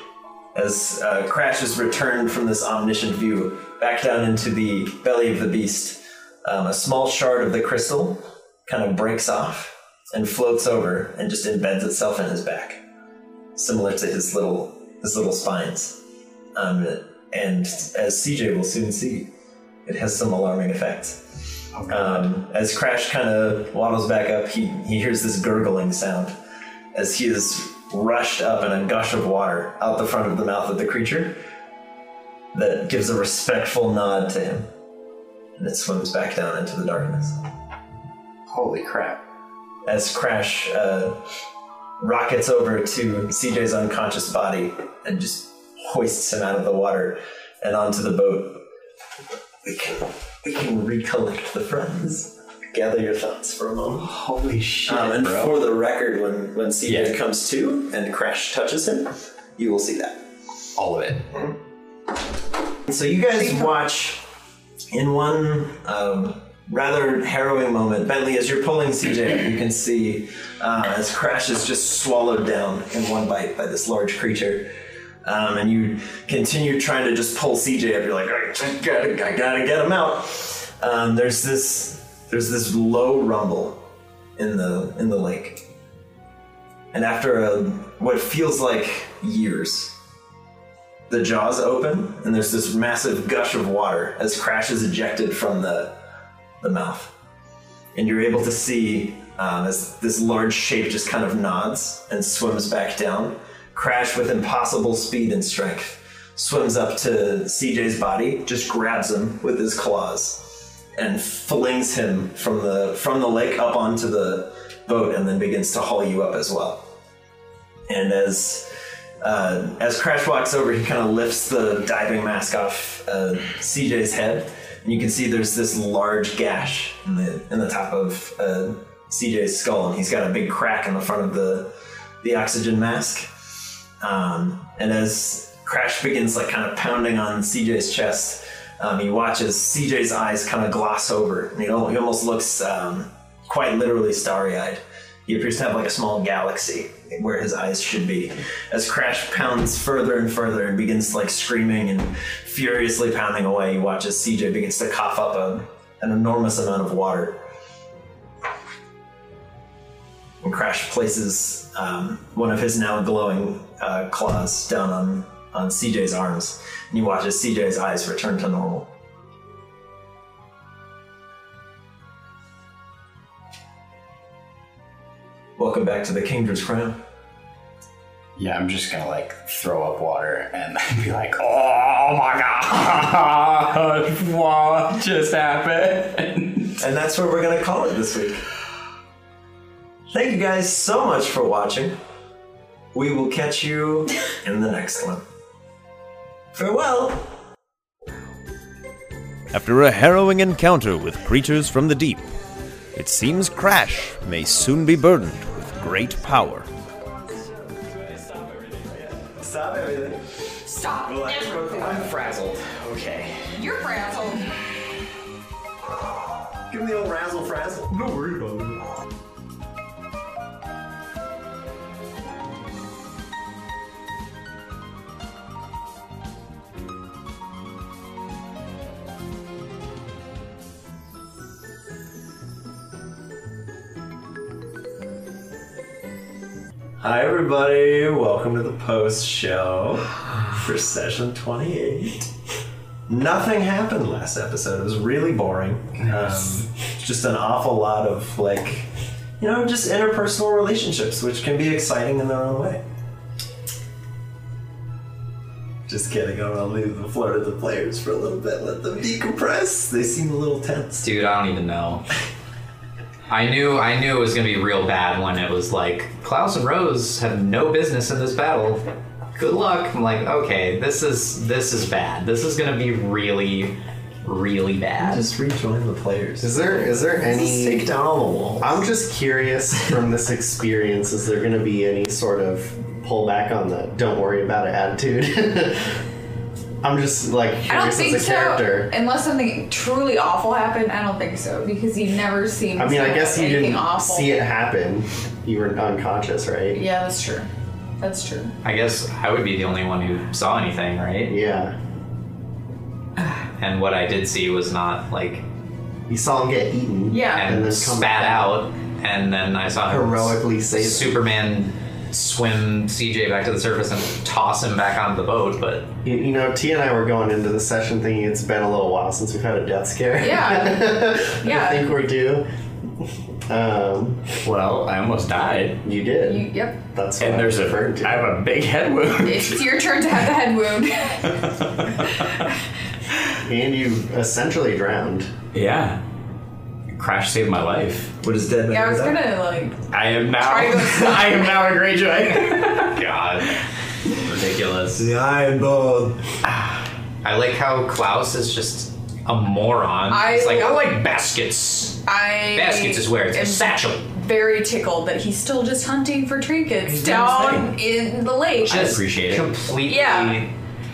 Speaker 2: As uh, Crash is returned from this omniscient view, back down into the belly of the beast, um, a small shard of the crystal kind of breaks off and floats over and just embeds itself in his back, similar to his little his little spines. Um, and as CJ will soon see, it has some alarming effects. Um, as Crash kind of waddles back up, he, he hears this gurgling sound as he is rushed up in a gush of water out the front of the mouth of the creature that gives a respectful nod to him. And it swims back down into the darkness.
Speaker 6: Holy crap.
Speaker 2: As Crash uh, rockets over to CJ's unconscious body and just hoists him out of the water and onto the boat. We can, we can recollect the friends. Gather your thoughts for a moment.
Speaker 6: Holy shit.
Speaker 2: Um, and
Speaker 6: bro.
Speaker 2: for the record, when, when CJ comes to and Crash touches him, you will see that.
Speaker 6: All of it.
Speaker 2: So you guys watch in one um, rather harrowing moment. Bentley, as you're pulling CJ, up, you can see uh, as Crash is just swallowed down in one bite by this large creature. Um, and you continue trying to just pull CJ up. You're like, I just gotta, I gotta get him out. Um, there's this, there's this low rumble in the in the lake, and after a, what feels like years, the jaws open, and there's this massive gush of water as Crash is ejected from the, the mouth. And you're able to see um, as this large shape just kind of nods and swims back down. Crash, with impossible speed and strength, swims up to CJ's body, just grabs him with his claws, and flings him from the from the lake up onto the boat, and then begins to haul you up as well. And as uh, as Crash walks over, he kind of lifts the diving mask off uh, CJ's head, and you can see there's this large gash in the in the top of uh, CJ's skull, and he's got a big crack in the front of the the oxygen mask. Um, and as Crash begins like kind of pounding on CJ's chest, um, he watches CJ's eyes kind of gloss over, and he, al- he almost looks um, quite literally starry-eyed. He appears to have like a small galaxy where his eyes should be. As Crash pounds further and further and begins like screaming and furiously pounding away, you watch as CJ begins to cough up a, an enormous amount of water. And Crash places um, one of his now glowing uh, claws down on, on CJ's arms, and you watch as CJ's eyes return to normal. Welcome back to the Kingdom's Crown.
Speaker 17: Yeah, I'm just gonna like throw up water and be like, oh my god, what just happened?
Speaker 2: And that's where we're going to call it this week. Thank you guys so much for watching. We will catch you in the next one. Farewell!
Speaker 1: After a harrowing encounter with creatures from the deep, it seems Crash may soon be burdened with great power.
Speaker 2: Stop everything.
Speaker 7: Stop everything.
Speaker 6: I'm frazzled. Okay.
Speaker 7: You're frazzled.
Speaker 2: Give him the old razzle frazzle. Don't worry about it. Hi, everybody. Welcome to the post show for session 28. Nothing happened last episode. It was really boring. Um, just an awful lot of, like, you know, just interpersonal relationships, which can be exciting in their own way. Just kidding. I'm going to leave the floor to the players for a little bit. Let them decompress. They seem a little tense.
Speaker 6: Dude, I don't even know. I knew I knew it was gonna be real bad when it was like Klaus and Rose have no business in this battle. Good luck. I'm like, okay, this is this is bad. This is gonna be really, really bad.
Speaker 2: Just rejoin the players.
Speaker 5: Is there is there any
Speaker 2: Take down all the walls.
Speaker 5: I'm just curious from this experience, is there gonna be any sort of pullback on the don't worry about it attitude? I'm just like
Speaker 7: I don't
Speaker 5: curious
Speaker 7: think
Speaker 5: as a
Speaker 7: so.
Speaker 5: character.
Speaker 7: Unless something truly awful happened, I don't think so because you never seen.
Speaker 5: I mean I guess you
Speaker 7: anything
Speaker 5: didn't
Speaker 7: awful.
Speaker 5: see it happen. You were unconscious, right?
Speaker 7: Yeah, that's true. That's true.
Speaker 6: I guess I would be the only one who saw anything, right?
Speaker 5: Yeah.
Speaker 6: And what I did see was not like
Speaker 5: You saw him get eaten.
Speaker 7: Yeah.
Speaker 6: and,
Speaker 5: And then come
Speaker 6: spat
Speaker 5: back.
Speaker 6: out, and then I saw him
Speaker 5: Heroically
Speaker 6: s-
Speaker 5: saved.
Speaker 6: Superman swim CJ back to the surface and toss him back onto the boat, but
Speaker 5: You, you know, T and I were going into the session thinking it's been a little while since we've had a death scare.
Speaker 7: Yeah.
Speaker 5: I
Speaker 7: yeah.
Speaker 5: think we're due. Um,
Speaker 17: Well, I almost died.
Speaker 5: you did.
Speaker 7: You, yep.
Speaker 5: That's what
Speaker 17: And
Speaker 5: I
Speaker 17: there's a
Speaker 5: referred to.
Speaker 17: I have a big head wound.
Speaker 7: It's your turn to have the head wound.
Speaker 5: And you essentially drowned.
Speaker 17: Yeah. Crash saved my life.
Speaker 2: What is dead man?
Speaker 7: yeah, I was
Speaker 2: do?
Speaker 7: gonna like.
Speaker 17: I am now
Speaker 7: Try to go to
Speaker 17: I am now a great joy.
Speaker 6: God. Ridiculous.
Speaker 2: The Iron Ball.
Speaker 6: I like how Klaus is just a moron.
Speaker 7: I
Speaker 6: He's like, I
Speaker 7: lo-
Speaker 6: like baskets.
Speaker 7: I
Speaker 6: Baskets is where it's a
Speaker 7: am
Speaker 6: satchel.
Speaker 7: Very tickled that he's still just hunting for trinkets down in the lake.
Speaker 6: Just
Speaker 17: appreciate it.
Speaker 6: Completely
Speaker 7: Yeah.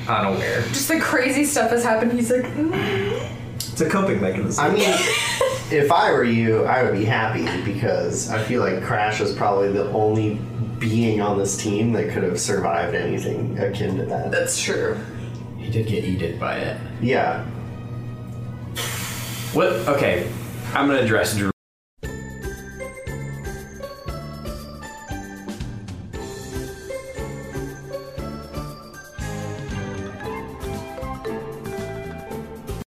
Speaker 6: unaware.
Speaker 7: Just the crazy stuff has happened. He's like, mm.
Speaker 2: It's a coping mechanism.
Speaker 5: I mean, if I were you, I would be happy because I feel like Crash is probably the only being on this team that could have survived anything akin to that.
Speaker 7: that's true.
Speaker 17: He did get eaten by it.
Speaker 5: Yeah.
Speaker 17: What okay. I'm gonna address Drew